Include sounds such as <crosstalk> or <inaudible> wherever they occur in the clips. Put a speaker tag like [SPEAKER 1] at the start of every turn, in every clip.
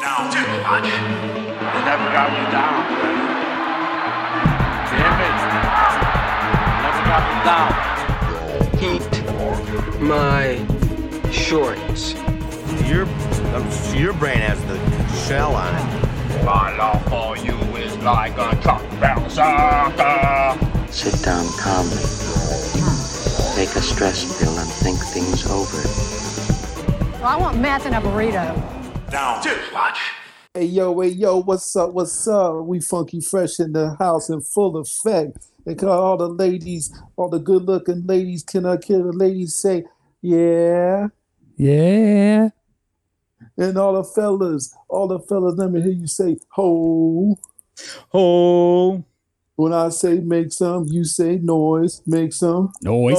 [SPEAKER 1] down too much.
[SPEAKER 2] They never got me down. Damn it. Never got me down.
[SPEAKER 3] Heat my shorts.
[SPEAKER 4] Your, um, your brain has the shell on it.
[SPEAKER 1] My love for you is like a truck bouncer.
[SPEAKER 5] Sit down calmly. Take a stress pill and think things over.
[SPEAKER 6] Well, I want meth and a burrito.
[SPEAKER 1] Down too much.
[SPEAKER 7] Hey yo, hey yo, what's up? What's up? We funky fresh in the house in full effect. They call all the ladies, all the good looking ladies, can I kill the ladies say, yeah.
[SPEAKER 8] Yeah.
[SPEAKER 7] And all the fellas, all the fellas, let me hear you say ho.
[SPEAKER 8] Oh,
[SPEAKER 7] When I say make some, you say noise, make some,
[SPEAKER 8] noise.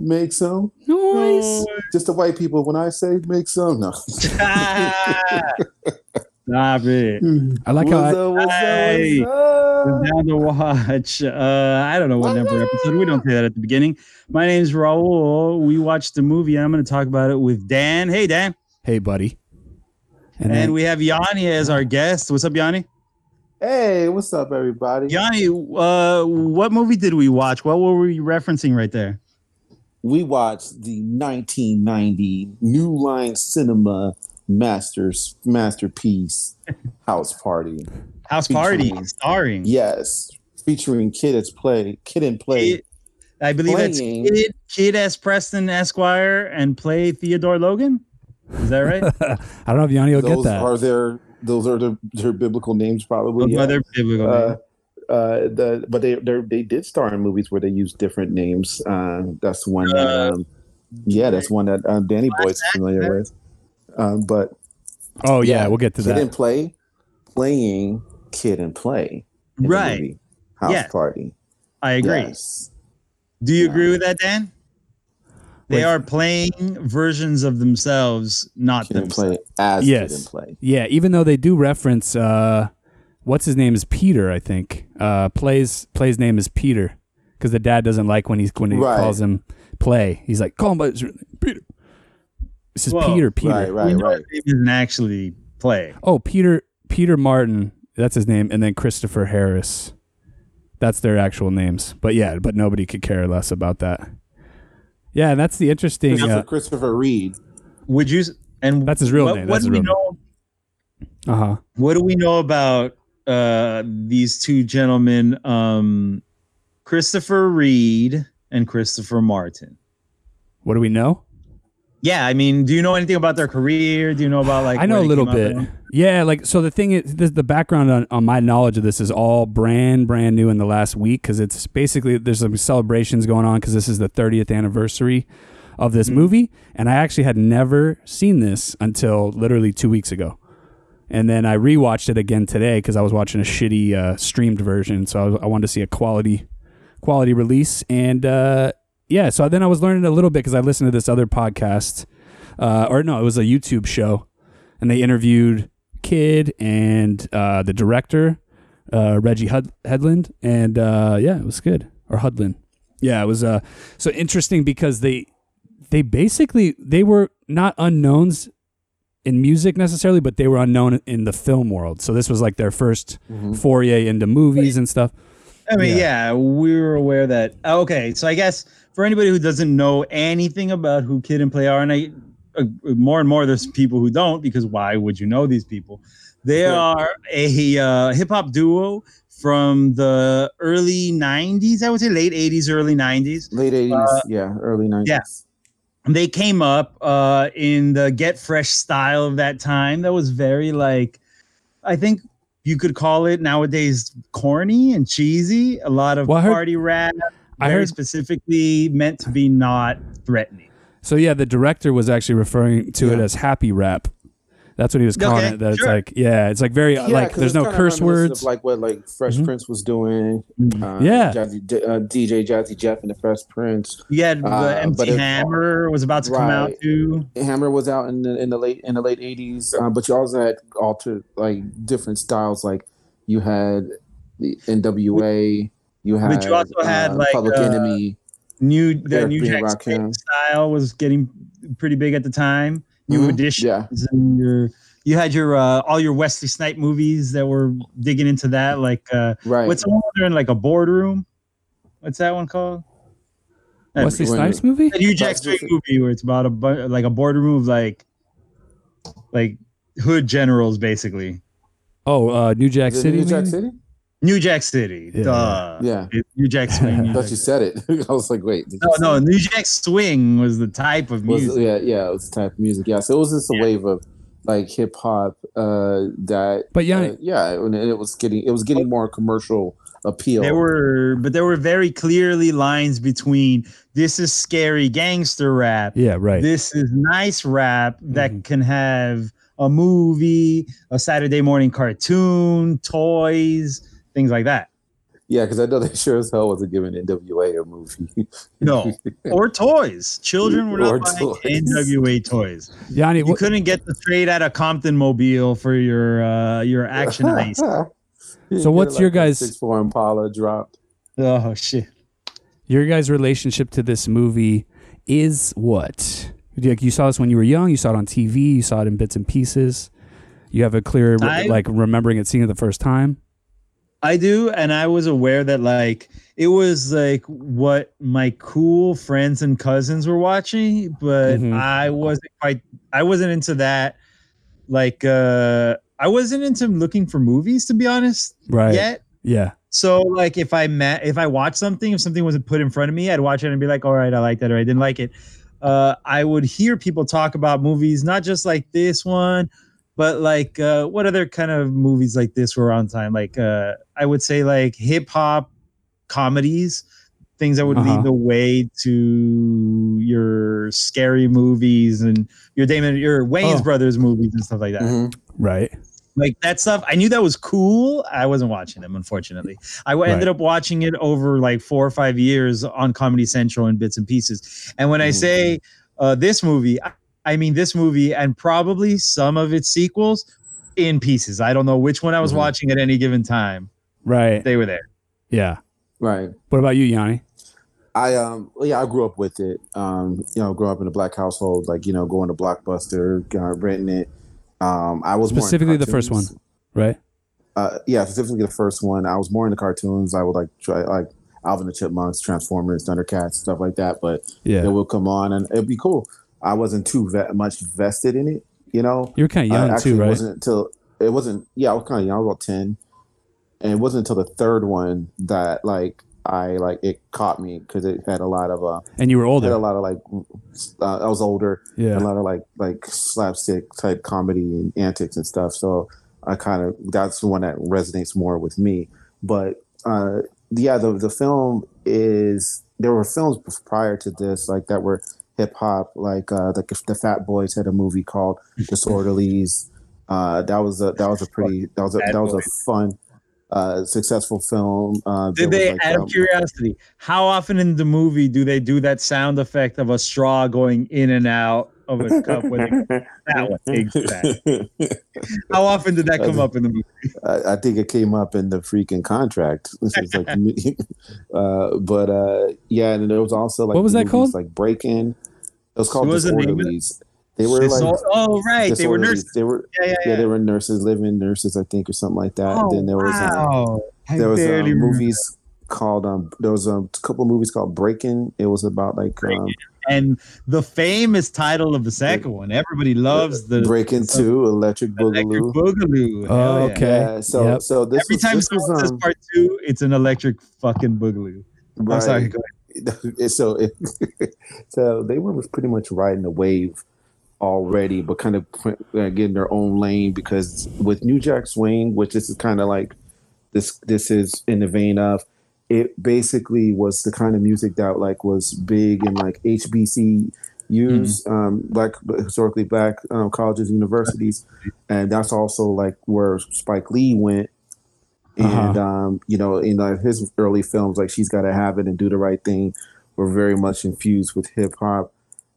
[SPEAKER 7] make some. <laughs>
[SPEAKER 8] Noise.
[SPEAKER 7] Just the white people, when I say make some, no.
[SPEAKER 9] Stop it.
[SPEAKER 8] <laughs> I like
[SPEAKER 7] what's,
[SPEAKER 8] how I,
[SPEAKER 7] up, what's
[SPEAKER 9] Hey.
[SPEAKER 7] up? What's up?
[SPEAKER 9] Now to watch. Uh, I don't know what number episode. We don't say that at the beginning. My name's Raul. We watched the movie. and I'm going to talk about it with Dan. Hey, Dan.
[SPEAKER 8] hey buddy.
[SPEAKER 9] And,
[SPEAKER 8] And, then,
[SPEAKER 9] we have Yanni as our guest. What's up, Yanni?
[SPEAKER 7] Hey, what's up, everybody?
[SPEAKER 9] Yanni, uh, what movie did we watch? What were we referencing right there?
[SPEAKER 7] we watched the 1990 New Line Cinema masters
[SPEAKER 9] <laughs>
[SPEAKER 7] masterpiece House Party.
[SPEAKER 9] House Party, starring.
[SPEAKER 7] Yes, featuring Kid at Play, Kid and Play.
[SPEAKER 9] Kid- I believe that's
[SPEAKER 7] Playing.
[SPEAKER 9] Kid, Kid S. Preston Esquire and play Theodore Logan. Is that right?
[SPEAKER 8] I don't know if Yanni will get
[SPEAKER 7] those
[SPEAKER 8] that.
[SPEAKER 7] are their those are their, their biblical names,
[SPEAKER 9] Those
[SPEAKER 7] probably. yeah.
[SPEAKER 9] are their biblical
[SPEAKER 7] Uh,
[SPEAKER 9] names.
[SPEAKER 7] uh, the but they they're- they did star in movies where they use different names. Uh, that's one.
[SPEAKER 9] Uh,
[SPEAKER 7] That, um, yeah, that's one that um, Danny Boy's familiar with. Um, but
[SPEAKER 8] oh yeah,
[SPEAKER 7] yeah,
[SPEAKER 8] we'll get to
[SPEAKER 7] Kid and
[SPEAKER 8] that.
[SPEAKER 7] Play, playing Kid and Play. in the
[SPEAKER 9] Right.
[SPEAKER 7] movie House
[SPEAKER 9] Yeah.
[SPEAKER 7] Party.
[SPEAKER 9] I agree.
[SPEAKER 7] Yes.
[SPEAKER 9] Do you
[SPEAKER 7] Yeah.
[SPEAKER 9] agree with that, Dan? They
[SPEAKER 8] With-
[SPEAKER 9] are playing versions of themselves, not
[SPEAKER 7] Kid and
[SPEAKER 9] themselves.
[SPEAKER 7] Play as
[SPEAKER 8] Yes.
[SPEAKER 7] Kid and Play.
[SPEAKER 8] Yeah, even though they do reference uh what's his name is Peter, I think. Uh plays plays name is Peter cuz the dad doesn't like when he's when he
[SPEAKER 7] Right.
[SPEAKER 8] calls him play. He's like call him by his real name, Peter. This is
[SPEAKER 9] Whoa.
[SPEAKER 8] Peter Peter.
[SPEAKER 7] Right,
[SPEAKER 9] We
[SPEAKER 7] right,
[SPEAKER 9] know
[SPEAKER 7] right.
[SPEAKER 9] They didn't actually play.
[SPEAKER 8] Oh, Peter Peter Martin, that's his name, and then Christopher Harris. That's their actual names. But yeah, but nobody could care less about that. Yeah, and that's the interesting.
[SPEAKER 7] Christopher,
[SPEAKER 8] Uh
[SPEAKER 7] Christopher Reed.
[SPEAKER 9] Would you? s- And
[SPEAKER 8] That's his real
[SPEAKER 9] what,
[SPEAKER 8] name.
[SPEAKER 9] What
[SPEAKER 8] That's
[SPEAKER 9] do
[SPEAKER 8] his
[SPEAKER 9] we
[SPEAKER 8] real Uh-huh. name.
[SPEAKER 9] know?
[SPEAKER 8] huh.
[SPEAKER 9] What do we know about uh, these two gentlemen, um, Christopher Reed and Christopher Martin?
[SPEAKER 8] What do we know?
[SPEAKER 9] Yeah, I mean, do you know anything about their career? Do you know about like?
[SPEAKER 8] I know
[SPEAKER 9] where
[SPEAKER 8] a
[SPEAKER 9] they
[SPEAKER 8] little
[SPEAKER 9] came up
[SPEAKER 8] bit.
[SPEAKER 9] from?
[SPEAKER 8] Yeah, like so the thing is this, the background on, on my knowledge of this is all brand brand new in the last week cuz it's basically there's some celebrations going on cuz this is the 30th anniversary of
[SPEAKER 9] Mm-hmm.
[SPEAKER 8] this movie and I actually had never seen this until literally 2 weeks ago. And then I rewatched it again today cuz I was watching a shitty uh, streamed version so I, was- I wanted to see a quality quality release and uh yeah, so then I was learning a little bit cuz I listened to this other podcast uh, or no, it was a YouTube show and they interviewed Kid and uh, the director uh, Reggie Hud- Headland, and uh, yeah, it was good. Or Hudlin, yeah, it was uh, so interesting because they they basically they were not unknowns in music necessarily, but they were unknown in the film world. So this was like their 1st foray into movies and stuff.
[SPEAKER 9] I mean,
[SPEAKER 8] Yeah.
[SPEAKER 9] yeah. we were aware that. Okay, so I guess for anybody who doesn't know anything about who Kid and Play are, and I, uh, more and more there's people who don't because why would you know these people? They
[SPEAKER 7] Right.
[SPEAKER 9] are a uh, hip hop duo from the early '90s, I would say late '80s, early '90s.
[SPEAKER 7] Late 80s. yeah, early 90s.
[SPEAKER 9] uh, yeah. they came up uh, in the get fresh style of that time that was very like i think you could call it nowadays corny and cheesy a lot of
[SPEAKER 8] Well, I heard-
[SPEAKER 9] party rap
[SPEAKER 8] I
[SPEAKER 9] very
[SPEAKER 8] heard-
[SPEAKER 9] specifically meant to be not threatening
[SPEAKER 8] So yeah, the director was actually referring to it
[SPEAKER 7] Yeah.
[SPEAKER 8] as happy rap. That's what he was calling
[SPEAKER 9] Okay,
[SPEAKER 8] it. That it's
[SPEAKER 9] sure.
[SPEAKER 8] like yeah, it's like very uh,
[SPEAKER 7] 'cause
[SPEAKER 8] like there's
[SPEAKER 7] it's
[SPEAKER 8] no
[SPEAKER 7] kinda reminiscent
[SPEAKER 8] curse
[SPEAKER 7] of,
[SPEAKER 8] words.
[SPEAKER 7] like what like Fresh
[SPEAKER 9] Mm-hmm.
[SPEAKER 8] Mhm.
[SPEAKER 7] Prince was doing. Uh,
[SPEAKER 8] Yeah.
[SPEAKER 7] Jazzy, D- uh, DJ Jazzy Jeff and the Fresh Prince.
[SPEAKER 9] you had
[SPEAKER 7] Uh,
[SPEAKER 9] the MC
[SPEAKER 7] but it-
[SPEAKER 9] hammer was about to come out
[SPEAKER 7] Right.
[SPEAKER 9] too
[SPEAKER 7] Hammer was out in the in the late in the late eighties, uh, but you also had altered like different styles. Like you had the NWA, you had,
[SPEAKER 9] you also had, like,
[SPEAKER 7] Public
[SPEAKER 9] uh,
[SPEAKER 7] Enemy,
[SPEAKER 9] new the
[SPEAKER 7] Eric
[SPEAKER 9] new
[SPEAKER 7] B.
[SPEAKER 9] jack Swing
[SPEAKER 7] Rakim.
[SPEAKER 9] style was getting pretty big at the time new
[SPEAKER 7] Mhm.
[SPEAKER 9] editions
[SPEAKER 7] Yeah.
[SPEAKER 9] and your you had your uh, all your Wesley Snipe movies that were digging into that. Like uh,
[SPEAKER 7] Right.
[SPEAKER 9] what's the one where they're in like a boardroom? What's that one called? That-
[SPEAKER 8] Wesley
[SPEAKER 7] Wait a
[SPEAKER 8] Snipes movie?
[SPEAKER 9] that Hugh Jackman movie where it's about a bu- like a boardroom of like like hood generals basically.
[SPEAKER 8] Oh, uh, New Jack
[SPEAKER 7] Is it
[SPEAKER 8] City.
[SPEAKER 7] New Jack
[SPEAKER 8] maybe?
[SPEAKER 7] City?
[SPEAKER 9] New Jack City.
[SPEAKER 8] Yeah.
[SPEAKER 9] Duh.
[SPEAKER 7] Yeah.
[SPEAKER 9] It- New Jack Swing.
[SPEAKER 7] I
[SPEAKER 9] New
[SPEAKER 7] <laughs> thought
[SPEAKER 9] Jack-
[SPEAKER 7] you said it. I was like, wait. did
[SPEAKER 9] no,
[SPEAKER 7] you
[SPEAKER 9] no,
[SPEAKER 7] say-
[SPEAKER 9] New Jack Swing was the type of
[SPEAKER 7] Was,
[SPEAKER 9] music.
[SPEAKER 7] yeah, yeah, it was the type of music. Yeah, so it was just a
[SPEAKER 9] Yeah.
[SPEAKER 7] wave of like hip hop uh, that.
[SPEAKER 8] But Yanni,
[SPEAKER 7] uh, yeah, and it was getting it was getting more commercial appeal.
[SPEAKER 9] There were, but there were very clearly lines between this is scary gangster rap,
[SPEAKER 8] yeah, right.
[SPEAKER 9] this is nice rap that
[SPEAKER 8] Mhm.
[SPEAKER 9] can have a movie, a Saturday morning cartoon, toys, things like that.
[SPEAKER 7] Yeah, because I know <laughs> they sure as hell wasn't giving NWA a movie.
[SPEAKER 9] No, or toys. Children were
[SPEAKER 7] Or
[SPEAKER 9] not buying
[SPEAKER 7] toys.
[SPEAKER 9] NWA toys.
[SPEAKER 8] Yanni,
[SPEAKER 9] You
[SPEAKER 8] what,
[SPEAKER 9] couldn't get the straight out of Compton mobile for your uh, your action
[SPEAKER 7] <laughs>
[SPEAKER 9] heist.
[SPEAKER 7] You
[SPEAKER 8] So
[SPEAKER 7] get,
[SPEAKER 8] what's your
[SPEAKER 7] that
[SPEAKER 8] guys-
[SPEAKER 7] six four Impala drop?
[SPEAKER 9] Oh shit!
[SPEAKER 8] your guys' relationship to this movie is what? Like you saw this when you were young. You saw it on TV. You saw it in bits and pieces. You have a clear
[SPEAKER 9] I-
[SPEAKER 8] like remembering it, seeing it the first time.
[SPEAKER 9] I do, and I was aware that like it was like what my cool friends and cousins were watching, but
[SPEAKER 8] Mhm.
[SPEAKER 9] I wasn't quite. I wasn't into that. Like uh I wasn't into looking for movies to be honest
[SPEAKER 8] Right.
[SPEAKER 9] yet.
[SPEAKER 8] Yeah.
[SPEAKER 9] So like if I met if I watched something, if something was put in front of me, I'd watch it and be like, all right, I like that or I didn't like it. Uh, I would hear people talk about movies, not just like this one, but like uh, what other kind of movies like this were on time? Like uh, I would say like hip hop comedies, things that would
[SPEAKER 8] Uh-huh.
[SPEAKER 9] lead the way to your scary movies and your Damon, your Wayne's
[SPEAKER 8] Oh.
[SPEAKER 9] Brothers movies and stuff like that
[SPEAKER 7] Mhm.
[SPEAKER 8] Right.
[SPEAKER 9] like that stuff i knew that was cool i wasn't watching them unfortunately i w- ended
[SPEAKER 8] Right.
[SPEAKER 9] up watching it over like four or five years on comedy central in bits and pieces and when i
[SPEAKER 7] Mhm.
[SPEAKER 9] say uh, this movie I- i mean this movie and probably some of its sequels in pieces i don't know which one i was
[SPEAKER 7] Mhm.
[SPEAKER 9] watching at any given time
[SPEAKER 8] Right.
[SPEAKER 9] they were there
[SPEAKER 8] Yeah.
[SPEAKER 7] Right.
[SPEAKER 8] What about you, Yanni?
[SPEAKER 7] I um well, yeah, I grew up with it. Um, you know, grew up in a black household, like you know, going to Blockbuster, uh, renting it. Um, I was more in
[SPEAKER 8] Specifically the first
[SPEAKER 7] cartoons.
[SPEAKER 8] Right.
[SPEAKER 7] Uh, yeah, specifically the first one. I was more into cartoons. I would like try like Alvin the Chipmunks, Transformers, Thundercats, stuff like that. But
[SPEAKER 8] Yeah.
[SPEAKER 7] it would come on, and it'd be cool. I wasn't too ve- much vested in it, you know.
[SPEAKER 8] you were kind of
[SPEAKER 7] I
[SPEAKER 8] young
[SPEAKER 7] actually
[SPEAKER 8] too, right?
[SPEAKER 7] wasn't until it wasn't. Yeah, I was kind of young, I was about ten, and it wasn't until the third one that like I like it caught me because it had a lot of uh
[SPEAKER 8] and you were
[SPEAKER 7] had a
[SPEAKER 8] older.
[SPEAKER 7] lot of like uh, I was older,
[SPEAKER 8] Yeah.
[SPEAKER 7] a lot of like like slapstick type comedy and antics and stuff. So I kind of that's the one that resonates more with me. But uh, yeah, the the film is there were films prior to this like that were hip hop. Like uh, the the Fat Boys had a movie called
[SPEAKER 9] <laughs>
[SPEAKER 7] Disorderlies. Uh, that was a that was a pretty that was a
[SPEAKER 9] Fat
[SPEAKER 7] that was a fun uh successful film uh
[SPEAKER 9] did
[SPEAKER 7] there
[SPEAKER 9] they
[SPEAKER 7] was, like,
[SPEAKER 9] out of
[SPEAKER 7] um,
[SPEAKER 9] curiosity how often in the movie do they do that sound effect of a straw going in and out of a cup with
[SPEAKER 7] um,
[SPEAKER 9] that one
[SPEAKER 7] <laughs>
[SPEAKER 9] exactly <laughs> how often did that come up in the movie
[SPEAKER 7] I, I think it came up in the freaking contract. This is like, me- <laughs> uh, but uh, yeah, and there was also like
[SPEAKER 8] What was
[SPEAKER 7] the
[SPEAKER 8] that
[SPEAKER 7] movies
[SPEAKER 8] called?
[SPEAKER 7] Like break in. It was called
[SPEAKER 9] What was the name of it?
[SPEAKER 7] disorderlies. They were like
[SPEAKER 9] Disor- oh right, they were
[SPEAKER 7] Disorderlies.
[SPEAKER 9] nurses.
[SPEAKER 7] They were
[SPEAKER 9] Yeah, yeah,
[SPEAKER 7] yeah,
[SPEAKER 9] yeah.
[SPEAKER 7] they were nurses, living nurses, I think, or something like that. and then there was um,
[SPEAKER 9] Oh, wow. I
[SPEAKER 7] there was um,
[SPEAKER 9] barely remember.
[SPEAKER 7] movies called um there was um, a couple movies called Breaking. It was about like
[SPEAKER 9] Break
[SPEAKER 7] um,
[SPEAKER 9] and the famous title of the second one. Everybody loves the
[SPEAKER 7] Breaking Two, Electric
[SPEAKER 9] Electric
[SPEAKER 7] Boogaloo.
[SPEAKER 9] Boogaloo. Hell yeah.
[SPEAKER 8] Oh, okay.
[SPEAKER 7] Yeah, so
[SPEAKER 8] Yep.
[SPEAKER 7] so this
[SPEAKER 9] Every
[SPEAKER 7] was,
[SPEAKER 9] time
[SPEAKER 7] this
[SPEAKER 9] someone
[SPEAKER 7] was,
[SPEAKER 9] says
[SPEAKER 7] um,
[SPEAKER 9] part two, it's an electric fucking boogaloo. I'm
[SPEAKER 7] right.
[SPEAKER 9] sorry. go
[SPEAKER 7] <laughs> so it, so they were pretty much riding the wave already, but kind of uh, getting their own lane because with New Jack Swing, which this is kind of like this this is in the vein of it basically was the kind of music that like was big in like HBCUs, um, black historically black um, colleges, universities, and that's also like where Spike Lee went. And
[SPEAKER 8] Uh-huh.
[SPEAKER 7] um, you know, in uh, his early films, like she's got to have it and do the right thing, were very much infused with hip hop,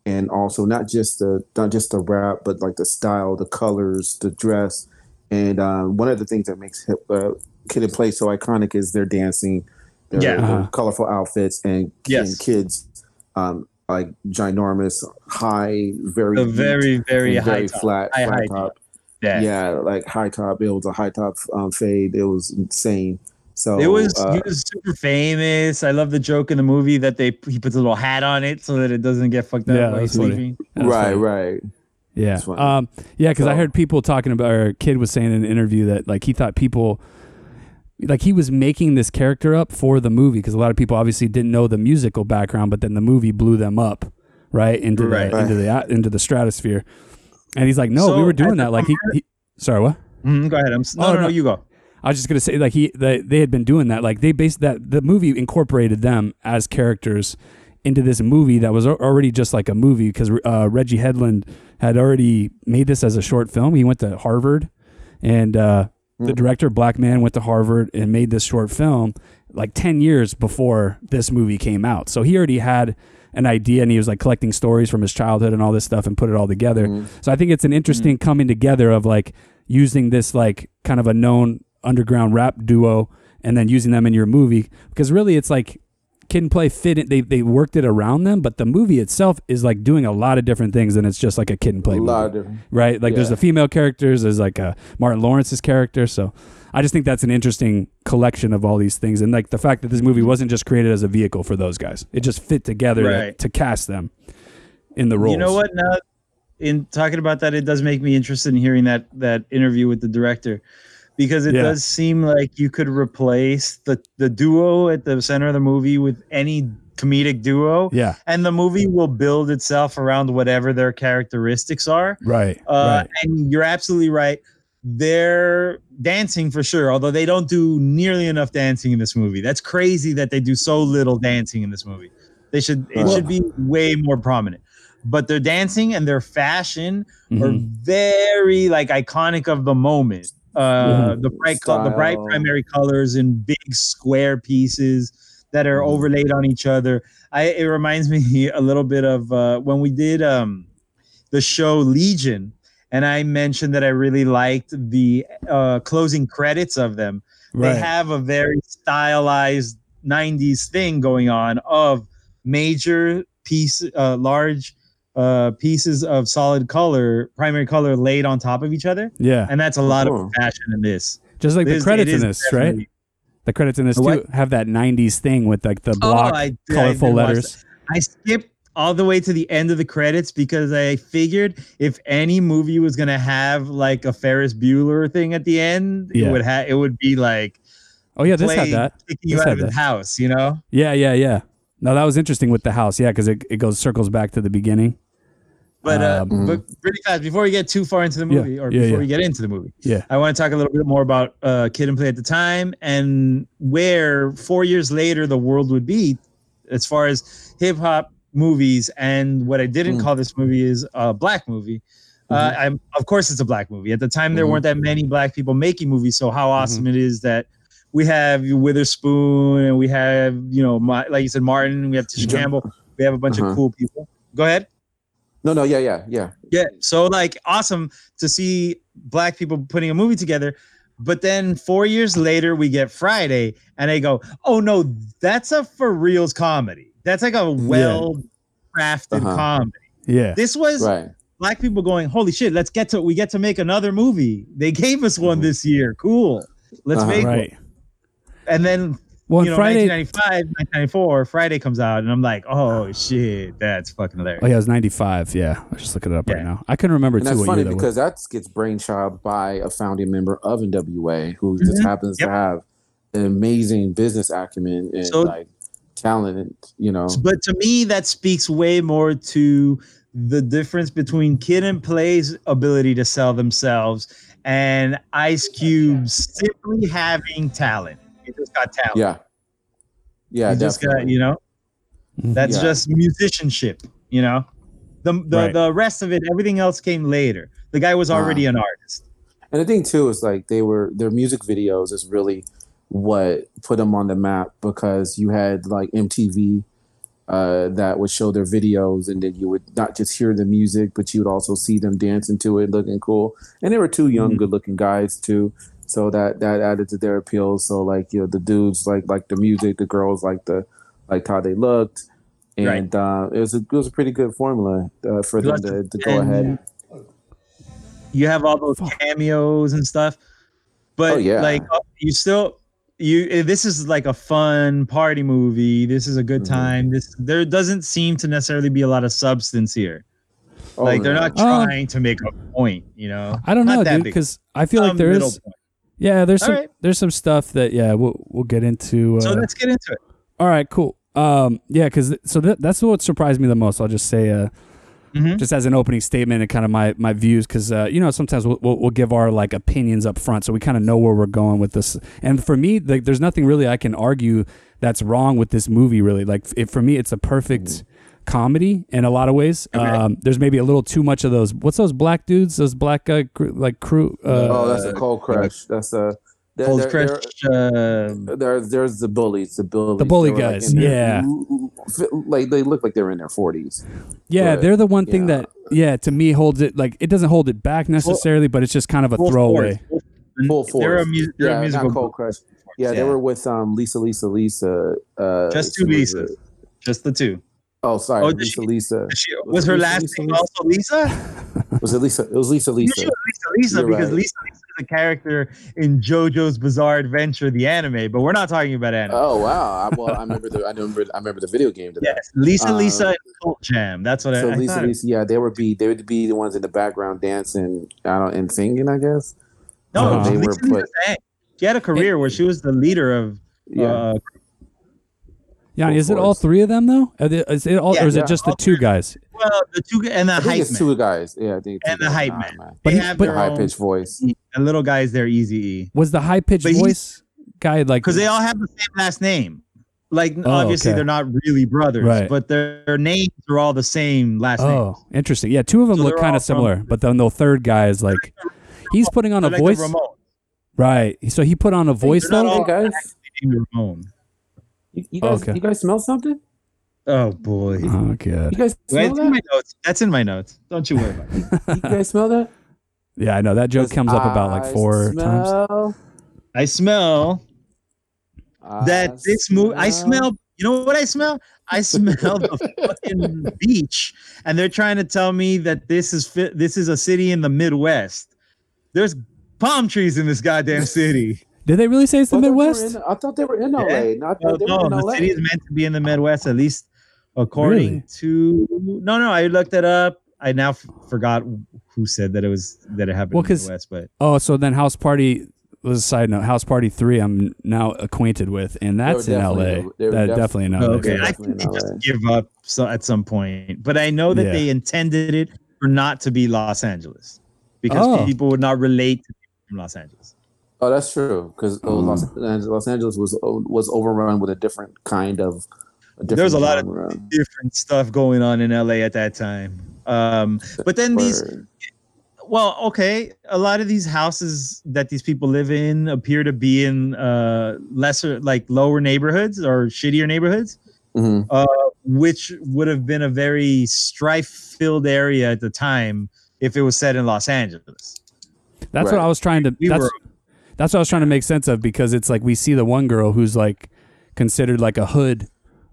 [SPEAKER 7] and also not just the not just the rap, but like the style, the colors, the dress, and um, one of the things that makes hip, uh, Kid and Play so iconic is their dancing, their,
[SPEAKER 9] Yeah.
[SPEAKER 7] their
[SPEAKER 8] Uh-huh.
[SPEAKER 7] colorful outfits, and,
[SPEAKER 9] Yes.
[SPEAKER 7] and kids um, like ginormous, high, very
[SPEAKER 9] ahead. The
[SPEAKER 7] deep,
[SPEAKER 9] very, very
[SPEAKER 7] and
[SPEAKER 9] high top.
[SPEAKER 7] flat,
[SPEAKER 9] High,
[SPEAKER 7] flat
[SPEAKER 9] high
[SPEAKER 7] top.
[SPEAKER 9] Yeah.
[SPEAKER 7] yeah, like high top. It was a high top um, fade. It was insane. So
[SPEAKER 9] It was
[SPEAKER 7] uh,
[SPEAKER 9] he was super famous. I love the joke in the movie that they he puts a little hat on it so that it doesn't get fucked up
[SPEAKER 8] Yeah,
[SPEAKER 9] while he's
[SPEAKER 8] that's funny.
[SPEAKER 9] sleeping.
[SPEAKER 8] That's
[SPEAKER 7] right,
[SPEAKER 8] funny.
[SPEAKER 7] right.
[SPEAKER 8] Yeah.
[SPEAKER 7] That's funny.
[SPEAKER 8] Um, yeah, because I
[SPEAKER 7] So-
[SPEAKER 8] heard people talking about, or a kid was saying in an interview that like he thought people, like he was making this character up for the movie because a lot of people obviously didn't know the musical background, but then the movie blew them up right into
[SPEAKER 9] Right.
[SPEAKER 8] the into the at- into the stratosphere, and he's like, no, we
[SPEAKER 9] So,
[SPEAKER 8] were
[SPEAKER 9] at
[SPEAKER 8] doing
[SPEAKER 9] the
[SPEAKER 8] that. Like he, he, sorry, what?
[SPEAKER 9] Mhm, go ahead. I'm s- no,
[SPEAKER 8] Oh,
[SPEAKER 9] no, no,
[SPEAKER 8] no.
[SPEAKER 9] you go.
[SPEAKER 8] I was just gonna say like he they, they had been doing that like they based that the movie incorporated them as characters into this movie that was al- already just like a movie because uh, Reggie Headland had already made this as a short film. He went to Harvard, and uh,
[SPEAKER 7] Mm.
[SPEAKER 8] the director Black Man went to Harvard and made this short film like ten years before this movie came out. So he already had an idea and he was like collecting stories from his childhood and all this stuff and put it all together.
[SPEAKER 7] Mm-hmm.
[SPEAKER 8] So I think it's an interesting coming together of like using this like kind of a known underground rap duo and then using them in your movie because really it's like Kid and Play fit in, they they worked it around them, but the movie itself is like doing a lot of different things and it's just like a Kid and
[SPEAKER 7] A
[SPEAKER 8] Play movie
[SPEAKER 7] lot of different.
[SPEAKER 8] right? Like there's
[SPEAKER 7] Yeah.
[SPEAKER 8] the female characters, there's like uh, Martin Lawrence's character. So I just think that's an interesting collection of all these things, and like the fact that this movie wasn't just created as a vehicle for those guys; it just fit together
[SPEAKER 9] Right.
[SPEAKER 8] to, to cast them in the roles.
[SPEAKER 9] You know what? Now, in talking about that, it does make me interested in hearing that that interview with the director, because it
[SPEAKER 8] Yeah.
[SPEAKER 9] does seem like you could replace the the duo at the center of the movie with any comedic duo,
[SPEAKER 8] Yeah.
[SPEAKER 9] and the movie will build itself around whatever their characteristics are.
[SPEAKER 8] Right.
[SPEAKER 9] Uh,
[SPEAKER 8] right.
[SPEAKER 9] And you're absolutely right. They're dancing for sure, although they don't do nearly enough dancing in this movie. That's crazy that they do so little dancing in this movie. They should it
[SPEAKER 7] Well-
[SPEAKER 9] should be way more prominent. But their dancing and their fashion are
[SPEAKER 8] Mhm.
[SPEAKER 9] very like iconic of the moment. Uh, the bright col- the bright
[SPEAKER 7] Style.
[SPEAKER 9] primary colors in big square pieces that are overlaid on each other. I it reminds <laughs> me a little bit of uh, when we did um, the show Legion, and I mentioned that I really liked the uh, closing credits of them.
[SPEAKER 8] Right.
[SPEAKER 9] They have a very stylized '90s thing going on of major piece, uh, large uh, pieces of solid color, primary color laid on top of each other,
[SPEAKER 8] yeah.
[SPEAKER 9] and that's a lot
[SPEAKER 7] Cool.
[SPEAKER 9] of fashion in this.
[SPEAKER 8] just Uh-huh. like the
[SPEAKER 9] This-
[SPEAKER 8] credits
[SPEAKER 9] it
[SPEAKER 8] in
[SPEAKER 9] is
[SPEAKER 8] this, right?
[SPEAKER 9] definitely-
[SPEAKER 8] The credits in this
[SPEAKER 9] What?
[SPEAKER 8] too have that '90s thing with like the
[SPEAKER 9] Oh,
[SPEAKER 8] block
[SPEAKER 9] I did- I
[SPEAKER 8] colorful
[SPEAKER 9] did watch
[SPEAKER 8] letters.
[SPEAKER 9] I skipped all the way to the end of the credits because I figured if any movie was gonna have like a Ferris Bueller thing at the end,
[SPEAKER 8] Yeah.
[SPEAKER 9] it would have it would be like
[SPEAKER 8] Oh yeah, this
[SPEAKER 9] play
[SPEAKER 8] had that.
[SPEAKER 9] kicking you
[SPEAKER 8] This
[SPEAKER 9] out
[SPEAKER 8] had
[SPEAKER 9] of his
[SPEAKER 8] that.
[SPEAKER 9] house, you know?
[SPEAKER 8] Yeah, yeah, yeah. No, that was interesting with the house. Yeah, because it, it goes circles back to the beginning.
[SPEAKER 9] But uh,
[SPEAKER 7] Um,
[SPEAKER 9] but pretty fast before we get too far into the
[SPEAKER 8] mm. Yeah,
[SPEAKER 9] movie, or
[SPEAKER 8] yeah,
[SPEAKER 9] before
[SPEAKER 8] yeah.
[SPEAKER 9] we get into the movie,
[SPEAKER 8] Yeah.
[SPEAKER 9] I want to talk a little bit more about uh, Kid and Play at the time and where four years later the world would be as far as hip hop movies. And what I didn't
[SPEAKER 8] Mm.
[SPEAKER 9] call this movie is a black movie.
[SPEAKER 8] Mm-hmm.
[SPEAKER 9] Uh, I'm, of course, it's a black movie. At the time, there
[SPEAKER 7] Mhm.
[SPEAKER 9] weren't that many black people making movies. So how
[SPEAKER 8] Mm-hmm.
[SPEAKER 9] awesome it is that we have Witherspoon and we have you know, my, like you said, Martin. We have Tisha
[SPEAKER 7] Yeah.
[SPEAKER 9] Campbell. We have a bunch
[SPEAKER 7] Uh-huh.
[SPEAKER 9] of cool people. Go ahead.
[SPEAKER 7] No, no, yeah, yeah, yeah.
[SPEAKER 9] Yeah. So like awesome to see black people putting a movie together. But then four years later we get Friday and they go, Oh no, that's a for reals comedy. That's like a well crafted
[SPEAKER 7] Uh-huh.
[SPEAKER 9] comedy.
[SPEAKER 8] Yeah.
[SPEAKER 9] This was
[SPEAKER 7] Right.
[SPEAKER 9] black people going, Holy shit, let's get to we get to make another movie. They gave us one this year. Cool. Let's
[SPEAKER 7] Mm-hmm. Uh-huh.
[SPEAKER 9] make one.
[SPEAKER 8] Right.
[SPEAKER 9] And then
[SPEAKER 8] Well,
[SPEAKER 9] you
[SPEAKER 8] and
[SPEAKER 9] know,
[SPEAKER 8] Friday.
[SPEAKER 9] 1995, 1994, Friday comes out, and I'm like, oh shit, that's fucking hilarious.
[SPEAKER 8] Oh yeah, it was '95. Yeah, I was just looking it up right
[SPEAKER 9] Yeah.
[SPEAKER 8] now. I couldn't remember
[SPEAKER 7] And
[SPEAKER 8] too.
[SPEAKER 7] that's
[SPEAKER 8] what
[SPEAKER 7] funny
[SPEAKER 8] year that was.
[SPEAKER 7] because that gets brainchild by a founding member of NWA who just happens
[SPEAKER 9] Mm-hmm. Yep.
[SPEAKER 7] to have an amazing business acumen and
[SPEAKER 9] So-
[SPEAKER 7] like talent, and, you know.
[SPEAKER 9] But to me, that speaks way more to the difference between Kid and Play's ability to sell themselves and Ice Cube simply having talent. He just got talent.
[SPEAKER 7] Yeah. Yeah,
[SPEAKER 9] he just got,
[SPEAKER 7] definitely.
[SPEAKER 9] you know, that's
[SPEAKER 7] Yeah.
[SPEAKER 9] just musicianship, you know. The, the,
[SPEAKER 8] Right.
[SPEAKER 9] the rest of it, everything else came later. The guy was already an artist.
[SPEAKER 7] And the thing too is like they were their music videos is really what put them on the map because you had like MTV uh, that would show their videos and then you would not just hear the music but you would also see them dancing to it looking cool and they were two young
[SPEAKER 9] Mm-hmm.
[SPEAKER 7] good looking guys too so that that added to their appeal so like you know the dudes like like the music the girls like the like how they looked and uh, it was a it was a pretty good formula uh, for them
[SPEAKER 9] Lots
[SPEAKER 7] to, to go ahead
[SPEAKER 9] you have all those cameos and stuff. But
[SPEAKER 7] Oh, yeah.
[SPEAKER 9] like you still you eh, this is like a fun party movie. This is a good
[SPEAKER 7] Mhm.
[SPEAKER 9] time. This there doesn't seem to necessarily be a lot of substance here.
[SPEAKER 7] Oh,
[SPEAKER 9] like they're
[SPEAKER 7] no.
[SPEAKER 9] not
[SPEAKER 8] Oh.
[SPEAKER 9] trying to make a point, you know.
[SPEAKER 8] I don't
[SPEAKER 9] Not
[SPEAKER 8] know,
[SPEAKER 9] that
[SPEAKER 8] dude,
[SPEAKER 9] big.
[SPEAKER 8] because I feel like
[SPEAKER 9] Some
[SPEAKER 8] there
[SPEAKER 9] middle
[SPEAKER 8] is.
[SPEAKER 9] point.
[SPEAKER 8] Yeah, there's
[SPEAKER 9] All
[SPEAKER 8] some
[SPEAKER 9] right.
[SPEAKER 8] there's some stuff that yeah we'll we'll get into. Uh,
[SPEAKER 9] So let's get into it.
[SPEAKER 8] all right, cool. Um, yeah, because th- so that that's what surprised me the most. I'll just say, uh,
[SPEAKER 9] Mhm.
[SPEAKER 8] just as an opening statement and kind of my my views, because uh, you know sometimes we'll, we'll we'll give our like opinions up front, so we kind of know where we're going with this. And for me, like, there's nothing really I can argue that's wrong with this movie. Really, like it, for me, it's a perfect. Comedy in a lot of ways. Um, there's maybe a little too much of those. What's those black dudes? Those black uh, cr- like crew. Uh,
[SPEAKER 7] oh, that's a cold crush. That's a there-
[SPEAKER 9] Cold
[SPEAKER 7] there-
[SPEAKER 9] Crush. Uh,
[SPEAKER 7] there- there- there's the bullies, the bullies,
[SPEAKER 8] The bully
[SPEAKER 7] They were, like,
[SPEAKER 8] guys,
[SPEAKER 7] in their-
[SPEAKER 8] yeah.
[SPEAKER 7] like they look like they're in their forties.
[SPEAKER 8] Yeah,
[SPEAKER 7] But,
[SPEAKER 8] they're the one thing
[SPEAKER 7] yeah.
[SPEAKER 8] that yeah to me holds it like it doesn't hold it back necessarily, but it's just kind of a
[SPEAKER 9] full
[SPEAKER 8] throwaway.
[SPEAKER 9] force.
[SPEAKER 7] Full force.
[SPEAKER 9] They're a, mu- they're
[SPEAKER 7] yeah,
[SPEAKER 9] a musical.
[SPEAKER 7] not cold crush. Yeah, they
[SPEAKER 9] Yeah.
[SPEAKER 7] were with um Lisa, Lisa, Lisa. Uh,
[SPEAKER 9] Just two
[SPEAKER 7] who was
[SPEAKER 9] Lisas.
[SPEAKER 7] it?
[SPEAKER 9] Just the two.
[SPEAKER 7] Oh, sorry,
[SPEAKER 9] Oh, did
[SPEAKER 7] Lisa,
[SPEAKER 9] she-
[SPEAKER 7] Lisa.
[SPEAKER 9] She,
[SPEAKER 7] Was
[SPEAKER 9] was
[SPEAKER 7] it
[SPEAKER 9] her
[SPEAKER 7] Lisa,
[SPEAKER 9] last
[SPEAKER 7] Lisa,
[SPEAKER 9] name
[SPEAKER 7] Lisa?
[SPEAKER 9] also Lisa?
[SPEAKER 7] Was it Lisa? It was
[SPEAKER 9] Lisa.
[SPEAKER 7] Lisa, Lisa.
[SPEAKER 9] Lisa,
[SPEAKER 7] You're
[SPEAKER 9] because
[SPEAKER 7] right.
[SPEAKER 9] Lisa, Lisa is a character in JoJo's Bizarre Adventure, the anime, but we're not talking about anime.
[SPEAKER 7] Oh wow! I, well, I remember the I remember I remember the video game. To that.
[SPEAKER 9] yes, Lisa,
[SPEAKER 7] Uh,
[SPEAKER 9] Lisa, and Cult Jam. That's what
[SPEAKER 7] So
[SPEAKER 9] I, I
[SPEAKER 7] Lisa,
[SPEAKER 9] thought.
[SPEAKER 7] Lisa, yeah, they would be they would be the ones in the background dancing, I don't and singing, I guess.
[SPEAKER 9] No,
[SPEAKER 8] Uh,
[SPEAKER 9] Lisa,
[SPEAKER 7] they were
[SPEAKER 9] Lisa
[SPEAKER 7] put-
[SPEAKER 9] sang. She had a career where she was the leader of.
[SPEAKER 7] Yeah,
[SPEAKER 9] Uh,
[SPEAKER 8] Yanni,
[SPEAKER 7] full
[SPEAKER 8] is it all
[SPEAKER 7] force.
[SPEAKER 8] three of them though? Are they, is it all,
[SPEAKER 9] Yeah,
[SPEAKER 8] or is
[SPEAKER 7] yeah,
[SPEAKER 8] it just the
[SPEAKER 9] all
[SPEAKER 8] two guys?
[SPEAKER 9] well, the two g- and the
[SPEAKER 7] I think
[SPEAKER 9] hype
[SPEAKER 7] it's
[SPEAKER 9] man.
[SPEAKER 7] two guys. Yeah, I think it's
[SPEAKER 9] And
[SPEAKER 7] two
[SPEAKER 9] the
[SPEAKER 7] guys.
[SPEAKER 9] hype
[SPEAKER 7] Nah,
[SPEAKER 9] man.
[SPEAKER 8] But
[SPEAKER 9] They
[SPEAKER 8] he-
[SPEAKER 9] have
[SPEAKER 8] but-
[SPEAKER 7] The
[SPEAKER 9] their
[SPEAKER 7] high
[SPEAKER 9] own.
[SPEAKER 7] pitched voice.
[SPEAKER 9] The little guys there, Easy
[SPEAKER 8] Was the high pitched
[SPEAKER 9] But he's-
[SPEAKER 8] voice guy like?
[SPEAKER 9] because they all have the same last name. Like
[SPEAKER 8] Oh,
[SPEAKER 9] obviously
[SPEAKER 8] okay.
[SPEAKER 9] they're not really brothers,
[SPEAKER 8] Right.
[SPEAKER 9] but their, their names are all the same last name.
[SPEAKER 8] Oh, interesting. Yeah, two of them
[SPEAKER 9] So
[SPEAKER 8] look
[SPEAKER 9] they're
[SPEAKER 8] kind
[SPEAKER 9] all
[SPEAKER 8] of similar,
[SPEAKER 9] from-
[SPEAKER 8] but then the third guy is
[SPEAKER 9] <laughs>
[SPEAKER 8] like, he's putting on a
[SPEAKER 9] They're like the
[SPEAKER 8] voice,
[SPEAKER 9] Ramones.
[SPEAKER 8] right? So he put on a voice
[SPEAKER 9] not
[SPEAKER 8] though.
[SPEAKER 9] all-
[SPEAKER 7] Hey guys,
[SPEAKER 9] They named the Ramones.
[SPEAKER 7] you, you guys,
[SPEAKER 8] Okay.
[SPEAKER 7] you guys smell something?
[SPEAKER 9] Oh boy.
[SPEAKER 8] oh god.
[SPEAKER 7] You guys smell
[SPEAKER 9] That's in my
[SPEAKER 7] that?
[SPEAKER 9] notes. That's in my notes. Don't you worry about it.
[SPEAKER 7] You guys smell that?
[SPEAKER 8] Yeah, I know that joke comes up about like
[SPEAKER 7] I
[SPEAKER 8] four times.
[SPEAKER 7] smell-
[SPEAKER 9] I smell
[SPEAKER 7] I
[SPEAKER 9] that this movie. I smell. You know what I smell? I smell the fucking beach, and they're trying to tell me that this is fi- this is a city in the Midwest. There's palm trees in this goddamn city.
[SPEAKER 8] Did they really say it's
[SPEAKER 7] I
[SPEAKER 8] the
[SPEAKER 7] thought they were
[SPEAKER 8] Midwest?
[SPEAKER 7] in- I thought they were in LA. No, I
[SPEAKER 9] Well,
[SPEAKER 7] thought they
[SPEAKER 9] no,
[SPEAKER 7] were in
[SPEAKER 9] the
[SPEAKER 7] LA.
[SPEAKER 9] city is meant to be in the Midwest, at least according
[SPEAKER 8] Really?
[SPEAKER 9] to. No, no, I looked it up. I now f- forgot who said that it was that it happened
[SPEAKER 8] Well,
[SPEAKER 9] in the
[SPEAKER 8] 'cause-
[SPEAKER 9] Midwest, but
[SPEAKER 8] Oh, so then House Party was a side note. House Party three, I'm now acquainted with, and
[SPEAKER 7] were
[SPEAKER 8] that's in L.A.
[SPEAKER 7] definitely- they were
[SPEAKER 8] That
[SPEAKER 7] def-
[SPEAKER 8] definitely in L.A.
[SPEAKER 9] Oh, okay.
[SPEAKER 7] they're
[SPEAKER 9] I
[SPEAKER 7] definitely
[SPEAKER 9] think they
[SPEAKER 7] not
[SPEAKER 9] just
[SPEAKER 7] allowed.
[SPEAKER 9] give up so at some point. But I know that
[SPEAKER 8] Yeah.
[SPEAKER 9] they intended it for not to be Los Angeles because
[SPEAKER 8] Oh.
[SPEAKER 9] people would not relate to people from Los Angeles.
[SPEAKER 7] Oh, that's true. Because Los,
[SPEAKER 8] Mm.
[SPEAKER 7] Angeles- Los Angeles was oh, was overrun with a different kind of. A
[SPEAKER 9] There was a lot of-
[SPEAKER 7] genre.
[SPEAKER 9] Different stuff going on in LA at that time. Um, but then these,
[SPEAKER 7] Word.
[SPEAKER 9] well, okay, a lot of these houses that these people live in appear to be in uh, lesser, like lower neighborhoods or shittier neighborhoods,
[SPEAKER 7] Mhm.
[SPEAKER 9] which would have been a very strife filled area at the time if it was set in Los Angeles.
[SPEAKER 8] That's what
[SPEAKER 7] Right.
[SPEAKER 8] I was trying to.
[SPEAKER 9] We
[SPEAKER 8] that's
[SPEAKER 9] were-
[SPEAKER 8] that's what I was trying to make sense of because it's like we see the one girl who's like considered like a hood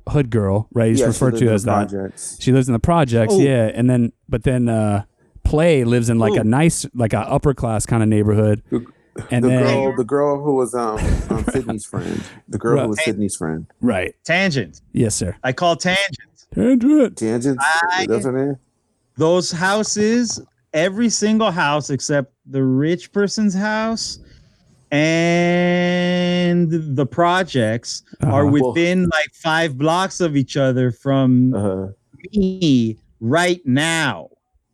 [SPEAKER 8] hood girl, right? He's
[SPEAKER 7] Yeah, she
[SPEAKER 8] referred
[SPEAKER 7] lived
[SPEAKER 8] to
[SPEAKER 7] in
[SPEAKER 8] as
[SPEAKER 7] the
[SPEAKER 8] that.
[SPEAKER 7] projects.
[SPEAKER 8] She lives in the projects,
[SPEAKER 9] Oh.
[SPEAKER 8] yeah, and then but then uh play lives in like a
[SPEAKER 9] Ooh.
[SPEAKER 8] nice like a upper class kind of neighborhood,
[SPEAKER 7] The-
[SPEAKER 8] and
[SPEAKER 7] the
[SPEAKER 8] then
[SPEAKER 7] girl, the girl who was um,
[SPEAKER 8] <laughs>
[SPEAKER 7] um Sydney's friend, the girl
[SPEAKER 8] Right.
[SPEAKER 7] who was Sydney's friend,
[SPEAKER 8] right,
[SPEAKER 9] Tangent.
[SPEAKER 8] yes, sir.
[SPEAKER 9] I call tangent.
[SPEAKER 8] Tangent.
[SPEAKER 7] Tangents.
[SPEAKER 9] I-
[SPEAKER 7] That's her name.
[SPEAKER 9] those houses, every single house except the rich person's house and the projects are
[SPEAKER 8] Uh-huh.
[SPEAKER 9] within like five blocks of each other from
[SPEAKER 7] Uh,
[SPEAKER 9] me right now.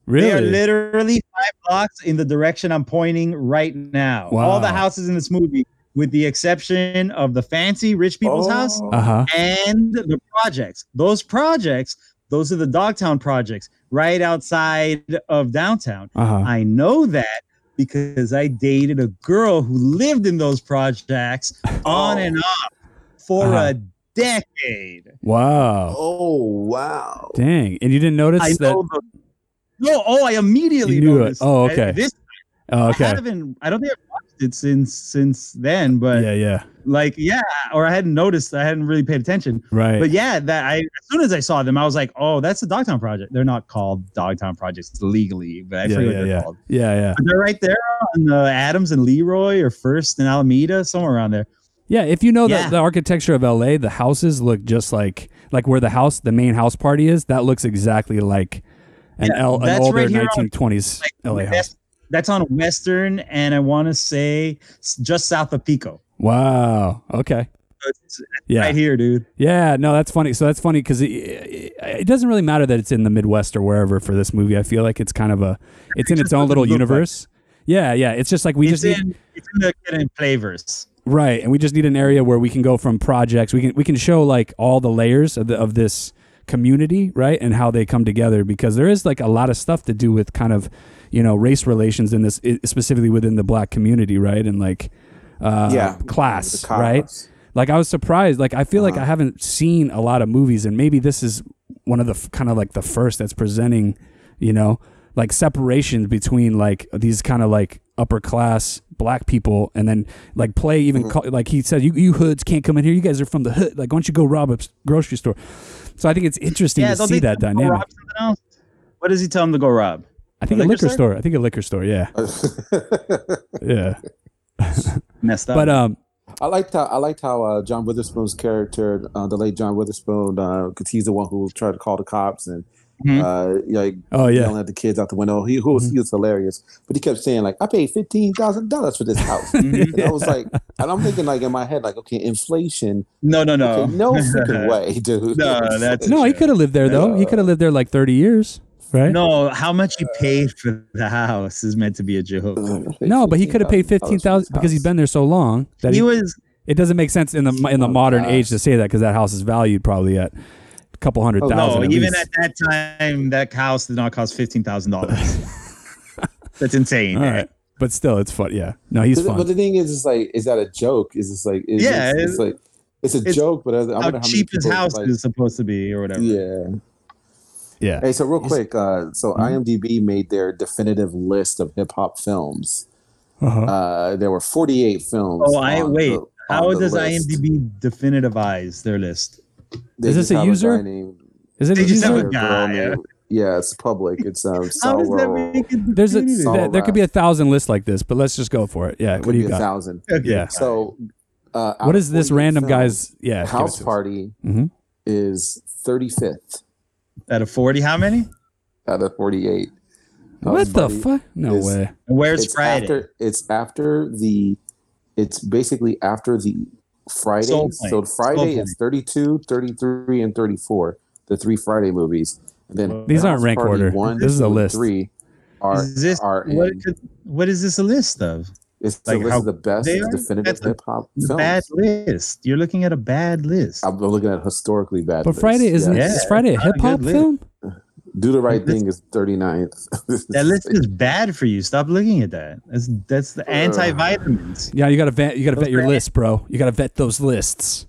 [SPEAKER 9] They are
[SPEAKER 8] Really?
[SPEAKER 9] literally five blocks in the direction I'm pointing right now. All the
[SPEAKER 8] Wow.
[SPEAKER 9] houses in this movie, with the exception of the fancy rich people's house,
[SPEAKER 8] Uh
[SPEAKER 7] Oh.
[SPEAKER 8] huh.
[SPEAKER 9] and the projects. Those projects, those are the Dogtown projects right outside of downtown.
[SPEAKER 8] Uh huh.
[SPEAKER 9] I know that because I dated a girl who lived in those projects on and off for
[SPEAKER 8] Oh.
[SPEAKER 9] a
[SPEAKER 8] Uh-huh.
[SPEAKER 9] decade.
[SPEAKER 8] Wow.
[SPEAKER 7] oh wow!
[SPEAKER 8] Dang. And you didn't notice
[SPEAKER 9] I
[SPEAKER 8] that?
[SPEAKER 9] know the, no, oh, I immediately
[SPEAKER 8] You knew it.
[SPEAKER 9] noticed.
[SPEAKER 8] Oh,
[SPEAKER 9] I-
[SPEAKER 8] okay.
[SPEAKER 9] this
[SPEAKER 8] Oh,
[SPEAKER 9] I
[SPEAKER 8] okay.
[SPEAKER 9] haven't. I don't think I've watched existed since since then. But
[SPEAKER 8] yeah, yeah,
[SPEAKER 9] like yeah, or I hadn't noticed. I hadn't really paid attention.
[SPEAKER 8] right.
[SPEAKER 9] But yeah, that I as soon as I saw them, I was like, oh, that's the Dogtown Project. They're not called Dogtown Projects legally, but I
[SPEAKER 8] yeah,
[SPEAKER 9] forget
[SPEAKER 8] yeah,
[SPEAKER 9] what they're
[SPEAKER 8] yeah.
[SPEAKER 9] called.
[SPEAKER 8] yeah, yeah,
[SPEAKER 9] But they're right there on uh, Adams and Leroy or First and Alameda, somewhere around there.
[SPEAKER 8] yeah. If you know
[SPEAKER 9] Yeah.
[SPEAKER 8] the, the architecture of LA, the houses look just like like where the house, the main house party is. That looks exactly like an,
[SPEAKER 9] Yeah,
[SPEAKER 8] L, an
[SPEAKER 9] that's
[SPEAKER 8] older
[SPEAKER 9] right here on-
[SPEAKER 8] 1920s
[SPEAKER 9] Like,
[SPEAKER 8] LA house.
[SPEAKER 9] West- That's on Western, and I want to say s- just south of Pico.
[SPEAKER 8] Wow. Okay.
[SPEAKER 9] So it's
[SPEAKER 8] Yeah.
[SPEAKER 9] Right here, dude.
[SPEAKER 8] Yeah, no, that's funny. So that's funny because it, it, it doesn't really matter that it's in the Midwest or wherever for this movie. I feel like it's kind of a, it's in its own little
[SPEAKER 9] look like-
[SPEAKER 8] universe. Yeah, yeah. It's just like we
[SPEAKER 9] It's
[SPEAKER 8] just need,
[SPEAKER 9] in, it's in the Kid and Flavors.
[SPEAKER 8] right, and we just need an area where we can go from projects. We can we can show like all the layers of the, of this community, right, and how they come together because there is like a lot of stuff to do with kind of, you know, race relations in this i- specifically within the black community, right, and like, uh,
[SPEAKER 7] Yeah.
[SPEAKER 8] class,
[SPEAKER 7] The
[SPEAKER 8] right.
[SPEAKER 7] cops. Uh-huh.
[SPEAKER 8] Like I was surprised. Like I feel like I haven't seen a lot of movies, and maybe this is one of the f- kind of like the first that's presenting, you know, like separations between like these kind of like upper class black people, and then like play even call, like he said, you you hoods can't come in here. You guys are from the hood. Like why don't you go rob a s- grocery store? So I think it's interesting to
[SPEAKER 9] don't
[SPEAKER 8] see
[SPEAKER 9] they
[SPEAKER 8] that
[SPEAKER 9] tell them to go
[SPEAKER 8] dynamic.
[SPEAKER 9] rob something else? What does he tell him to go rob?
[SPEAKER 8] I think a
[SPEAKER 9] liquor
[SPEAKER 8] liquor
[SPEAKER 9] store?
[SPEAKER 8] store. I think a liquor store. Yeah, yeah.
[SPEAKER 9] Messed up.
[SPEAKER 8] But um,
[SPEAKER 7] I liked how I liked how uh, John Witherspoon's character, uh, the late John Witherspoon, because he's the one who tried to call the cops and
[SPEAKER 9] Mhm.
[SPEAKER 7] uh, like
[SPEAKER 8] oh yeah,
[SPEAKER 7] yelling at the kids out the window. He, who was,
[SPEAKER 9] Mm-hmm.
[SPEAKER 7] he was hilarious, but he kept saying like, "I paid fifteen thousand dollars for this
[SPEAKER 9] <laughs>
[SPEAKER 7] house,"
[SPEAKER 9] Mm-hmm.
[SPEAKER 7] and I was like, and I'm thinking like in my head like, okay, inflation,
[SPEAKER 9] no, no, no.
[SPEAKER 7] okay,
[SPEAKER 9] <laughs>
[SPEAKER 7] no freaking way, dude. <laughs>
[SPEAKER 9] No, that's-
[SPEAKER 8] no, he could have lived there though. He could have lived there like thirty years, right?
[SPEAKER 9] No, how much you paid for the house is meant to be a joke.
[SPEAKER 8] No, but he could have paid fifteen thousand because he's been there so long that
[SPEAKER 9] He
[SPEAKER 8] e- he,
[SPEAKER 9] was
[SPEAKER 8] it doesn't make sense in the in the modern age to say that because that house is valued probably at a couple hundred
[SPEAKER 7] Oh,
[SPEAKER 8] thousand.
[SPEAKER 7] no,
[SPEAKER 9] no,
[SPEAKER 8] at
[SPEAKER 9] even
[SPEAKER 8] least.
[SPEAKER 9] at that time, that house did not cost fifteen thousand
[SPEAKER 8] <laughs>
[SPEAKER 9] dollars. That's insane.
[SPEAKER 8] All right, but still, it's fun. Yeah, no, he's
[SPEAKER 7] But, but
[SPEAKER 8] fun.
[SPEAKER 7] the thing is, is like, is that a joke? Is this like, is
[SPEAKER 9] Yeah,
[SPEAKER 7] it's,
[SPEAKER 9] it-
[SPEAKER 7] it's like, it's a
[SPEAKER 9] it's
[SPEAKER 7] joke, but I, I
[SPEAKER 9] How
[SPEAKER 7] wonder how
[SPEAKER 9] cheap
[SPEAKER 7] many
[SPEAKER 9] his
[SPEAKER 7] people,
[SPEAKER 9] house
[SPEAKER 7] like-
[SPEAKER 9] is supposed to be, or whatever.
[SPEAKER 7] Yeah.
[SPEAKER 8] Yeah,
[SPEAKER 7] Hey, so real quick, uh, so
[SPEAKER 8] Mm-hmm.
[SPEAKER 7] IMDb made their definitive list of hip hop films.
[SPEAKER 8] uh-huh.
[SPEAKER 7] Uh, there were 48 films.
[SPEAKER 9] Oh, I
[SPEAKER 7] on
[SPEAKER 9] wait.
[SPEAKER 7] the- on
[SPEAKER 9] How
[SPEAKER 7] the
[SPEAKER 9] does
[SPEAKER 7] list.
[SPEAKER 9] IMDb definitivize their list?
[SPEAKER 7] They
[SPEAKER 8] Is this
[SPEAKER 7] just
[SPEAKER 8] a
[SPEAKER 7] have
[SPEAKER 8] user?
[SPEAKER 7] guy named-
[SPEAKER 8] is it?
[SPEAKER 9] they just
[SPEAKER 8] easy?
[SPEAKER 9] have a
[SPEAKER 7] or girl
[SPEAKER 9] guy.
[SPEAKER 7] named- yeah, it's public. It's um,
[SPEAKER 8] <laughs>
[SPEAKER 9] How does that
[SPEAKER 7] Sorrow.
[SPEAKER 9] make it?
[SPEAKER 8] There's a
[SPEAKER 9] definitive?
[SPEAKER 7] Solid
[SPEAKER 8] there, there could
[SPEAKER 7] rock.
[SPEAKER 8] be a thousand lists like this, but let's just go for it. Yeah, what
[SPEAKER 7] Could
[SPEAKER 8] do
[SPEAKER 7] be
[SPEAKER 8] you
[SPEAKER 7] a
[SPEAKER 8] got?
[SPEAKER 7] thousand.
[SPEAKER 9] Okay.
[SPEAKER 8] Yeah.
[SPEAKER 7] So, uh, out
[SPEAKER 8] What
[SPEAKER 7] of
[SPEAKER 8] is this
[SPEAKER 7] 48
[SPEAKER 8] random
[SPEAKER 7] films,
[SPEAKER 8] guy's? Yeah, give it
[SPEAKER 7] House
[SPEAKER 8] to us.
[SPEAKER 7] Party
[SPEAKER 8] Mhm.
[SPEAKER 7] is 35th
[SPEAKER 9] out of forty, how many?
[SPEAKER 7] out of 48.
[SPEAKER 8] What
[SPEAKER 7] House
[SPEAKER 8] the
[SPEAKER 7] Party
[SPEAKER 8] fuck? No
[SPEAKER 7] is-
[SPEAKER 8] way.
[SPEAKER 9] And Where's Friday?
[SPEAKER 7] After, it's after the. It's basically after the Friday.
[SPEAKER 9] Soul Plane.
[SPEAKER 7] So
[SPEAKER 9] Soul
[SPEAKER 7] Friday
[SPEAKER 9] Plane.
[SPEAKER 7] is 32, 33, and 34. The three Friday movies. And then
[SPEAKER 8] These aren't
[SPEAKER 7] House
[SPEAKER 8] rank
[SPEAKER 7] Party
[SPEAKER 8] order.
[SPEAKER 7] One,
[SPEAKER 8] This is a
[SPEAKER 7] two, and
[SPEAKER 8] list.
[SPEAKER 7] Three are
[SPEAKER 9] is this
[SPEAKER 7] are
[SPEAKER 9] what,
[SPEAKER 7] in-
[SPEAKER 9] could- what is this a list of?
[SPEAKER 7] it's
[SPEAKER 9] like
[SPEAKER 7] the list
[SPEAKER 9] how
[SPEAKER 7] of the best
[SPEAKER 9] they are?
[SPEAKER 7] definitive
[SPEAKER 9] That's a-
[SPEAKER 7] hip hop
[SPEAKER 9] It's a
[SPEAKER 7] films.
[SPEAKER 9] Bad list. You're looking at a bad list.
[SPEAKER 7] I'm looking at historically bad.
[SPEAKER 8] But
[SPEAKER 7] lists,
[SPEAKER 8] Friday isn't.
[SPEAKER 7] yes.
[SPEAKER 9] Yeah,
[SPEAKER 8] Is Friday a
[SPEAKER 9] not a
[SPEAKER 8] hip hop
[SPEAKER 9] good list.
[SPEAKER 8] film?
[SPEAKER 7] Do the right
[SPEAKER 9] This-
[SPEAKER 7] thing is <laughs> 39th.
[SPEAKER 9] That list is bad for you. Stop looking at that. That's that's the antivitamins.
[SPEAKER 8] Yeah, you gotta vet. You gotta vet your
[SPEAKER 9] Okay.
[SPEAKER 8] list, bro. You gotta vet those lists.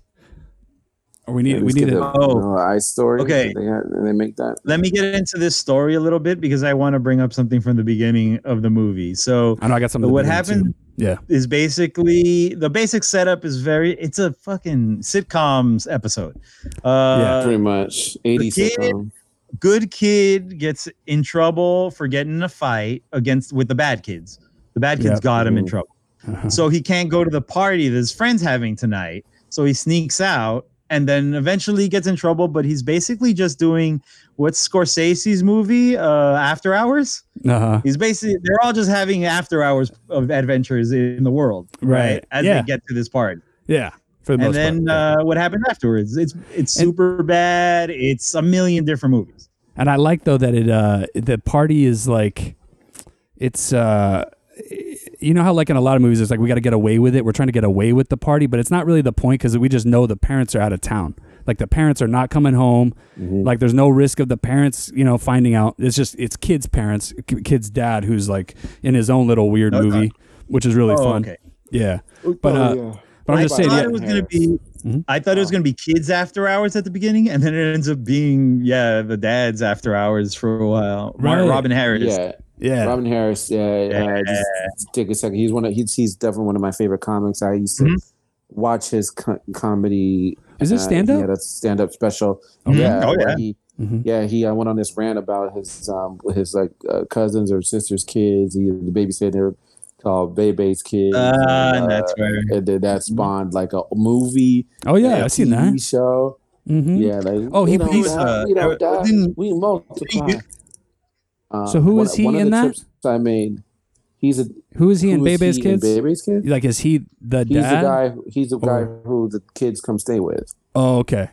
[SPEAKER 8] Or we need. we need.
[SPEAKER 7] a
[SPEAKER 8] A,
[SPEAKER 9] Oh.
[SPEAKER 7] oh, I story.
[SPEAKER 9] Okay.
[SPEAKER 7] they, had- they make that.
[SPEAKER 9] Let me get into this story a little bit because I want to bring up something from the beginning of the movie. So
[SPEAKER 8] I know. I got something. to
[SPEAKER 9] what
[SPEAKER 8] bring in, too.
[SPEAKER 9] happened
[SPEAKER 8] Yeah.
[SPEAKER 9] is basically the basic setup is very it's a fucking sitcoms episode. Uh
[SPEAKER 7] pretty much 80
[SPEAKER 9] kid-
[SPEAKER 7] sitcom.
[SPEAKER 9] good kid gets in trouble for getting in a fight against with the bad kids. The bad kids
[SPEAKER 8] Yep.
[SPEAKER 9] got him in
[SPEAKER 7] Mhm.
[SPEAKER 9] trouble.
[SPEAKER 8] Uh-huh.
[SPEAKER 9] So he can't go to the party that his friend's having tonight. So he sneaks out and then eventually gets in trouble, but he's basically just doing what's Scorsese's movie, uh, After Hours.
[SPEAKER 8] Uh huh.
[SPEAKER 9] He's basically they're all just having after hours of adventures in the world, right?
[SPEAKER 8] Right.
[SPEAKER 9] As
[SPEAKER 8] Yeah.
[SPEAKER 9] they get to this party.
[SPEAKER 8] Yeah. For the
[SPEAKER 9] And
[SPEAKER 8] most
[SPEAKER 9] then
[SPEAKER 8] part. yeah.
[SPEAKER 9] uh, what happens afterwards? It's it's super bad. It's a million different movies.
[SPEAKER 8] and I like though that it uh the party is like, it's uh. You know how, like in a lot of movies, it's like we got to get away with it. We're trying to get away with the party, but it's not really the point because we just know the parents are out of town. Like the parents are not coming home.
[SPEAKER 9] Mm-hmm.
[SPEAKER 8] Like there's no risk of the parents, you know, finding out. It's just it's kids' parents, k- kids' dad who's like in his own little weird
[SPEAKER 9] No, no.
[SPEAKER 8] movie, which is really
[SPEAKER 9] Oh,
[SPEAKER 8] fun.
[SPEAKER 9] okay.
[SPEAKER 8] Yeah, but
[SPEAKER 7] Oh,
[SPEAKER 8] uh,
[SPEAKER 7] yeah.
[SPEAKER 8] but I'm just saying,
[SPEAKER 9] thought
[SPEAKER 8] yeah, Mm-hmm.
[SPEAKER 9] it was gonna be. I thought it was gonna be kids after hours at the beginning, and then it ends up being yeah the dads after hours for a while. Ro-
[SPEAKER 8] Right.
[SPEAKER 9] Robin Harris.
[SPEAKER 7] yeah,
[SPEAKER 8] Yeah.
[SPEAKER 7] Robin Harris. Yeah, Uh, just, just take a second. He's one. Of, he's he's definitely one of my favorite comics. I used to
[SPEAKER 9] Mm-hmm.
[SPEAKER 7] watch his co- comedy.
[SPEAKER 8] Is it
[SPEAKER 7] uh,
[SPEAKER 8] stand
[SPEAKER 7] He
[SPEAKER 8] up?
[SPEAKER 7] had a stand up special.
[SPEAKER 8] Mm-hmm.
[SPEAKER 9] Okay.
[SPEAKER 7] Yeah.
[SPEAKER 9] Oh,
[SPEAKER 7] where
[SPEAKER 9] yeah.
[SPEAKER 7] He,
[SPEAKER 8] Mhm.
[SPEAKER 7] yeah, he uh, went on this rant about his um his like uh, cousins or sisters' kids. He the babysitter called Bebe's kids.
[SPEAKER 9] Uh, and that's where.
[SPEAKER 7] and then that spawned like a movie.
[SPEAKER 8] Oh Mm-hmm. yeah,
[SPEAKER 7] a
[SPEAKER 8] I've seen
[SPEAKER 7] TV
[SPEAKER 8] that.
[SPEAKER 7] Show.
[SPEAKER 9] Mm-hmm.
[SPEAKER 8] hmm
[SPEAKER 7] Yeah, like
[SPEAKER 8] Oh,
[SPEAKER 7] we
[SPEAKER 8] he-
[SPEAKER 7] don't
[SPEAKER 9] he's,
[SPEAKER 7] die,
[SPEAKER 9] uh,
[SPEAKER 7] we don't
[SPEAKER 9] uh,
[SPEAKER 7] die,
[SPEAKER 9] didn't-
[SPEAKER 7] we multiply. Uh,
[SPEAKER 8] So who is he
[SPEAKER 7] of
[SPEAKER 8] in
[SPEAKER 7] the
[SPEAKER 8] that?
[SPEAKER 7] trips I made, he's a
[SPEAKER 8] Who is he in
[SPEAKER 7] who is
[SPEAKER 8] Bebe's
[SPEAKER 7] he in
[SPEAKER 8] kids?
[SPEAKER 7] Bebe's kids.
[SPEAKER 8] Like, is he the
[SPEAKER 7] He's
[SPEAKER 8] dad?
[SPEAKER 7] the guy. He's the guy
[SPEAKER 8] Or-
[SPEAKER 7] who the kids come stay with.
[SPEAKER 8] Oh, okay.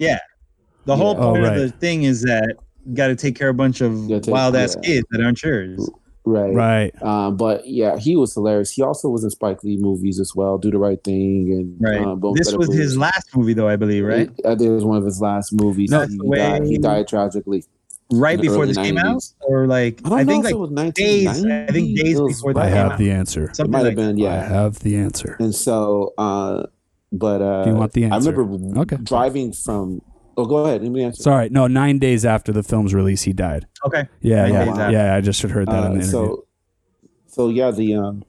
[SPEAKER 9] The whole
[SPEAKER 7] Yeah.
[SPEAKER 8] Oh,
[SPEAKER 9] point
[SPEAKER 8] right.
[SPEAKER 9] of the thing is that you got to take care of a bunch of
[SPEAKER 7] Gotta take-
[SPEAKER 9] wild ass
[SPEAKER 7] yeah.
[SPEAKER 9] kids that aren't yours.
[SPEAKER 7] Right.
[SPEAKER 8] Right.
[SPEAKER 7] Um, but yeah, he was hilarious. He also was in Spike Lee movies as well. Do the right thing and
[SPEAKER 9] Right.
[SPEAKER 7] um, Bones
[SPEAKER 9] this
[SPEAKER 7] Better
[SPEAKER 9] was
[SPEAKER 7] Blues.
[SPEAKER 9] his last movie, though I believe, right?
[SPEAKER 7] He- I think it was one of his last movies.
[SPEAKER 9] No,
[SPEAKER 7] he,
[SPEAKER 9] the way-
[SPEAKER 7] died, he died tragically.
[SPEAKER 9] Right
[SPEAKER 7] In the
[SPEAKER 9] before
[SPEAKER 7] early
[SPEAKER 9] this came out,
[SPEAKER 7] 90s.
[SPEAKER 9] or like
[SPEAKER 7] I don't
[SPEAKER 9] I, think
[SPEAKER 7] know if
[SPEAKER 9] like
[SPEAKER 7] it was
[SPEAKER 9] days.
[SPEAKER 7] 1990.
[SPEAKER 9] I think days
[SPEAKER 7] It was
[SPEAKER 9] before
[SPEAKER 7] right
[SPEAKER 8] I
[SPEAKER 9] that came
[SPEAKER 8] have
[SPEAKER 9] out.
[SPEAKER 8] the answer.
[SPEAKER 7] It
[SPEAKER 9] Something
[SPEAKER 7] might have
[SPEAKER 9] like
[SPEAKER 7] been yeah.
[SPEAKER 8] I have the answer.
[SPEAKER 7] And so, uh, but uh,
[SPEAKER 8] Do you want the
[SPEAKER 7] I
[SPEAKER 8] answer?
[SPEAKER 7] remember
[SPEAKER 8] Okay.
[SPEAKER 7] driving from. Oh, go ahead. Let me answer.
[SPEAKER 8] Sorry, no. Nine days after the film's release, he died.
[SPEAKER 9] okay.
[SPEAKER 8] Yeah,
[SPEAKER 9] Nine
[SPEAKER 8] yeah,
[SPEAKER 9] days after.
[SPEAKER 8] yeah. I just had heard that
[SPEAKER 7] Uh,
[SPEAKER 8] in the interview.
[SPEAKER 7] so, so yeah, the um,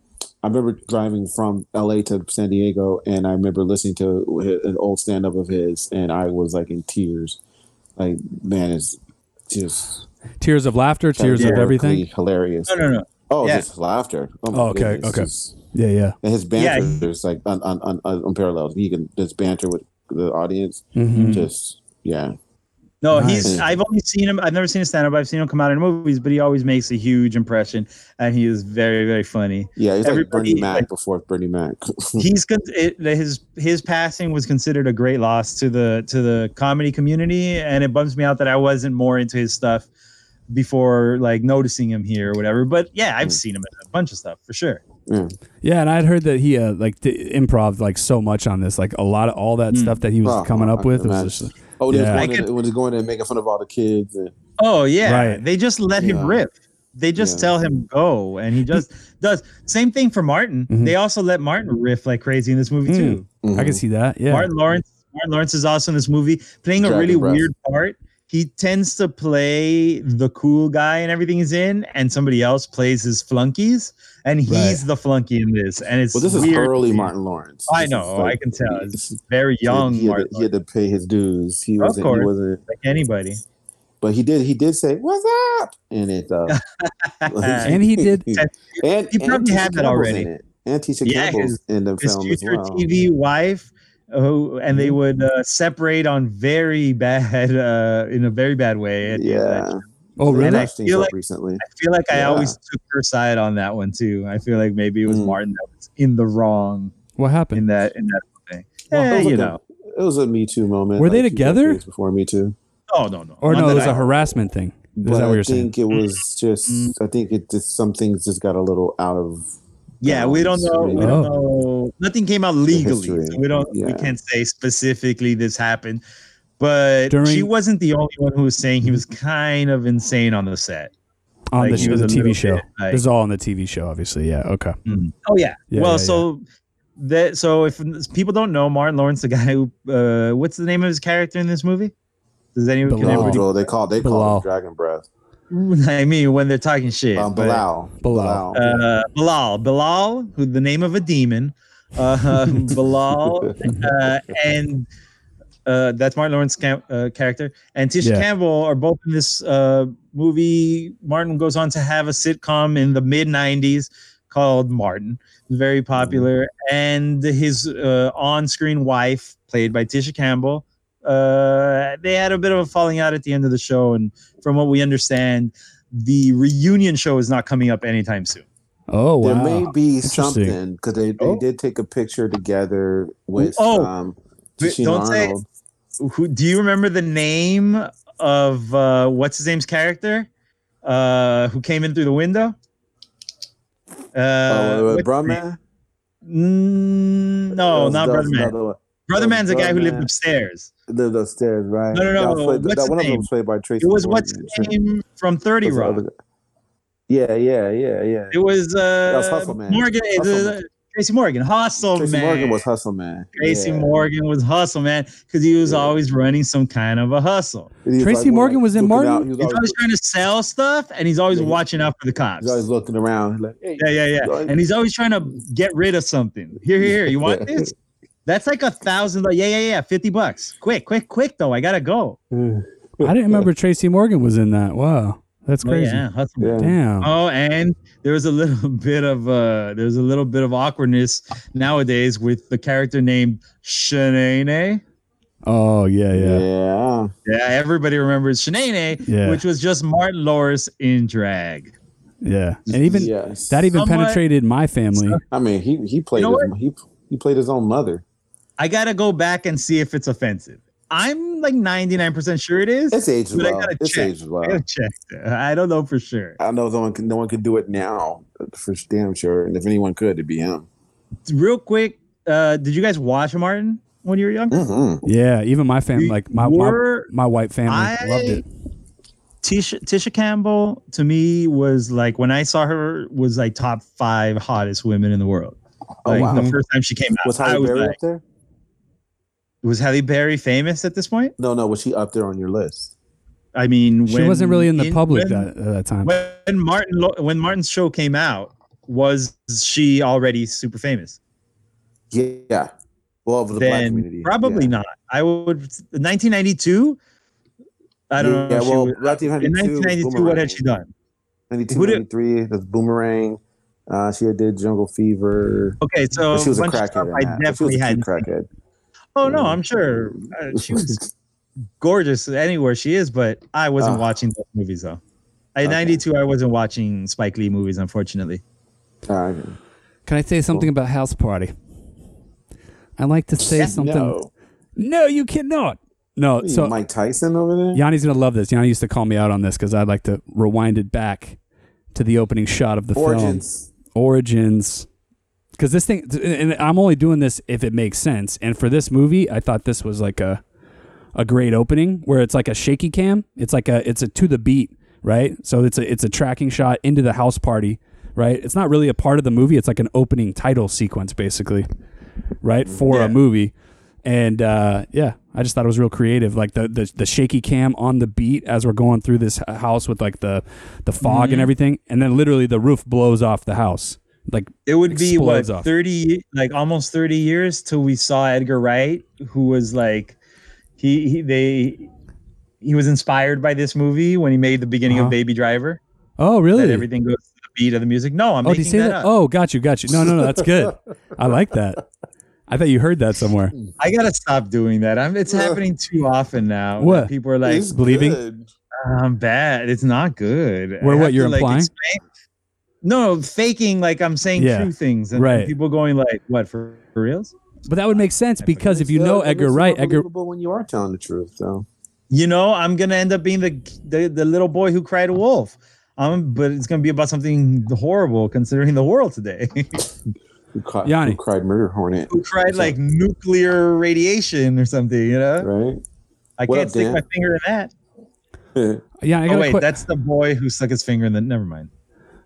[SPEAKER 7] I remember driving from L.A. to San Diego, and I remember listening to hi- an old stand-up of his, and I was like in tears. Like, man, it's just
[SPEAKER 8] tears of laughter, tears of
[SPEAKER 7] hysterically
[SPEAKER 8] everything.
[SPEAKER 7] hilarious.
[SPEAKER 9] No, no, no.
[SPEAKER 7] Oh,
[SPEAKER 9] Yeah.
[SPEAKER 7] just laughter. Oh, my
[SPEAKER 8] Oh, okay,
[SPEAKER 7] goodness.
[SPEAKER 8] okay.
[SPEAKER 7] Just-
[SPEAKER 8] Yeah, yeah.
[SPEAKER 7] and his
[SPEAKER 9] Yeah,
[SPEAKER 7] banter is like un, un, un, un, unparalleled. He can just banter with the audience.
[SPEAKER 8] Mhm.
[SPEAKER 7] Just yeah.
[SPEAKER 9] No,
[SPEAKER 8] Nice.
[SPEAKER 9] he's. I've only seen him. I've never seen a stand up. I've seen him come out in movies, but he always makes a huge impression, and he is very, very
[SPEAKER 7] <laughs>
[SPEAKER 9] funny.
[SPEAKER 7] Yeah, he's like
[SPEAKER 9] Everybody-
[SPEAKER 7] Bernie Mac
[SPEAKER 9] like-
[SPEAKER 7] before Bernie Mac. <laughs>
[SPEAKER 9] He's con- it, his his passing was considered a great loss to the to the comedy community, and it bums me out that I wasn't more into his stuff before like noticing him here or whatever. But yeah,
[SPEAKER 7] Hmm.
[SPEAKER 9] I've seen him in a bunch of stuff for sure.
[SPEAKER 8] Yeah, and I'd heard that he uh, like d- improv like so much on this, like a lot of all that
[SPEAKER 9] Hmm.
[SPEAKER 8] stuff that he was
[SPEAKER 7] Oh,
[SPEAKER 8] coming up
[SPEAKER 7] I
[SPEAKER 8] with.
[SPEAKER 7] can
[SPEAKER 8] It was
[SPEAKER 7] imagine.
[SPEAKER 8] just,
[SPEAKER 7] oh, yeah.
[SPEAKER 8] Yeah.
[SPEAKER 7] when,
[SPEAKER 9] I
[SPEAKER 7] he's
[SPEAKER 9] could-
[SPEAKER 7] when he's going in and making fun of all the kids. And,
[SPEAKER 9] Oh yeah,
[SPEAKER 8] Right.
[SPEAKER 9] they just let him
[SPEAKER 7] Yeah.
[SPEAKER 9] rip. They just
[SPEAKER 7] Yeah.
[SPEAKER 9] tell him go, and he
[SPEAKER 8] <laughs>
[SPEAKER 9] just does. Same thing for Martin.
[SPEAKER 8] Mhm.
[SPEAKER 9] They also let Martin riff like crazy in this movie
[SPEAKER 8] Mm.
[SPEAKER 9] too.
[SPEAKER 8] I
[SPEAKER 7] mm-hmm.
[SPEAKER 8] can see that. Yeah,
[SPEAKER 9] Martin Lawrence. Martin Lawrence is also in this movie playing a
[SPEAKER 7] Dragon
[SPEAKER 9] really
[SPEAKER 7] Breath.
[SPEAKER 9] weird part. He tends to play the cool guy and everything he's in, and somebody else plays his flunkies, and he's
[SPEAKER 8] Right.
[SPEAKER 9] the flunky in this. And it's
[SPEAKER 7] Well, this is
[SPEAKER 9] weird.
[SPEAKER 7] early Martin Lawrence.
[SPEAKER 9] I
[SPEAKER 7] This is
[SPEAKER 9] know, I can tell. It's
[SPEAKER 7] he
[SPEAKER 9] very
[SPEAKER 7] had-
[SPEAKER 9] young
[SPEAKER 7] He had,
[SPEAKER 9] Martin,
[SPEAKER 7] to, he had to pay his dues. He
[SPEAKER 9] Of
[SPEAKER 7] wasn't.
[SPEAKER 9] course.
[SPEAKER 7] He wasn't.
[SPEAKER 9] like anybody.
[SPEAKER 7] But he did. He did say, "What's up?" And
[SPEAKER 9] <laughs>
[SPEAKER 7] it. Uh,
[SPEAKER 8] And he did-
[SPEAKER 7] <laughs> and
[SPEAKER 9] He probably
[SPEAKER 7] and Tisha
[SPEAKER 9] had that
[SPEAKER 7] Campbell's
[SPEAKER 9] already.
[SPEAKER 7] in it. And Tisha
[SPEAKER 9] Yeah,
[SPEAKER 7] Campbell's
[SPEAKER 9] his-
[SPEAKER 7] in the
[SPEAKER 9] his
[SPEAKER 7] film as
[SPEAKER 9] future
[SPEAKER 7] well. Mm-hmm.
[SPEAKER 9] TV wife, uh, who, and they would uh, separate on very bad, <laughs> uh, in a very bad way. And
[SPEAKER 7] Yeah.
[SPEAKER 8] Oh,
[SPEAKER 7] And
[SPEAKER 8] really?
[SPEAKER 7] I've seen
[SPEAKER 9] feel
[SPEAKER 7] stuff
[SPEAKER 9] like-
[SPEAKER 7] recently.
[SPEAKER 9] I feel like I
[SPEAKER 7] Yeah.
[SPEAKER 9] always took her side on that one too. I feel like maybe it was
[SPEAKER 7] Mm.
[SPEAKER 9] Martin that was in the wrong
[SPEAKER 8] What
[SPEAKER 9] in
[SPEAKER 8] happened?
[SPEAKER 9] that in that thing.
[SPEAKER 7] Well, it
[SPEAKER 9] Eh,
[SPEAKER 7] was
[SPEAKER 9] you
[SPEAKER 7] like a-
[SPEAKER 9] know.
[SPEAKER 7] it was a Me Too moment.
[SPEAKER 8] Were they
[SPEAKER 7] like, two
[SPEAKER 8] together?
[SPEAKER 7] decades Before Me Too.
[SPEAKER 9] Oh no, no.
[SPEAKER 8] Or
[SPEAKER 9] Not
[SPEAKER 8] no,
[SPEAKER 9] that
[SPEAKER 8] it was
[SPEAKER 9] I-
[SPEAKER 8] a harassment thing. Is that what
[SPEAKER 7] I
[SPEAKER 8] you're saying?
[SPEAKER 7] think it was just.
[SPEAKER 9] Mm.
[SPEAKER 7] I think it just some things just got a little out of.
[SPEAKER 9] yeah, we don't know. We don't
[SPEAKER 8] Oh.
[SPEAKER 9] know. Nothing came out legally,
[SPEAKER 7] history,
[SPEAKER 9] so we don't. We
[SPEAKER 7] yeah.
[SPEAKER 9] can't say specifically this happened. But
[SPEAKER 8] During-
[SPEAKER 9] she wasn't the only one who was saying he was kind of insane on the set.
[SPEAKER 8] On
[SPEAKER 9] Like,
[SPEAKER 8] the,
[SPEAKER 9] he
[SPEAKER 8] show,
[SPEAKER 9] was
[SPEAKER 8] the
[SPEAKER 9] a
[SPEAKER 8] TV
[SPEAKER 9] little
[SPEAKER 8] show.
[SPEAKER 9] bit, like-
[SPEAKER 8] this is all on the TV show, obviously. Yeah. Okay.
[SPEAKER 9] Oh yeah.
[SPEAKER 8] Yeah,
[SPEAKER 9] well,
[SPEAKER 8] yeah,
[SPEAKER 9] so that so if people don't know Martin Lawrence, the guy who uh, what's the name of his character in this movie? Does anyone? Can
[SPEAKER 8] Bilal.
[SPEAKER 9] everybody
[SPEAKER 7] Well, they call they call
[SPEAKER 8] Bilal.
[SPEAKER 7] it Dragon Breath.
[SPEAKER 9] <laughs> I mean, when they're talking shit.
[SPEAKER 7] Um,
[SPEAKER 9] but,
[SPEAKER 7] Bilal.
[SPEAKER 8] Bilal.
[SPEAKER 9] Uh, Bilal. Bilal, who the name of a demon.
[SPEAKER 8] <laughs>
[SPEAKER 9] Uh, Bilal, uh, and uh, that's Martin Lawrence's cam- uh, character. And Tisha
[SPEAKER 8] Yeah.
[SPEAKER 9] Campbell are both in this uh, movie. Martin goes on to have a sitcom in the mid 90s called Martin, very popular. And his uh, on screen wife, played by Tisha Campbell, uh, they had a bit of a falling out at the end of the show. And from what we understand, the reunion show is not coming up anytime soon.
[SPEAKER 8] Oh
[SPEAKER 7] There
[SPEAKER 8] wow.
[SPEAKER 7] may be
[SPEAKER 8] Interesting.
[SPEAKER 7] something because they, they
[SPEAKER 9] Oh.
[SPEAKER 7] did take a picture together with
[SPEAKER 9] Oh.
[SPEAKER 7] um,
[SPEAKER 9] Wait,
[SPEAKER 7] Christina
[SPEAKER 9] don't say-
[SPEAKER 7] Arnold.
[SPEAKER 9] Who do you remember the name of uh, what's his name's character uh, who came in through the window? Uh,
[SPEAKER 7] oh, uh,
[SPEAKER 9] what's his
[SPEAKER 7] Brahman?
[SPEAKER 9] name? Mm,
[SPEAKER 7] That
[SPEAKER 9] no,
[SPEAKER 7] was-
[SPEAKER 9] not
[SPEAKER 7] that was
[SPEAKER 9] Brother Man.
[SPEAKER 7] another one.
[SPEAKER 9] Brother
[SPEAKER 7] was
[SPEAKER 9] Man's a guy who lived
[SPEAKER 7] Brotherman.
[SPEAKER 9] upstairs.
[SPEAKER 7] Lived upstairs, right?
[SPEAKER 9] No, no, no,
[SPEAKER 7] That, was played,
[SPEAKER 9] what's
[SPEAKER 7] that
[SPEAKER 9] his
[SPEAKER 7] one of them
[SPEAKER 9] name?
[SPEAKER 7] was played by Tracy.
[SPEAKER 9] It was
[SPEAKER 7] Morgan.
[SPEAKER 9] what's his name from Thirty
[SPEAKER 7] What's the
[SPEAKER 9] Rock.
[SPEAKER 7] other guy? Yeah, yeah, yeah, yeah.
[SPEAKER 9] It was, uh,
[SPEAKER 7] That was Hustle Man.
[SPEAKER 9] Morgan.
[SPEAKER 7] Hustle Man.
[SPEAKER 9] Tracy Morgan, Hustle
[SPEAKER 7] Tracy
[SPEAKER 9] Man.
[SPEAKER 7] Morgan was Hustle Man.
[SPEAKER 9] Tracy
[SPEAKER 7] Yeah.
[SPEAKER 9] Morgan was Hustle Man because he was
[SPEAKER 7] Yeah.
[SPEAKER 9] always running some kind of a hustle.
[SPEAKER 7] He was
[SPEAKER 8] Tracy
[SPEAKER 7] like,
[SPEAKER 8] Morgan was in
[SPEAKER 7] looking
[SPEAKER 8] Martin?
[SPEAKER 7] out. He was
[SPEAKER 9] He's
[SPEAKER 7] always,
[SPEAKER 9] always trying to sell stuff and he's always
[SPEAKER 7] Yeah, he-
[SPEAKER 9] watching out for the
[SPEAKER 7] he
[SPEAKER 9] cops.
[SPEAKER 7] was always looking around. Like, hey,
[SPEAKER 9] Yeah, yeah, yeah.
[SPEAKER 7] Like-
[SPEAKER 9] And he's always trying to get rid of something. Here, here, here. You want this? That's like a thousand. Yeah, yeah, yeah. 50 bucks. Quick, quick, quick, though. I got to go.
[SPEAKER 8] I didn't
[SPEAKER 9] <laughs>
[SPEAKER 8] remember Tracy Morgan was in that. Wow, that's
[SPEAKER 9] Oh,
[SPEAKER 8] crazy.
[SPEAKER 9] yeah. Hustle
[SPEAKER 7] yeah.
[SPEAKER 8] Damn.
[SPEAKER 9] Oh, and there was a little <laughs> bit of uh there's a little bit of awkwardness nowadays with the character named Shanae.
[SPEAKER 8] Oh yeah, yeah.
[SPEAKER 7] yeah.
[SPEAKER 9] Yeah, everybody remembers Shanae,
[SPEAKER 8] Yeah.
[SPEAKER 9] which was just Martin Lawrence in drag.
[SPEAKER 8] Yeah. And even
[SPEAKER 7] yes.
[SPEAKER 8] that even
[SPEAKER 9] uh, Somewhat-
[SPEAKER 8] penetrated my family.
[SPEAKER 7] I mean, he he played
[SPEAKER 9] know
[SPEAKER 7] his, he he played his own mother.
[SPEAKER 9] I gotta go back and see if it's offensive. I'm like 99% sure it is.
[SPEAKER 7] It's age
[SPEAKER 9] But I
[SPEAKER 7] well.
[SPEAKER 9] gotta
[SPEAKER 7] It's
[SPEAKER 9] check.
[SPEAKER 7] age
[SPEAKER 9] I
[SPEAKER 7] well.
[SPEAKER 9] gotta check. I don't know for sure.
[SPEAKER 7] I know no one can, no one could do it now for damn sure. And if anyone could, it'd be him.
[SPEAKER 9] Real quick, uh, did you guys watch Martin when you were young?
[SPEAKER 7] hmm
[SPEAKER 8] Yeah, even my family,
[SPEAKER 9] We
[SPEAKER 8] like my my,
[SPEAKER 9] were-
[SPEAKER 8] my white family,
[SPEAKER 9] I-
[SPEAKER 8] loved it.
[SPEAKER 9] Tisha Tisha Campbell to me was like when I saw her was like top five hottest women in the world.
[SPEAKER 7] Oh,
[SPEAKER 9] Like
[SPEAKER 7] wow.
[SPEAKER 9] the first time she came out,
[SPEAKER 7] Was
[SPEAKER 9] I
[SPEAKER 7] Halle
[SPEAKER 9] was
[SPEAKER 7] Berry
[SPEAKER 9] like,
[SPEAKER 7] up there?
[SPEAKER 9] was Halle Berry famous at this point?
[SPEAKER 7] No, no. Was she up there on your list?
[SPEAKER 9] I mean,
[SPEAKER 8] She
[SPEAKER 9] when-
[SPEAKER 8] wasn't really in the public
[SPEAKER 9] when-
[SPEAKER 8] at, at that time.
[SPEAKER 9] when Martin Lo- when Martin's show came out, was she already super famous?
[SPEAKER 7] Yeah. Well, over the black community,
[SPEAKER 9] then probably
[SPEAKER 7] yeah.
[SPEAKER 9] not. I would 1992. I don't know.
[SPEAKER 7] Yeah,
[SPEAKER 9] if she
[SPEAKER 7] well,
[SPEAKER 9] was- in
[SPEAKER 7] 1992,
[SPEAKER 9] 1992, what had she done?
[SPEAKER 7] 92,
[SPEAKER 9] Who did-
[SPEAKER 7] 93, That's Boomerang. Uh, she did Jungle Fever.
[SPEAKER 9] Okay, so
[SPEAKER 7] she was a
[SPEAKER 9] bunch of stuff
[SPEAKER 7] crackhead. in
[SPEAKER 9] I
[SPEAKER 7] that, but
[SPEAKER 9] definitely
[SPEAKER 7] she was a
[SPEAKER 9] had.
[SPEAKER 7] cute crackhead.
[SPEAKER 9] Oh no, I'm sure uh,
[SPEAKER 8] <laughs>
[SPEAKER 9] she was gorgeous anywhere she is, but I wasn't
[SPEAKER 7] Ah.
[SPEAKER 9] watching those movies though. At
[SPEAKER 7] Okay.
[SPEAKER 9] 92, I wasn't watching Spike Lee movies, unfortunately.
[SPEAKER 7] Uh,
[SPEAKER 8] Can I say something about House Party? I like to say something.
[SPEAKER 7] No.
[SPEAKER 8] No, you cannot. No, so
[SPEAKER 7] Mike Tyson over there.
[SPEAKER 8] Yanni's gonna love this. Yanni used to call me out on this because I'd like to rewind it back to the opening shot of the film.
[SPEAKER 7] Origins.
[SPEAKER 8] origins because this thing and i'm only doing this if it makes sense and for this movie i thought this was like a a great opening where it's like a shaky cam it's like a it's a to the beat right so it's a it's a tracking shot into the house party right it's not really a part of the movie it's like an opening title sequence basically right for
[SPEAKER 9] Yeah.
[SPEAKER 8] a movie and uh, yeah i just thought it was real creative like the, the the shaky cam on the beat as we're going through this h- house with like the the fog
[SPEAKER 9] Mm-hmm.
[SPEAKER 8] and everything and then literally the roof blows off the house like
[SPEAKER 9] It would be what
[SPEAKER 8] Explodes off.
[SPEAKER 9] 30, like almost 30 years till we saw Edgar Wright, who was like, he, he they, he was inspired by this movie when he made the beginning
[SPEAKER 8] Uh-huh.
[SPEAKER 9] of Baby Driver.
[SPEAKER 8] oh really
[SPEAKER 9] That everything goes to the beat of the music. No, I'm
[SPEAKER 8] oh did you
[SPEAKER 9] making
[SPEAKER 8] say
[SPEAKER 9] that,
[SPEAKER 8] that,
[SPEAKER 9] up.
[SPEAKER 8] oh got you got you no no no that's good i like that i thought you heard
[SPEAKER 9] <laughs>
[SPEAKER 8] that somewhere
[SPEAKER 9] I gotta stop doing that. I'm. It's happening too often now.
[SPEAKER 8] What?
[SPEAKER 9] people are like,
[SPEAKER 7] It's
[SPEAKER 8] believing-
[SPEAKER 7] good.
[SPEAKER 9] I'm bad. It's not good. I
[SPEAKER 8] Where what,
[SPEAKER 9] have
[SPEAKER 8] you're implying?
[SPEAKER 9] explain- No, faking like I'm saying
[SPEAKER 8] Yeah,
[SPEAKER 9] true things, and
[SPEAKER 8] right.
[SPEAKER 9] people going like, "What for, for reals?"
[SPEAKER 8] but that would make sense because if you know
[SPEAKER 7] Yeah, it
[SPEAKER 8] edgar
[SPEAKER 7] makes it
[SPEAKER 8] wright
[SPEAKER 7] more
[SPEAKER 9] Oh,
[SPEAKER 8] edgar
[SPEAKER 7] believable when you are telling the truth, though.
[SPEAKER 9] You know, I'm gonna end up being the the, the little boy who cried wolf. Um, but it's gonna be about something horrible considering the world today. <laughs>
[SPEAKER 7] Who, caught,
[SPEAKER 8] Yanni.
[SPEAKER 7] who cried murder hornet?
[SPEAKER 9] who cried
[SPEAKER 7] What's
[SPEAKER 9] like nuclear radiation or something? You know,
[SPEAKER 7] right?
[SPEAKER 9] I
[SPEAKER 7] What
[SPEAKER 9] can't
[SPEAKER 7] up,
[SPEAKER 9] stick
[SPEAKER 7] Dan?
[SPEAKER 9] my finger in that.
[SPEAKER 8] yeah i got
[SPEAKER 9] Oh
[SPEAKER 8] a
[SPEAKER 9] wait,
[SPEAKER 8] que-
[SPEAKER 9] that's the boy who stuck his finger in the. Never mind.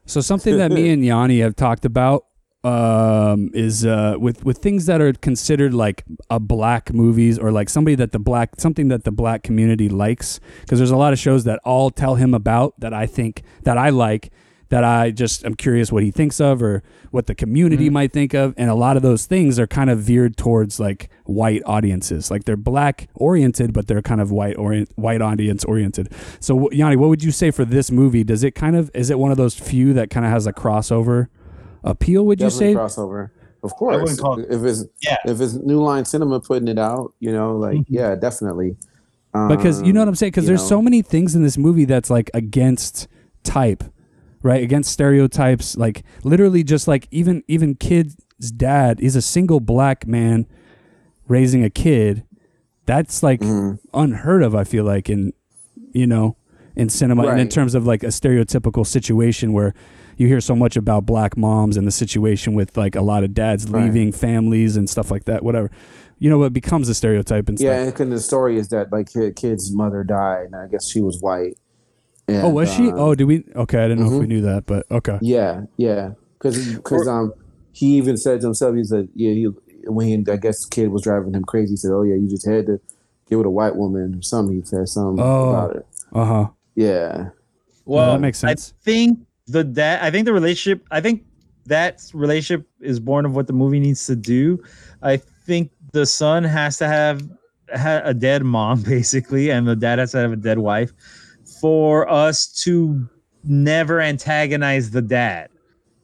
[SPEAKER 8] So something
[SPEAKER 9] <laughs>
[SPEAKER 8] that me and Yanni have talked about um, is uh, with with things that are considered like a black movies or like somebody that the black something that the black community likes because there's a lot of shows that all tell him about that I think that I like that I just am curious what he thinks of or what the community might think of and a lot of those things are kind of veered towards like white audiences like they're black oriented but they're kind of white orient white audience oriented so wh- Yanni, what would you say for this movie? Does it kind of is it one of those few that kind of has a crossover appeal? Would
[SPEAKER 7] Definitely
[SPEAKER 8] you say?
[SPEAKER 7] crossover. Of course.
[SPEAKER 9] wouldn't call it-
[SPEAKER 7] if it's
[SPEAKER 9] Yeah.
[SPEAKER 7] if it's New Line Cinema putting it out, you know, like yeah, definitely. Um,
[SPEAKER 8] Mm-hmm. because you know what I'm saying. Because
[SPEAKER 7] you
[SPEAKER 8] there's
[SPEAKER 7] know.
[SPEAKER 8] so many things in this movie that's like against type, right? Against stereotypes. Like literally, just like even even kid's dad is a single black man raising a kid. That's like
[SPEAKER 7] Mm-hmm.
[SPEAKER 8] unheard of. I feel like in you know in cinema and in
[SPEAKER 7] Right.
[SPEAKER 8] terms of like a stereotypical situation where you hear so much about black moms and the situation with like a lot of dads
[SPEAKER 7] Right.
[SPEAKER 8] leaving families and stuff like that whatever you know it becomes a stereotype and
[SPEAKER 7] Yeah,
[SPEAKER 8] stuff
[SPEAKER 7] and 'cause the story is that like kid, kid's mother died, and I guess she was white. And,
[SPEAKER 8] oh was she
[SPEAKER 7] um,
[SPEAKER 8] oh do we okay i didn't know if we knew that but okay
[SPEAKER 7] Yeah, yeah. Because because um he even said to himself, he said, yeah, he, when he, I guess the kid was driving him crazy, he said, oh yeah, you just had to get with a white woman or something. He said something
[SPEAKER 8] Oh.
[SPEAKER 7] about it.
[SPEAKER 8] Uh huh.
[SPEAKER 7] Yeah.
[SPEAKER 9] Well,
[SPEAKER 8] that makes sense.
[SPEAKER 9] I think the that I think the relationship. I think that relationship is born of what the movie needs to do. I think the son has to have ha- a dead mom <laughs> basically, and the dad has to have a dead wife for us to never antagonize the dad.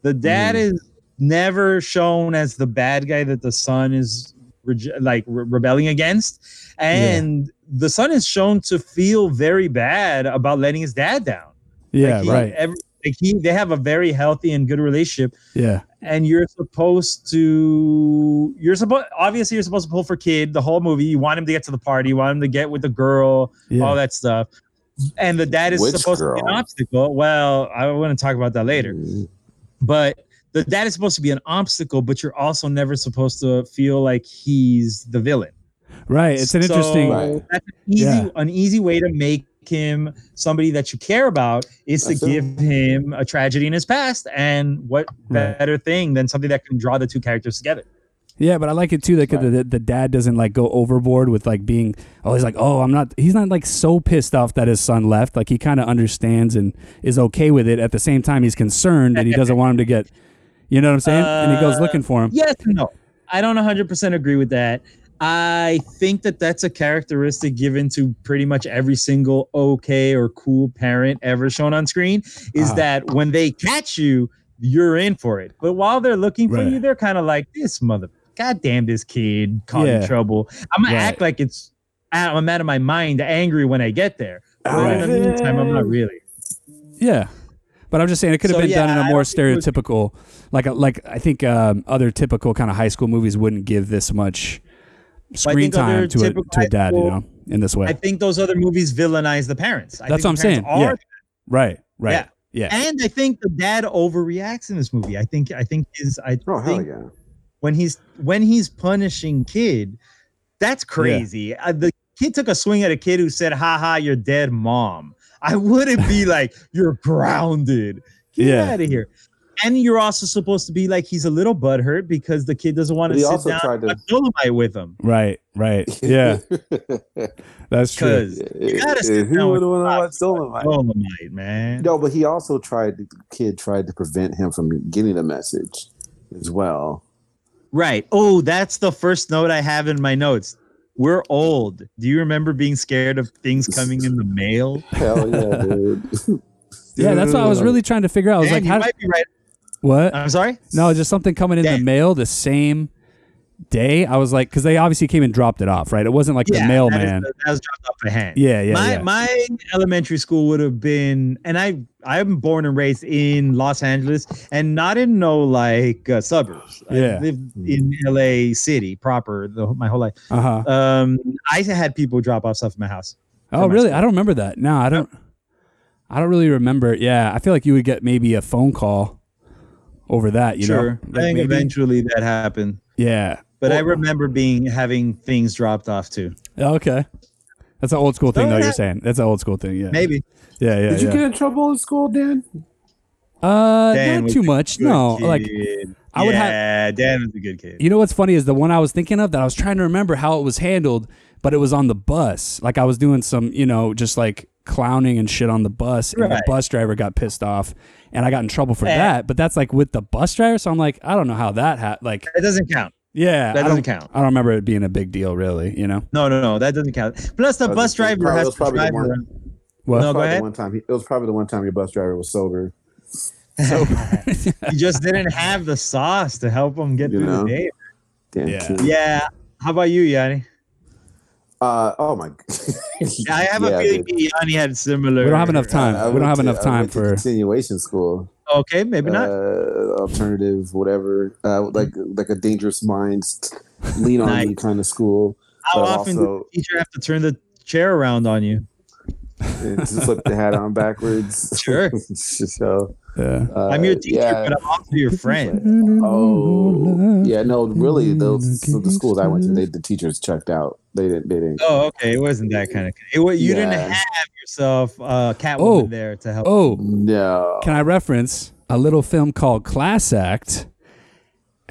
[SPEAKER 9] The dad
[SPEAKER 8] Mm.
[SPEAKER 9] is never shown as the bad guy that the son is rege- like re- rebelling against, and the son is shown to feel very bad about letting his dad down.
[SPEAKER 8] Yeah.
[SPEAKER 9] Like, he-
[SPEAKER 8] right.
[SPEAKER 9] every- like he, they have a very healthy and good relationship,
[SPEAKER 8] Yeah.
[SPEAKER 9] and you're supposed to, you're supposed, obviously, you're supposed to pull for kid the whole movie. You want him to get to the party, you want him to get with the girl,
[SPEAKER 8] Yeah.
[SPEAKER 9] all that stuff. And the dad is
[SPEAKER 4] Which
[SPEAKER 9] supposed to be an
[SPEAKER 4] girl?
[SPEAKER 9] obstacle. Well, I want to talk about that later,
[SPEAKER 7] Mm-hmm.
[SPEAKER 4] Mm-hmm.
[SPEAKER 9] but the dad is supposed to be an obstacle, but you're also never supposed to feel like he's the villain.
[SPEAKER 8] Right. It's an
[SPEAKER 9] So-
[SPEAKER 8] interesting.
[SPEAKER 7] Right.
[SPEAKER 9] That's an easy,
[SPEAKER 8] Yeah.
[SPEAKER 9] an easy way to make him somebody that you care about is
[SPEAKER 7] That's
[SPEAKER 9] to
[SPEAKER 7] it.
[SPEAKER 9] give him a tragedy in his past. And what
[SPEAKER 8] Right.
[SPEAKER 9] better thing than something that can draw the two characters together?
[SPEAKER 8] Yeah, but I like it too. Like the, the, the dad doesn't like go overboard with like being. Oh, he's like, oh, I'm not. He's not like so pissed off that his son left. Like he kind of understands and is okay with it. At the same time, he's concerned and he doesn't want him to get. You know what I'm saying? and he goes
[SPEAKER 9] Uh,
[SPEAKER 8] looking for him.
[SPEAKER 9] Yes and no. I don't 100% agree with that. I think that that's a characteristic given to pretty much every single okay or cool parent ever shown on screen is
[SPEAKER 8] Ah.
[SPEAKER 9] that when they catch you, you're in for it. But while they're looking for
[SPEAKER 8] Right.
[SPEAKER 9] you, they're kind of like, this mother, goddamn, this kid caught
[SPEAKER 8] Yeah.
[SPEAKER 9] in trouble. I'm going
[SPEAKER 8] Right.
[SPEAKER 9] to act like it's, I'm out of my mind, angry when I get there. But in the
[SPEAKER 8] Right.
[SPEAKER 9] meantime, I'm not really.
[SPEAKER 8] Yeah, but I'm just saying it could have
[SPEAKER 9] So,
[SPEAKER 8] been
[SPEAKER 9] yeah,
[SPEAKER 8] done in
[SPEAKER 9] I
[SPEAKER 8] a more
[SPEAKER 9] don't think it was-
[SPEAKER 8] stereotypical, like a, like I think um, other typical kind of high school movies wouldn't give this much screen
[SPEAKER 9] think other
[SPEAKER 8] time to a
[SPEAKER 9] typical
[SPEAKER 8] to
[SPEAKER 9] high
[SPEAKER 8] a dad, you
[SPEAKER 9] school-
[SPEAKER 8] know, in this way.
[SPEAKER 9] I think those other movies villainize the parents. I
[SPEAKER 8] That's what I'm
[SPEAKER 9] think the
[SPEAKER 8] saying.
[SPEAKER 9] parents
[SPEAKER 8] Yeah,
[SPEAKER 9] are
[SPEAKER 8] right, right, yeah.
[SPEAKER 9] Yeah. And I think the dad overreacts in this movie. I think I think his I
[SPEAKER 7] Oh hell
[SPEAKER 9] think
[SPEAKER 7] yeah.
[SPEAKER 9] when he's when he's punishing kid, that's crazy. Uh, the kid took a swing at a kid who said, "Ha ha, you're dead, mom." I wouldn't
[SPEAKER 7] <laughs>
[SPEAKER 9] be like, "You're grounded." Get
[SPEAKER 8] Yeah.
[SPEAKER 9] out of here. And you're also supposed to be like he's a little butthurt because the kid doesn't want
[SPEAKER 7] But
[SPEAKER 9] to
[SPEAKER 7] he
[SPEAKER 9] sit
[SPEAKER 7] also
[SPEAKER 9] down
[SPEAKER 7] tried
[SPEAKER 9] and
[SPEAKER 7] to-
[SPEAKER 9] watch Dolomite with him.
[SPEAKER 8] Right, right.
[SPEAKER 9] <laughs>
[SPEAKER 8] Yeah, that's true.
[SPEAKER 9] Because you gotta sit
[SPEAKER 7] If he
[SPEAKER 9] down
[SPEAKER 7] would
[SPEAKER 9] with
[SPEAKER 7] have watched Dolomite.
[SPEAKER 9] Dolomite, man.
[SPEAKER 7] No, but he also tried. The kid tried to prevent him from getting the message, as well.
[SPEAKER 9] Right. Oh, that's the first note I have in my notes. We're old. Do you remember being scared of things coming in the mail?
[SPEAKER 7] Hell <laughs> yeah, dude.
[SPEAKER 8] Yeah, that's what I was
[SPEAKER 7] Dude.
[SPEAKER 8] really trying to figure out. I was
[SPEAKER 9] Damn,
[SPEAKER 8] like,
[SPEAKER 9] you
[SPEAKER 8] how?
[SPEAKER 9] might Uh, be right.
[SPEAKER 8] what?
[SPEAKER 9] I'm sorry.
[SPEAKER 8] No, just something coming in the
[SPEAKER 9] Damn.
[SPEAKER 8] mail the same day. I was like, because they obviously came and dropped it off, right? It wasn't like the
[SPEAKER 9] Yeah,
[SPEAKER 8] mailman.
[SPEAKER 9] That, is, that was dropped off by hand.
[SPEAKER 8] yeah, yeah,
[SPEAKER 9] my
[SPEAKER 8] yeah.
[SPEAKER 9] my elementary school would have been, and I I'm born and raised in Los Angeles, and not in no like uh, suburbs.
[SPEAKER 8] Yeah. Mm.
[SPEAKER 9] I lived in L.A. City proper the, my whole life.
[SPEAKER 8] uh huh.
[SPEAKER 9] Um, I had people drop off stuff in my house. from
[SPEAKER 8] Oh,
[SPEAKER 9] my
[SPEAKER 8] really?
[SPEAKER 9] school.
[SPEAKER 8] I don't remember that. No, I don't. I don't really remember. it. Yeah, I feel like you would get maybe a phone call over that. You
[SPEAKER 9] sure, I
[SPEAKER 8] know, Like,
[SPEAKER 9] think
[SPEAKER 8] maybe-
[SPEAKER 9] eventually that happened.
[SPEAKER 8] Yeah.
[SPEAKER 9] But I
[SPEAKER 8] Well-
[SPEAKER 9] remember being having things dropped off too.
[SPEAKER 8] Yeah, Oh, Okay. That's an old school thing,
[SPEAKER 9] No,
[SPEAKER 8] though.
[SPEAKER 9] no.
[SPEAKER 8] You're saying that's an old school thing. Yeah.
[SPEAKER 9] Maybe.
[SPEAKER 8] Yeah, yeah.
[SPEAKER 7] Did you
[SPEAKER 8] yeah.
[SPEAKER 7] get in trouble in school, Dan?
[SPEAKER 8] uh,
[SPEAKER 9] Dan
[SPEAKER 8] not
[SPEAKER 9] was
[SPEAKER 8] too
[SPEAKER 9] a
[SPEAKER 8] much.
[SPEAKER 9] good
[SPEAKER 8] No, like
[SPEAKER 9] kid.
[SPEAKER 8] I would have-
[SPEAKER 9] yeah, Dan was a good kid.
[SPEAKER 8] You know what's funny is the one I was thinking of that I was trying to remember how it was handled, but it was on the bus. Like I was doing some, you know, just like clowning and shit on the bus, and the
[SPEAKER 9] Right.
[SPEAKER 8] bus driver got pissed off, and I got in trouble for
[SPEAKER 9] Eh.
[SPEAKER 8] that. But that's like with the bus driver, so I'm like, I don't know how that ha- like,
[SPEAKER 9] That doesn't count.
[SPEAKER 8] yeah,
[SPEAKER 9] That
[SPEAKER 8] I
[SPEAKER 9] doesn't
[SPEAKER 8] don't-
[SPEAKER 9] count.
[SPEAKER 8] I don't remember it being a big deal, really. You know
[SPEAKER 9] No, no, no, that doesn't count. Plus, the
[SPEAKER 7] That
[SPEAKER 9] bus
[SPEAKER 7] was probably-
[SPEAKER 9] driver
[SPEAKER 7] that
[SPEAKER 9] has
[SPEAKER 7] was
[SPEAKER 9] to
[SPEAKER 7] probably
[SPEAKER 9] drive
[SPEAKER 7] the one-
[SPEAKER 9] around.
[SPEAKER 8] what?
[SPEAKER 9] No, go
[SPEAKER 7] Probably the
[SPEAKER 9] ahead.
[SPEAKER 7] One time, he- it was probably the one time your bus driver was sober.
[SPEAKER 9] He just didn't have the sauce to help him get
[SPEAKER 7] You
[SPEAKER 9] through
[SPEAKER 7] know?
[SPEAKER 9] the day.
[SPEAKER 7] Damn
[SPEAKER 8] Yeah.
[SPEAKER 7] kid.
[SPEAKER 9] Yeah. How about you, Yanni?
[SPEAKER 7] Uh, oh my.
[SPEAKER 9] Yeah, I have a feeling
[SPEAKER 7] dude.
[SPEAKER 9] me and Yanni had similar.
[SPEAKER 8] We don't have enough time.
[SPEAKER 7] <laughs> I
[SPEAKER 8] we don't
[SPEAKER 7] went
[SPEAKER 8] have
[SPEAKER 7] to-
[SPEAKER 8] enough
[SPEAKER 7] I
[SPEAKER 8] time
[SPEAKER 7] went to
[SPEAKER 8] for.
[SPEAKER 7] continuation school.
[SPEAKER 9] Okay, maybe not.
[SPEAKER 7] uh, alternative, whatever, uh, like like a dangerous minds, lean on me
[SPEAKER 9] Nice.
[SPEAKER 7] kind of school.
[SPEAKER 9] How
[SPEAKER 7] but
[SPEAKER 9] often
[SPEAKER 7] also-
[SPEAKER 9] did the teacher have to turn the chair around on
[SPEAKER 7] <laughs>
[SPEAKER 9] you?
[SPEAKER 7] And just flip the hat on backwards. <laughs>
[SPEAKER 9] Sure.
[SPEAKER 7] so
[SPEAKER 8] Yeah.
[SPEAKER 7] uh,
[SPEAKER 9] I'm your teacher,
[SPEAKER 7] yeah.
[SPEAKER 9] but I'm also
[SPEAKER 7] <laughs>
[SPEAKER 9] your friend.
[SPEAKER 7] Oh yeah, no, really. Those so the schools I went to, they the teachers checked out. They didn't. They didn't.
[SPEAKER 9] Oh, okay. It wasn't that kind of. It, wa- you
[SPEAKER 7] Yeah.
[SPEAKER 9] didn't have yourself uh, Catwoman
[SPEAKER 8] Oh.
[SPEAKER 9] there to <laughs> help.
[SPEAKER 8] Oh,
[SPEAKER 7] No.
[SPEAKER 8] can I reference a little film called Class Act?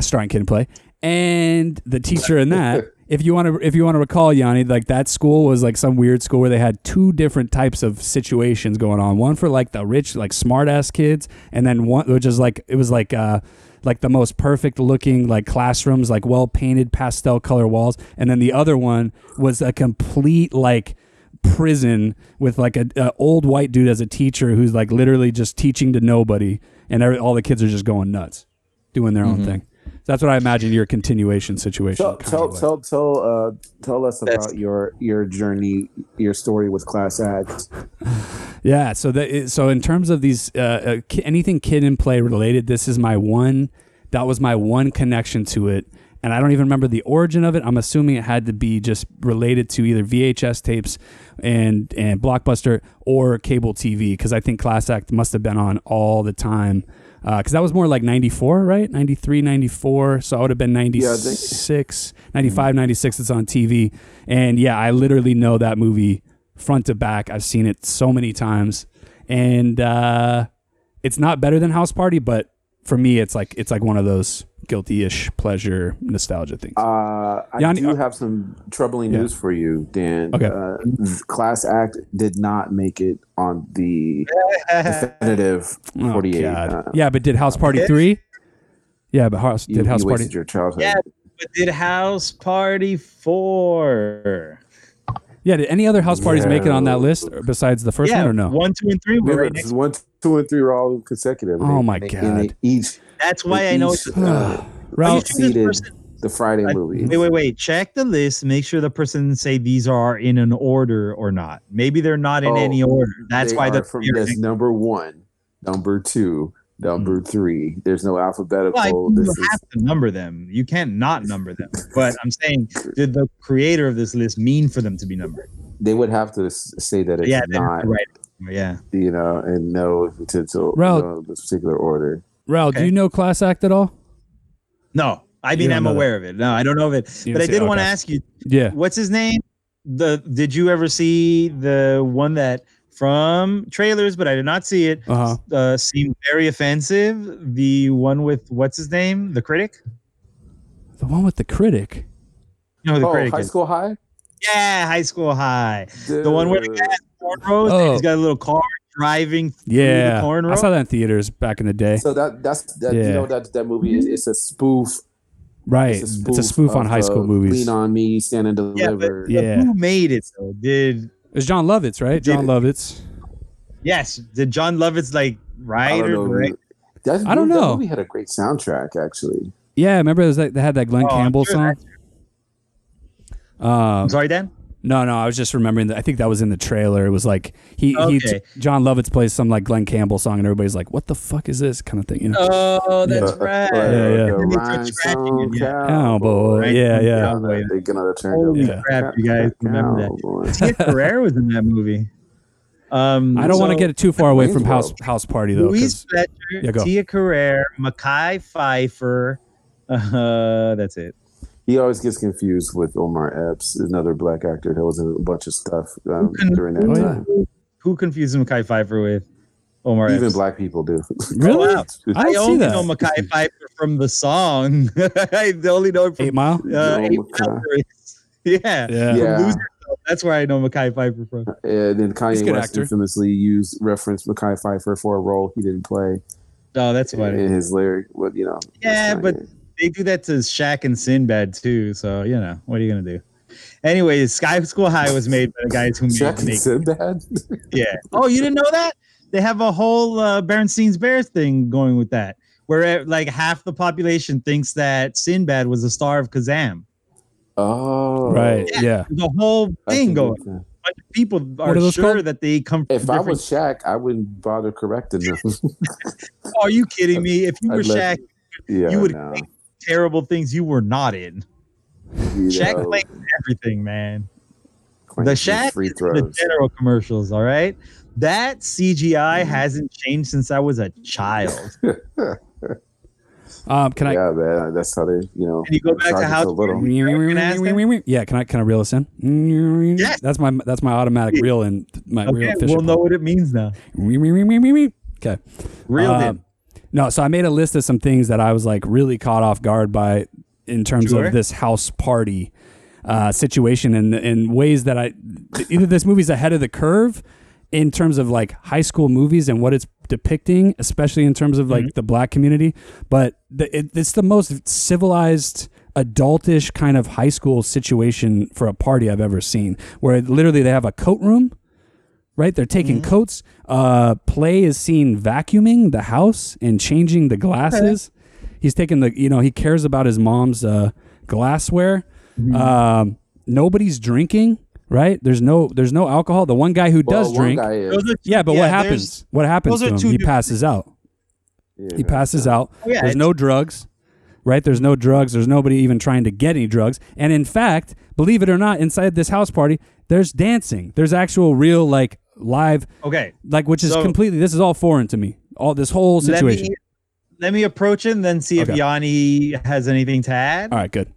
[SPEAKER 8] starring Kid and Play, and the teacher in that. If you want to, if you want to recall, Yanni, like that school was like some weird school where they had two different types of situations going on. One for like the rich, like smart ass kids, and then one which is like it was like uh like the most perfect looking like classrooms, like well painted pastel color walls, and then the other one was a complete like prison with like a, a old white dude as a teacher who's like literally just teaching to nobody, and every, all the kids are just going nuts, doing their own thing. That's what I imagine your continuation situation.
[SPEAKER 7] Tell
[SPEAKER 8] kinda
[SPEAKER 7] tell
[SPEAKER 8] was.
[SPEAKER 7] tell tell, uh, tell us
[SPEAKER 9] That's-
[SPEAKER 7] about your your journey, your story with Class Act.
[SPEAKER 8] Yeah. So that is, so in terms of these uh, uh, ki- anything kid and play related, this is my one. That was my one connection to it, and I don't even remember the origin of it. I'm assuming it had to be just related to either VHS tapes and and Blockbuster or cable TV because I think Class Act must have been on all the time. Because that was more like 94, right? 93, 94. So I would have been 96,
[SPEAKER 9] Mm-hmm.
[SPEAKER 8] 95, 96. It's on TV. And yeah, I literally know that movie front to back. I've seen it so many times, and uh, it's not better than House Party, but for me, it's like it's like one of those guilty-ish pleasure nostalgia things.
[SPEAKER 7] Uh, I
[SPEAKER 8] Yanni,
[SPEAKER 7] do
[SPEAKER 8] uh,
[SPEAKER 7] have some troubling
[SPEAKER 8] Yeah.
[SPEAKER 7] news for you, Dan.
[SPEAKER 8] Okay.
[SPEAKER 7] Uh, Class Act did not make it on
[SPEAKER 9] <laughs>
[SPEAKER 7] the definitive
[SPEAKER 8] Oh,
[SPEAKER 7] 48.
[SPEAKER 8] God.
[SPEAKER 7] Uh,
[SPEAKER 8] yeah, but did House Party three? Yeah, but House
[SPEAKER 7] you,
[SPEAKER 8] did House
[SPEAKER 7] you
[SPEAKER 8] Party.
[SPEAKER 7] wasted your childhood.
[SPEAKER 9] Yeah, but did House Party Four?
[SPEAKER 8] Yeah, did any other House Parties make it on that
[SPEAKER 7] No.
[SPEAKER 8] list besides the first
[SPEAKER 9] yeah,
[SPEAKER 8] one or no?
[SPEAKER 9] One, two, and three were
[SPEAKER 7] Yeah,
[SPEAKER 9] right
[SPEAKER 7] this
[SPEAKER 9] next.
[SPEAKER 7] is one, two, and three were all consecutive.
[SPEAKER 8] Oh, my
[SPEAKER 7] and
[SPEAKER 8] God.
[SPEAKER 7] They each
[SPEAKER 9] That's why
[SPEAKER 7] they
[SPEAKER 9] I know.
[SPEAKER 7] each,
[SPEAKER 9] It's,
[SPEAKER 7] uh,
[SPEAKER 9] Are you
[SPEAKER 8] <sighs> Ralph,
[SPEAKER 9] sure this
[SPEAKER 7] exceeded
[SPEAKER 9] person-
[SPEAKER 7] the Friday
[SPEAKER 9] I-
[SPEAKER 7] movie.
[SPEAKER 9] Wait, wait, wait. Check the list. Make sure the person say these are in an order or not. Maybe they're not in
[SPEAKER 7] Oh,
[SPEAKER 9] any order. That's
[SPEAKER 7] They
[SPEAKER 9] why the
[SPEAKER 7] are from this number one, number two, number three. There's no alphabetical.
[SPEAKER 9] Mm-hmm. Well, I mean,
[SPEAKER 7] Oh, this
[SPEAKER 9] you
[SPEAKER 7] is
[SPEAKER 9] have to number them. You can't not number them. But I'm saying, did the creator of this list mean for them to be numbered?
[SPEAKER 7] they would have to s- say that it's
[SPEAKER 9] yeah, they have
[SPEAKER 7] not,
[SPEAKER 9] to write it. Yeah.
[SPEAKER 7] you know, and no to, to
[SPEAKER 8] Ralph.
[SPEAKER 7] no, this particular order.
[SPEAKER 8] Ralph, do
[SPEAKER 9] okay.
[SPEAKER 8] you know Class Act at all?
[SPEAKER 9] No, I
[SPEAKER 8] You
[SPEAKER 9] mean
[SPEAKER 8] don't
[SPEAKER 9] I'm
[SPEAKER 8] know that.
[SPEAKER 9] aware of it. No, I don't know of it.
[SPEAKER 8] You
[SPEAKER 9] but
[SPEAKER 8] don't
[SPEAKER 9] I
[SPEAKER 8] see-
[SPEAKER 9] did want to
[SPEAKER 8] okay.
[SPEAKER 9] ask you,
[SPEAKER 7] Mm.
[SPEAKER 8] Yeah.
[SPEAKER 9] what's his name? The did you ever see the one that from trailers, but I did not see it.
[SPEAKER 8] Uh-huh.
[SPEAKER 9] Uh, seemed very offensive. The one with what's his name? The critic.
[SPEAKER 8] The one with the critic.
[SPEAKER 9] You know who the
[SPEAKER 7] Oh,
[SPEAKER 9] critic
[SPEAKER 7] high
[SPEAKER 9] is.
[SPEAKER 7] school high.
[SPEAKER 9] Yeah, high school high. The one where the
[SPEAKER 7] Dude.
[SPEAKER 9] guy has cornrows and
[SPEAKER 8] Oh.
[SPEAKER 9] he's got a little car driving through
[SPEAKER 8] Yeah.
[SPEAKER 9] the
[SPEAKER 8] I
[SPEAKER 9] cornrows.
[SPEAKER 8] saw that in theaters back in the day.
[SPEAKER 7] So that that's that
[SPEAKER 8] Yeah.
[SPEAKER 7] you know that that movie is it's a spoof.
[SPEAKER 8] right. It's a spoof, uh, on
[SPEAKER 7] of
[SPEAKER 8] high school
[SPEAKER 7] the
[SPEAKER 8] movies.
[SPEAKER 7] Lean on me, stand and
[SPEAKER 9] Yeah, but-
[SPEAKER 7] deliver.
[SPEAKER 8] Yeah.
[SPEAKER 9] Who made it though? Did
[SPEAKER 8] It was John Lovitz, right? John Lovitz.
[SPEAKER 9] yes? Did John Lovitz like
[SPEAKER 7] I
[SPEAKER 9] write
[SPEAKER 7] don't
[SPEAKER 9] or
[SPEAKER 7] know.
[SPEAKER 9] direct?
[SPEAKER 7] That,
[SPEAKER 8] I don't
[SPEAKER 7] that
[SPEAKER 8] know.
[SPEAKER 7] movie had a great soundtrack actually.
[SPEAKER 8] Yeah, remember it was that, they had that Glenn
[SPEAKER 9] Oh, I'm
[SPEAKER 8] Campbell
[SPEAKER 9] sure
[SPEAKER 8] song. Um,
[SPEAKER 9] I'm sorry, Dan.
[SPEAKER 8] no, no, I was just remembering that. I think that was in the trailer. It was like he, he
[SPEAKER 9] Okay.
[SPEAKER 8] John Lovitz plays some like Glenn Campbell song, and everybody's like, "What the fuck is this?" kind of thing. You know?
[SPEAKER 9] Oh, that's right.
[SPEAKER 8] Yeah, yeah.
[SPEAKER 7] The
[SPEAKER 9] And they start scratching
[SPEAKER 7] rhinestone
[SPEAKER 9] it, yeah.
[SPEAKER 8] oh boy,
[SPEAKER 9] right?
[SPEAKER 8] yeah, yeah.
[SPEAKER 7] They're gonna- they're gonna turn
[SPEAKER 9] Holy
[SPEAKER 7] it-
[SPEAKER 9] crap, you guys remember that.
[SPEAKER 7] Cowboy.
[SPEAKER 8] <laughs>
[SPEAKER 9] Tia Carrere was in that movie. Um,
[SPEAKER 8] I don't want to
[SPEAKER 9] so
[SPEAKER 8] get it too far away from
[SPEAKER 7] Wayne's
[SPEAKER 8] house
[SPEAKER 7] World.
[SPEAKER 8] house party though.
[SPEAKER 9] Louise
[SPEAKER 8] 'cause-
[SPEAKER 9] Fletcher,
[SPEAKER 8] Yeah, go.
[SPEAKER 9] Tia Carrere, Mackay Pfeiffer. Uh, that's it.
[SPEAKER 7] He always gets confused with Omar Epps, another black actor that was in a bunch of stuff um,
[SPEAKER 9] can-
[SPEAKER 7] during that
[SPEAKER 8] Oh, yeah.
[SPEAKER 7] time.
[SPEAKER 9] Who confused Mackay Pfeiffer with Omar?
[SPEAKER 7] Even
[SPEAKER 9] Epps?
[SPEAKER 7] black people do.
[SPEAKER 8] Really?
[SPEAKER 9] wow.
[SPEAKER 8] I
[SPEAKER 9] I
[SPEAKER 8] don't see
[SPEAKER 9] only
[SPEAKER 8] that.
[SPEAKER 9] know Mackay Pfeiffer from the song. <laughs> I only know it
[SPEAKER 8] Eight
[SPEAKER 9] from
[SPEAKER 8] Mile.
[SPEAKER 9] uh,
[SPEAKER 7] Yo,
[SPEAKER 9] Eight
[SPEAKER 7] Mackay.
[SPEAKER 9] Mile Race. <laughs> Yeah.
[SPEAKER 8] Yeah.
[SPEAKER 9] From
[SPEAKER 7] Yeah.
[SPEAKER 9] Loser. That's where I know Mackay Pfeiffer from.
[SPEAKER 7] <laughs> And then
[SPEAKER 8] He's a
[SPEAKER 7] Kanye
[SPEAKER 8] good
[SPEAKER 7] West
[SPEAKER 8] actor.
[SPEAKER 7] infamously used referenced Mackay Pfeiffer for a role he didn't play
[SPEAKER 9] Oh, that's funny.
[SPEAKER 7] in his lyric. What you know?
[SPEAKER 9] Yeah,
[SPEAKER 7] that's
[SPEAKER 9] but
[SPEAKER 7] Kanye.
[SPEAKER 9] they do that to Shaq and Sinbad too. So you know, what are you gonna do? Anyways, Sky School High was made by the guys who made
[SPEAKER 7] Shaq and <laughs>
[SPEAKER 9] Snake.
[SPEAKER 7] Sinbad.
[SPEAKER 9] Yeah. Oh, you didn't know that? They have a whole uh, Bernstein's Bears thing going with that, where uh, like half the population thinks that Sinbad was the star of Kazam.
[SPEAKER 7] Oh,
[SPEAKER 8] Right. Yeah.
[SPEAKER 9] The whole
[SPEAKER 7] I
[SPEAKER 9] thing
[SPEAKER 7] can
[SPEAKER 9] going.
[SPEAKER 7] get that.
[SPEAKER 9] A bunch of people are
[SPEAKER 8] are those
[SPEAKER 9] sure
[SPEAKER 8] called?
[SPEAKER 9] that they come from
[SPEAKER 7] If I
[SPEAKER 9] different-
[SPEAKER 7] was Shaq, I wouldn't bother correcting them.
[SPEAKER 9] Oh, are you kidding me? If you
[SPEAKER 7] <laughs> I'd
[SPEAKER 9] were Shaq,
[SPEAKER 7] let- yeah,
[SPEAKER 9] You would <laughs>
[SPEAKER 7] no,
[SPEAKER 9] think terrible things you were not in.
[SPEAKER 7] you
[SPEAKER 9] Shaq
[SPEAKER 7] know,
[SPEAKER 9] blames everything, man.
[SPEAKER 7] Quentin
[SPEAKER 9] the Shaq
[SPEAKER 7] free
[SPEAKER 9] the
[SPEAKER 7] throws.
[SPEAKER 9] general commercials. All right, that CGI
[SPEAKER 8] Mm-hmm.
[SPEAKER 9] hasn't changed since I was a child.
[SPEAKER 8] <laughs> Um, can I?
[SPEAKER 7] yeah, man, that's how they, you know.
[SPEAKER 9] Can you go back to
[SPEAKER 7] charge us
[SPEAKER 9] how-
[SPEAKER 7] a little.
[SPEAKER 9] Can I ask that?
[SPEAKER 8] Yeah, can I can I reel this in?
[SPEAKER 9] Yes.
[SPEAKER 8] That's my that's my automatic reel in my
[SPEAKER 9] Okay,
[SPEAKER 8] reel
[SPEAKER 9] we'll
[SPEAKER 8] fishing.
[SPEAKER 9] know what it means now.
[SPEAKER 8] pole. Okay.
[SPEAKER 9] Reeled
[SPEAKER 8] Um,
[SPEAKER 9] in.
[SPEAKER 8] No, so I made a list of some things that I was like really caught off guard by in terms
[SPEAKER 9] Sure.
[SPEAKER 8] of this house party uh, situation and in ways that I either this movie's ahead of the curve in terms of like high school movies and what it's depicting, especially in terms of like the black community, but the, it, it's the most civilized adultish kind of high school situation for a party I've ever seen where literally they have a coat room right? They're taking
[SPEAKER 9] Mm-hmm.
[SPEAKER 8] coats. Uh, Play is seen vacuuming the house and changing the glasses. He's taking the, you know, he cares about his mom's uh, glassware.
[SPEAKER 9] Mm-hmm.
[SPEAKER 8] Um, nobody's drinking, right? There's no, there's no alcohol. The one guy who does
[SPEAKER 7] one
[SPEAKER 8] drink,
[SPEAKER 7] guy is-
[SPEAKER 9] Those are-
[SPEAKER 8] yeah, but what
[SPEAKER 9] there's-
[SPEAKER 8] happens? What happens
[SPEAKER 9] those
[SPEAKER 8] to
[SPEAKER 9] are
[SPEAKER 8] him?
[SPEAKER 9] two
[SPEAKER 8] He
[SPEAKER 9] different Oh,
[SPEAKER 8] passes out. He passes out.
[SPEAKER 9] yeah,
[SPEAKER 8] There's
[SPEAKER 9] it's-
[SPEAKER 8] no drugs, right? There's no drugs. There's nobody even trying to get any drugs. And in fact, believe it or not, inside this house party, there's dancing. There's actual, real, like live,
[SPEAKER 9] Okay.
[SPEAKER 8] like which is
[SPEAKER 9] So-
[SPEAKER 8] completely. This is all foreign to me. All this whole situation.
[SPEAKER 9] Let me, let me approach him, then see if
[SPEAKER 8] Okay.
[SPEAKER 9] Yanni has anything to add.
[SPEAKER 8] all right, good.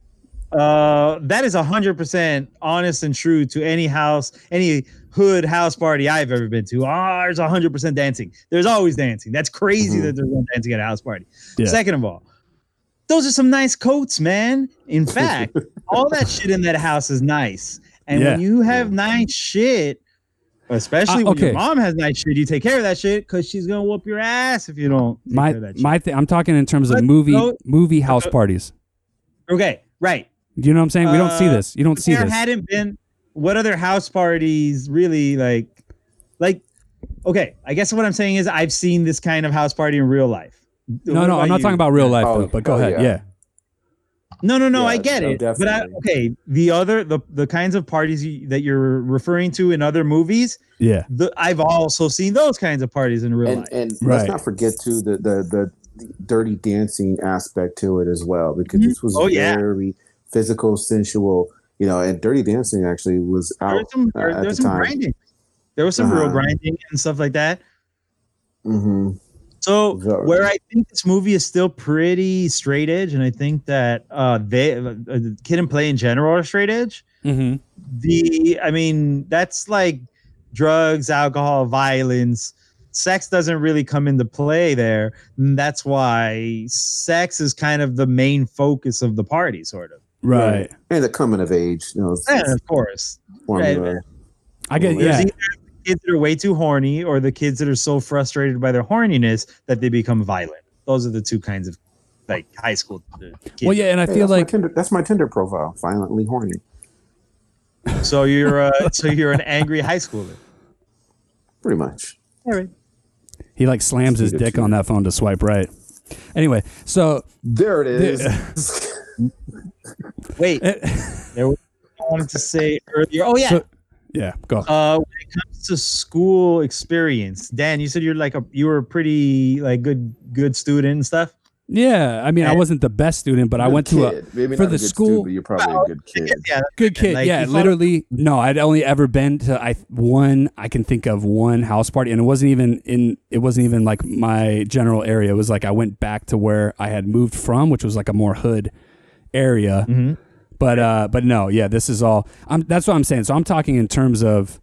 [SPEAKER 9] Uh, that is 100% honest and true to any house, any hood house party I've ever been to. Ah, there's 100% dancing. There's always dancing. That's crazy that there's no dancing at a house party.
[SPEAKER 8] Mm-hmm. Yeah.
[SPEAKER 9] Second of all, those are some nice coats, man.
[SPEAKER 8] <laughs>
[SPEAKER 9] In fact, all that shit in that house is nice. And when
[SPEAKER 8] Yeah.
[SPEAKER 9] you have nice shit, especially
[SPEAKER 8] Uh,
[SPEAKER 9] when your
[SPEAKER 8] okay.
[SPEAKER 9] mom has nice shit, you take care of that shit because she's gonna whoop your ass if you don't. Take
[SPEAKER 8] My
[SPEAKER 9] care of that shit.
[SPEAKER 8] my thing. I'm talking in terms of
[SPEAKER 9] Let's
[SPEAKER 8] movie
[SPEAKER 9] go-
[SPEAKER 8] movie house
[SPEAKER 9] go-
[SPEAKER 8] parties.
[SPEAKER 9] okay, right.
[SPEAKER 8] Do you know what I'm saying? we don't see
[SPEAKER 9] Uh,
[SPEAKER 8] this. You don't see
[SPEAKER 9] there
[SPEAKER 8] this.
[SPEAKER 9] hadn't been what other house parties really like like okay i guess what i'm saying is i've seen this kind of house party in real life
[SPEAKER 8] No, no, I'm not talking about real life
[SPEAKER 7] Oh,
[SPEAKER 8] though. But go
[SPEAKER 7] oh,
[SPEAKER 8] ahead.
[SPEAKER 7] yeah.
[SPEAKER 8] Yeah.
[SPEAKER 9] no no no
[SPEAKER 7] Yeah,
[SPEAKER 9] i get
[SPEAKER 7] no,
[SPEAKER 9] it but I,
[SPEAKER 7] definitely.
[SPEAKER 9] okay the other the, the kinds of parties you, that you're referring to in other movies
[SPEAKER 8] Yeah.
[SPEAKER 9] the, i've also seen those kinds of parties in real
[SPEAKER 7] and
[SPEAKER 9] life
[SPEAKER 7] and
[SPEAKER 8] Right.
[SPEAKER 7] let's not forget too the the the dirty dancing aspect to it as well because this was
[SPEAKER 9] Oh, yeah.
[SPEAKER 7] very physical, sensual. You know, and dirty dancing actually was
[SPEAKER 9] there
[SPEAKER 7] out
[SPEAKER 9] was some,
[SPEAKER 7] uh,
[SPEAKER 9] there,
[SPEAKER 7] at
[SPEAKER 9] there
[SPEAKER 7] the
[SPEAKER 9] was some
[SPEAKER 7] time.
[SPEAKER 9] grinding there was some real
[SPEAKER 7] Uh-huh.
[SPEAKER 9] grinding and stuff like that
[SPEAKER 7] hmm
[SPEAKER 9] So
[SPEAKER 7] Is that right?
[SPEAKER 9] where I think this movie is still pretty straight edge, and I think that uh, they uh, uh, Kid and Play in general are straight edge.
[SPEAKER 8] Mm-hmm.
[SPEAKER 9] The I mean that's like drugs, alcohol, violence. Sex doesn't really come into play there. And that's why sex is kind of the main focus of the party, sort of.
[SPEAKER 8] Right.
[SPEAKER 7] And the coming of age, you know, it's-
[SPEAKER 9] And
[SPEAKER 7] it's
[SPEAKER 9] of course,
[SPEAKER 7] formula.
[SPEAKER 8] I get.
[SPEAKER 9] there's
[SPEAKER 8] Yeah.
[SPEAKER 9] either the kids that are way too horny, or the kids that are so frustrated by their horniness that they become violent. Those are the two kinds of like high school. uh, Kids.
[SPEAKER 8] Well, yeah, and I
[SPEAKER 7] Hey,
[SPEAKER 8] feel
[SPEAKER 7] that's my
[SPEAKER 8] like
[SPEAKER 7] Tinder, that's my Tinder profile. Violently horny.
[SPEAKER 9] So you're uh, <laughs> so you're an angry high schooler.
[SPEAKER 7] Pretty much.
[SPEAKER 8] he like slams his dick on that phone to swipe right. Anyway, so
[SPEAKER 7] There it is. <laughs>
[SPEAKER 9] Wait,
[SPEAKER 8] eh,
[SPEAKER 9] there was I wanted to say earlier. Oh yeah.
[SPEAKER 8] So- <laughs> yeah, go.
[SPEAKER 9] uh, when it comes to school experience, Dan, you said you're like a you were a pretty like good good student and stuff.
[SPEAKER 8] Yeah, I mean, I
[SPEAKER 9] and-
[SPEAKER 8] wasn't the best student, but I went to a
[SPEAKER 7] Maybe
[SPEAKER 8] for
[SPEAKER 7] not a good
[SPEAKER 8] the
[SPEAKER 7] student,
[SPEAKER 8] school-
[SPEAKER 7] but you're probably a good kid.
[SPEAKER 9] <laughs> Yeah,
[SPEAKER 8] good kid.
[SPEAKER 9] like,
[SPEAKER 8] yeah,
[SPEAKER 9] you thought-
[SPEAKER 8] literally. No, I'd only ever been to I one. I can think of one house party, and it wasn't even in. It wasn't even like my general area. It was like I went back to where I had moved from, which was like a more hood area. But uh, but no, yeah, this is all. I'm, that's what I'm saying. So I'm talking in terms of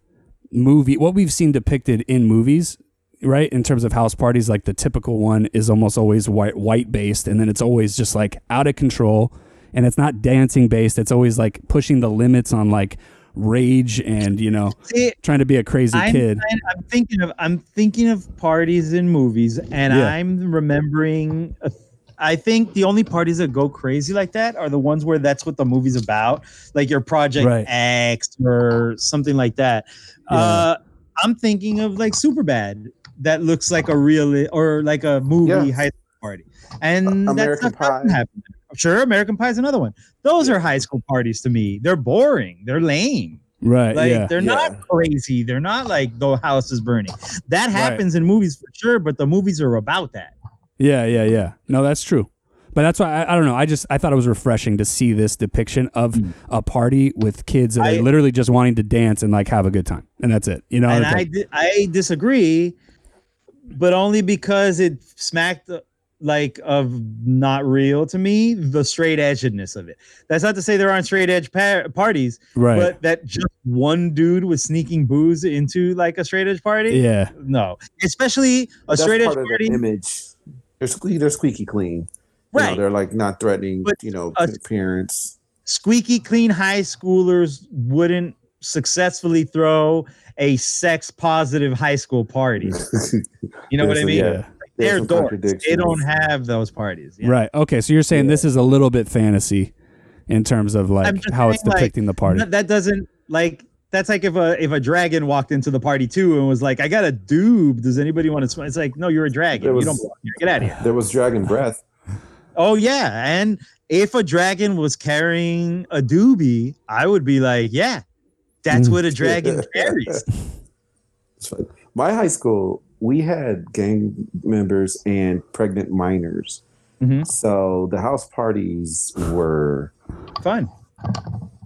[SPEAKER 8] movie, what we've seen depicted in movies, right? In terms of house parties, like the typical one is almost always white white based, and then it's always just like out of control, and it's not dancing based. It's always like pushing the limits on like rage and you know
[SPEAKER 9] See,
[SPEAKER 8] trying to be a crazy
[SPEAKER 9] I'm,
[SPEAKER 8] kid.
[SPEAKER 9] I'm- I'm thinking of I'm thinking of parties in movies, and
[SPEAKER 8] Yeah.
[SPEAKER 9] I'm remembering. a- I think the only parties that go crazy like that are the ones where that's what the movie's about, like your Project
[SPEAKER 8] Right.
[SPEAKER 9] X or something like that. Uh, I'm thinking of like Superbad, that looks like a real or like a movie
[SPEAKER 7] Yeah.
[SPEAKER 9] high school party, and
[SPEAKER 7] Uh,
[SPEAKER 9] that's
[SPEAKER 7] American
[SPEAKER 9] not doesn't
[SPEAKER 7] Pie.
[SPEAKER 9] happen. Sure, American Pie is another one. Those are high school parties to me. They're boring. They're lame.
[SPEAKER 8] right?
[SPEAKER 9] Like
[SPEAKER 8] Uh, yeah.
[SPEAKER 9] they're
[SPEAKER 7] Yeah.
[SPEAKER 9] not crazy. They're not like the house is burning. That happens in movies for sure, but the movies are about that.
[SPEAKER 8] Yeah, yeah, yeah. No, that's true. But that's why I, I don't know. I just I thought it was refreshing to see this depiction of a party with kids that
[SPEAKER 9] I-
[SPEAKER 8] are literally just wanting to dance and like have a good time, and that's it. You know,
[SPEAKER 9] and
[SPEAKER 8] it's
[SPEAKER 9] I
[SPEAKER 8] like-
[SPEAKER 9] di- I disagree, but only because it smacked uh, like of not real to me the straight edgedness of it. That's not to say there aren't straight edge par- parties,
[SPEAKER 8] right?
[SPEAKER 9] but that just one dude was sneaking booze into like a straight edge party.
[SPEAKER 8] yeah,
[SPEAKER 9] No, especially a
[SPEAKER 7] That's
[SPEAKER 9] straight edge
[SPEAKER 7] part of the
[SPEAKER 9] party.
[SPEAKER 7] image. They're sque- they're squeaky clean. You know,
[SPEAKER 9] Right.
[SPEAKER 7] they're like not threatening.
[SPEAKER 9] But
[SPEAKER 7] you know,
[SPEAKER 9] a-
[SPEAKER 7] parents.
[SPEAKER 9] squeaky clean high schoolers wouldn't successfully throw a sex positive high school party. <laughs> You know
[SPEAKER 7] <laughs>
[SPEAKER 9] what I mean?
[SPEAKER 7] Yeah. There's
[SPEAKER 9] They're
[SPEAKER 7] some
[SPEAKER 9] dorks. They
[SPEAKER 7] contradictions.
[SPEAKER 9] don't have those parties. yeah.
[SPEAKER 8] Right. Okay. So you're saying this is a little bit fantasy in terms of like
[SPEAKER 9] I'm just
[SPEAKER 8] how it's
[SPEAKER 9] saying, like,
[SPEAKER 8] depicting the party.
[SPEAKER 9] That- That doesn't like that's like if a if a dragon walked into the party too and was like, I got a doob. Does anybody want to swim? It's like, no, you're a dragon.
[SPEAKER 7] There was-
[SPEAKER 9] you don't belong here. Get out
[SPEAKER 7] <laughs>
[SPEAKER 9] of here.
[SPEAKER 7] There was dragon breath.
[SPEAKER 9] Oh yeah. And if a dragon was carrying a doobie, I would be like, Yeah,
[SPEAKER 7] Mm.
[SPEAKER 9] that's
[SPEAKER 7] <laughs>
[SPEAKER 9] what a dragon carries.
[SPEAKER 7] It's fun. My high school, we had gang members and pregnant minors.
[SPEAKER 9] Mhm.
[SPEAKER 7] So the house parties were.
[SPEAKER 9] Fun.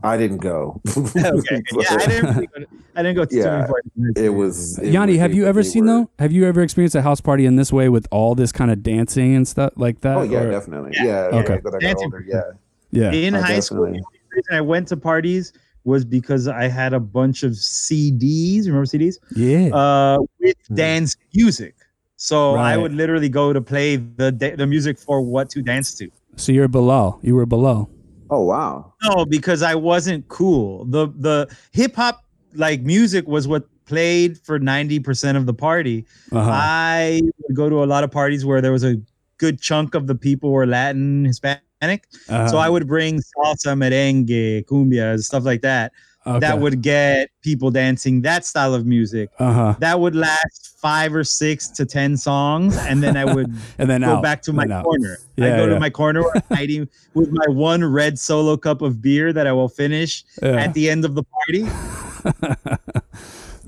[SPEAKER 7] I didn't go.
[SPEAKER 9] <laughs>
[SPEAKER 7] <laughs>
[SPEAKER 9] Okay. Yeah, I didn't really go to, I didn't go to
[SPEAKER 7] Yeah,
[SPEAKER 9] swimming parties.
[SPEAKER 7] <laughs> It was. it
[SPEAKER 8] Yanni,
[SPEAKER 7] was-
[SPEAKER 8] have
[SPEAKER 7] they-
[SPEAKER 8] you ever
[SPEAKER 7] they
[SPEAKER 8] seen
[SPEAKER 7] were-
[SPEAKER 8] though? Have you ever experienced a house party in this way with all this kind of dancing and stuff like that?
[SPEAKER 7] Oh yeah,
[SPEAKER 8] Or-
[SPEAKER 7] definitely. Yeah.
[SPEAKER 8] Okay.
[SPEAKER 7] yeah, But I got
[SPEAKER 9] Dancing.
[SPEAKER 7] older. Yeah.
[SPEAKER 8] yeah.
[SPEAKER 9] in
[SPEAKER 7] Oh,
[SPEAKER 9] high school, the
[SPEAKER 7] definitely.
[SPEAKER 9] only reason I went to parties was because I had a bunch of CDs. Remember CDs?
[SPEAKER 8] Yeah.
[SPEAKER 9] Uh, with
[SPEAKER 7] Hmm.
[SPEAKER 9] dance music. So I
[SPEAKER 8] Right.
[SPEAKER 9] would literally go to play the da- the music for what to dance to.
[SPEAKER 8] so you're Bilal. You were Bilal.
[SPEAKER 7] Oh wow.
[SPEAKER 9] No, because I wasn't cool. The the hip hop like music was what played for ninety percent of the party.
[SPEAKER 8] Uh-huh.
[SPEAKER 9] Uh, I would go to a lot of parties where there was a good chunk of the people were Latin, Hispanic.
[SPEAKER 8] Uh,
[SPEAKER 9] So I would bring salsa, merengue, cumbia, stuff like that.
[SPEAKER 8] okay.
[SPEAKER 9] That would get people dancing that style of music.
[SPEAKER 8] uh-huh.
[SPEAKER 9] That would last five or six to ten songs, and then I
[SPEAKER 8] <laughs>
[SPEAKER 9] would
[SPEAKER 8] and then
[SPEAKER 9] go
[SPEAKER 8] out,
[SPEAKER 9] back to
[SPEAKER 8] and
[SPEAKER 9] my
[SPEAKER 8] then out.
[SPEAKER 9] corner.
[SPEAKER 8] Yeah,
[SPEAKER 9] I go
[SPEAKER 8] yeah.
[SPEAKER 9] to my corner where I'm hiding with my one red solo cup of beer that I will finish
[SPEAKER 8] Yeah.
[SPEAKER 9] at the end of the party.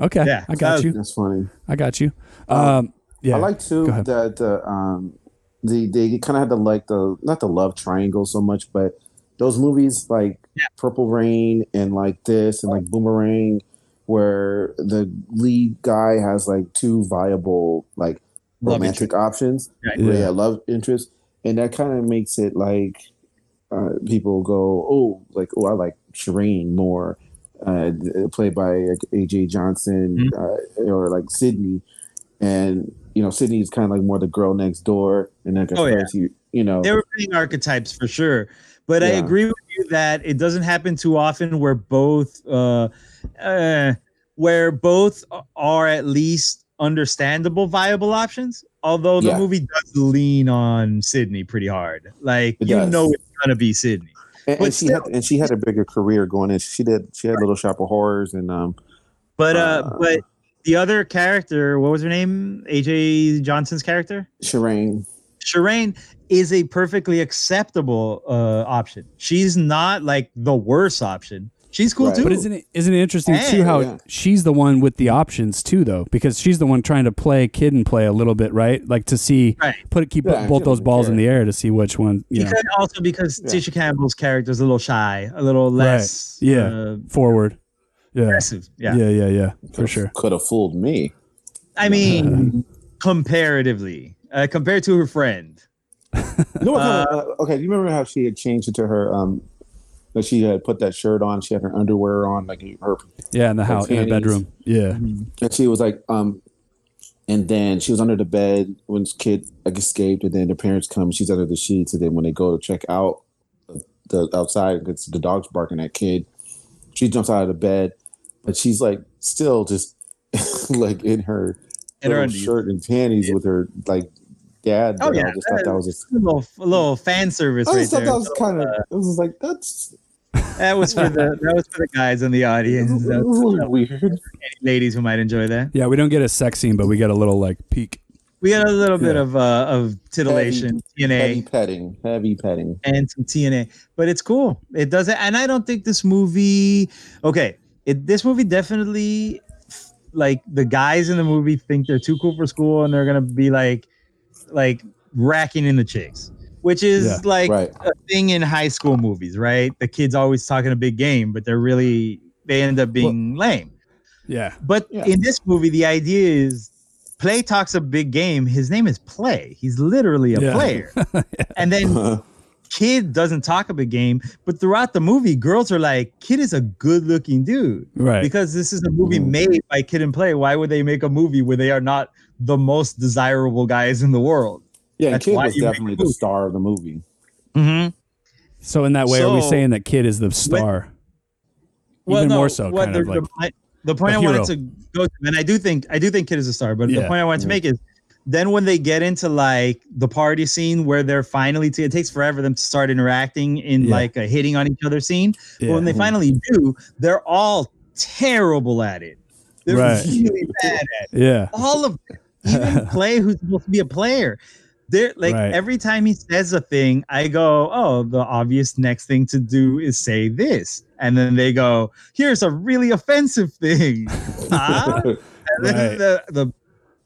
[SPEAKER 8] okay.
[SPEAKER 9] Yeah.
[SPEAKER 8] I got
[SPEAKER 9] So-
[SPEAKER 8] you.
[SPEAKER 7] That's funny.
[SPEAKER 8] I got you. Um, yeah.
[SPEAKER 7] Uh, I like too
[SPEAKER 8] Go ahead.
[SPEAKER 7] that uh, um, the they kind of had the like the not the love triangle so much, but those movies like
[SPEAKER 9] Yeah.
[SPEAKER 7] Purple Rain and like this and like Boomerang, where the lead guy has like two viable like
[SPEAKER 9] Love
[SPEAKER 7] romantic options,
[SPEAKER 9] Right.
[SPEAKER 7] yeah.
[SPEAKER 8] Yeah.
[SPEAKER 7] love interest, and that kind of makes it like uh, people go, oh, like oh, I like Shireen more. Uh, played by like, AJ Johnson uh, or like Sydney, and you know Sydney is kind of like more the girl next door, and then
[SPEAKER 9] Oh, yeah.
[SPEAKER 7] you, you know,
[SPEAKER 9] They were playing archetypes for sure, but I
[SPEAKER 7] Yeah.
[SPEAKER 9] agree with you that it doesn't happen too often where both, uh, uh, where both are at least understandable viable options. Although the
[SPEAKER 7] Yeah.
[SPEAKER 9] movie does lean on Sydney pretty hard, like
[SPEAKER 7] It
[SPEAKER 9] you
[SPEAKER 7] does.
[SPEAKER 9] know it's gonna be Sydney.
[SPEAKER 7] and,
[SPEAKER 9] but
[SPEAKER 7] and she had, and she had a bigger career going in. She did she had Little Shop of Horrors and um
[SPEAKER 9] But uh,
[SPEAKER 7] Uh,
[SPEAKER 9] but the other character, what was her name? AJ Johnson's character,
[SPEAKER 7] Shireen.
[SPEAKER 9] Shireen, is a perfectly acceptable uh option. She's not like the worst option. She's cool
[SPEAKER 7] Right.
[SPEAKER 9] too.
[SPEAKER 8] But isn't it isn't it interesting
[SPEAKER 9] Hey,
[SPEAKER 8] too how
[SPEAKER 7] yeah.
[SPEAKER 8] she's the one with the options too though because she's the one trying to play kid and play a little bit right like to see
[SPEAKER 9] Right.
[SPEAKER 8] put keep
[SPEAKER 7] Yeah,
[SPEAKER 8] both those
[SPEAKER 7] yeah,
[SPEAKER 8] balls
[SPEAKER 7] yeah.
[SPEAKER 8] in the air to see which one you know
[SPEAKER 9] because also because
[SPEAKER 7] Yeah.
[SPEAKER 9] Tisha Campbell's character is a little shy, a little less
[SPEAKER 8] Yeah.
[SPEAKER 9] uh,
[SPEAKER 8] forward yeah.
[SPEAKER 9] aggressive.
[SPEAKER 8] yeah
[SPEAKER 9] Yeah.
[SPEAKER 8] yeah yeah for sure Uh,
[SPEAKER 7] could have fooled me.
[SPEAKER 9] I
[SPEAKER 7] <laughs>
[SPEAKER 9] mean, comparatively, uh, compared to her friend.
[SPEAKER 7] You know what kind of, uh, okay, do you remember how she had changed into her um that she had put that shirt on, she had her underwear on, like her
[SPEAKER 8] yeah in the house in the
[SPEAKER 7] panties.
[SPEAKER 8] bedroom yeah
[SPEAKER 9] Mm-hmm.
[SPEAKER 7] and she was like, um, and then she was under the bed when this kid like escaped, and then the parents come, she's under the sheets, and then when they go to check out the outside, it's the dogs barking at kid. She jumps out of the bed, but she's like still just <laughs> like in her,
[SPEAKER 9] In her
[SPEAKER 7] little
[SPEAKER 9] undies.
[SPEAKER 7] shirt and panties with her like dad.
[SPEAKER 9] Oh,
[SPEAKER 7] there. I
[SPEAKER 9] yeah.
[SPEAKER 7] just thought that was just.
[SPEAKER 9] A little, a little fan service
[SPEAKER 7] I
[SPEAKER 9] right
[SPEAKER 7] just thought
[SPEAKER 9] there. uh,
[SPEAKER 7] that was kind of. It was like that's
[SPEAKER 9] That was for
[SPEAKER 7] <laughs>
[SPEAKER 9] the that was for the guys in the
[SPEAKER 7] it
[SPEAKER 9] audience.
[SPEAKER 7] was
[SPEAKER 9] That
[SPEAKER 7] a
[SPEAKER 9] was for
[SPEAKER 7] <laughs> little weird.
[SPEAKER 9] the ladies who might enjoy that.
[SPEAKER 8] yeah we don't get a sex scene but we get a little like peek
[SPEAKER 9] We got a little bit
[SPEAKER 8] Yeah.
[SPEAKER 9] of uh, of titillation,
[SPEAKER 7] Heavy
[SPEAKER 9] TNA,
[SPEAKER 7] petting, heavy petting.
[SPEAKER 9] and some TNA, but it's cool. It doesn't, and I don't think this movie. Okay, it, this movie definitely, like the guys in the movie think they're too cool for school, and they're gonna be like, like racking in the chicks, which is
[SPEAKER 8] Yeah,
[SPEAKER 9] like
[SPEAKER 7] right. <laughs>
[SPEAKER 9] a thing in high school movies, right? The kids always talking a big game, but they're really they end up being lame.
[SPEAKER 8] yeah
[SPEAKER 9] But
[SPEAKER 7] Yeah.
[SPEAKER 9] in this movie, the idea is Play talks a big game. His name is Play. He's literally a
[SPEAKER 8] <laughs> Yeah.
[SPEAKER 9] player. And then Kid doesn't talk a big game. But throughout the movie, girls are like, Kid is a good looking dude.
[SPEAKER 8] right Mm-hmm.
[SPEAKER 9] Because this is a movie
[SPEAKER 7] Mhm.
[SPEAKER 9] made by Kid and Play. Why would they make a movie where they are not the most desirable guys in the world?
[SPEAKER 7] Yeah, and
[SPEAKER 9] That's
[SPEAKER 7] Kid
[SPEAKER 9] why
[SPEAKER 7] was
[SPEAKER 9] you make
[SPEAKER 7] definitely
[SPEAKER 9] the
[SPEAKER 7] the
[SPEAKER 9] movie.
[SPEAKER 7] star of the movie. <laughs>
[SPEAKER 9] Mm-hmm.
[SPEAKER 8] So in that way, are we
[SPEAKER 9] So-
[SPEAKER 8] saying that Kid is the star? Even more so,
[SPEAKER 9] what
[SPEAKER 8] kind
[SPEAKER 9] the,
[SPEAKER 8] of like.
[SPEAKER 9] the, point- the point
[SPEAKER 8] a
[SPEAKER 9] I wanted
[SPEAKER 8] hero.
[SPEAKER 9] to go to, and I do think I do think Kid is a star, but
[SPEAKER 8] Yeah. Mm-hmm.
[SPEAKER 9] the point I wanted to make is then when they get into like the party scene where they're finally t- it takes forever for them to start interacting in
[SPEAKER 8] Yeah.
[SPEAKER 9] like a hitting on each other scene.
[SPEAKER 8] yeah.
[SPEAKER 9] But when they finally do, they're all terrible at it. They're
[SPEAKER 8] Right.
[SPEAKER 9] really bad at it.
[SPEAKER 8] yeah.
[SPEAKER 9] All of them.
[SPEAKER 8] <laughs>
[SPEAKER 9] even Clay, who's supposed to be a player. They're like
[SPEAKER 8] Right.
[SPEAKER 9] every time he says a thing, I go, Oh, the obvious next thing to do is say this. And then they go, Here's a really offensive
[SPEAKER 8] <laughs>
[SPEAKER 9] thing. Huh? And then
[SPEAKER 8] Right.
[SPEAKER 9] the, the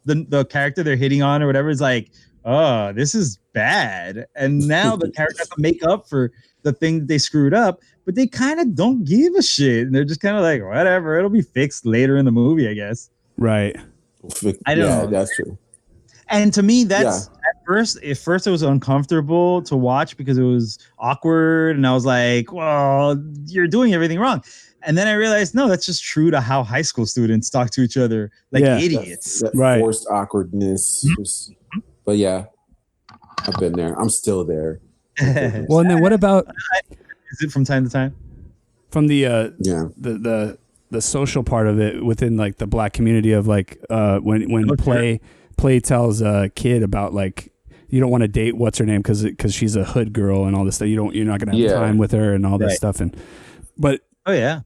[SPEAKER 9] the the character they're hitting on or whatever is like, oh, this is bad. And now the character has to make up for the thing that they screwed up, but they kind of don't give a shit. And they're just kind of like, whatever, it'll be fixed later in the movie, I guess.
[SPEAKER 8] Right.
[SPEAKER 9] I don't
[SPEAKER 7] yeah,
[SPEAKER 9] know.
[SPEAKER 7] that's true.
[SPEAKER 9] And to me, that's at first, at first it was uncomfortable to watch because it was awkward. And I was like, well, you're doing everything wrong. And then I realized, no, that's just true to how high school students talk to each other like
[SPEAKER 8] Yeah.
[SPEAKER 9] idiots. Hmm?
[SPEAKER 7] That
[SPEAKER 8] Right.
[SPEAKER 7] forced awkwardness. was- but yeah, I've been there. I'm still there.
[SPEAKER 9] <laughs> Is
[SPEAKER 8] Well, and then what about
[SPEAKER 9] it from time to time?
[SPEAKER 8] from the uh,
[SPEAKER 7] Yeah.
[SPEAKER 8] the the the social part of it within like the black community of like uh when
[SPEAKER 7] Oh,
[SPEAKER 8] when
[SPEAKER 9] Okay.
[SPEAKER 8] play play tells a kid about like you don't want to date what's her name because because she's a hood girl and all this stuff you don't you're not gonna have
[SPEAKER 7] Yeah.
[SPEAKER 8] time with her and all
[SPEAKER 9] Right.
[SPEAKER 8] this stuff and but
[SPEAKER 9] Oh, yeah.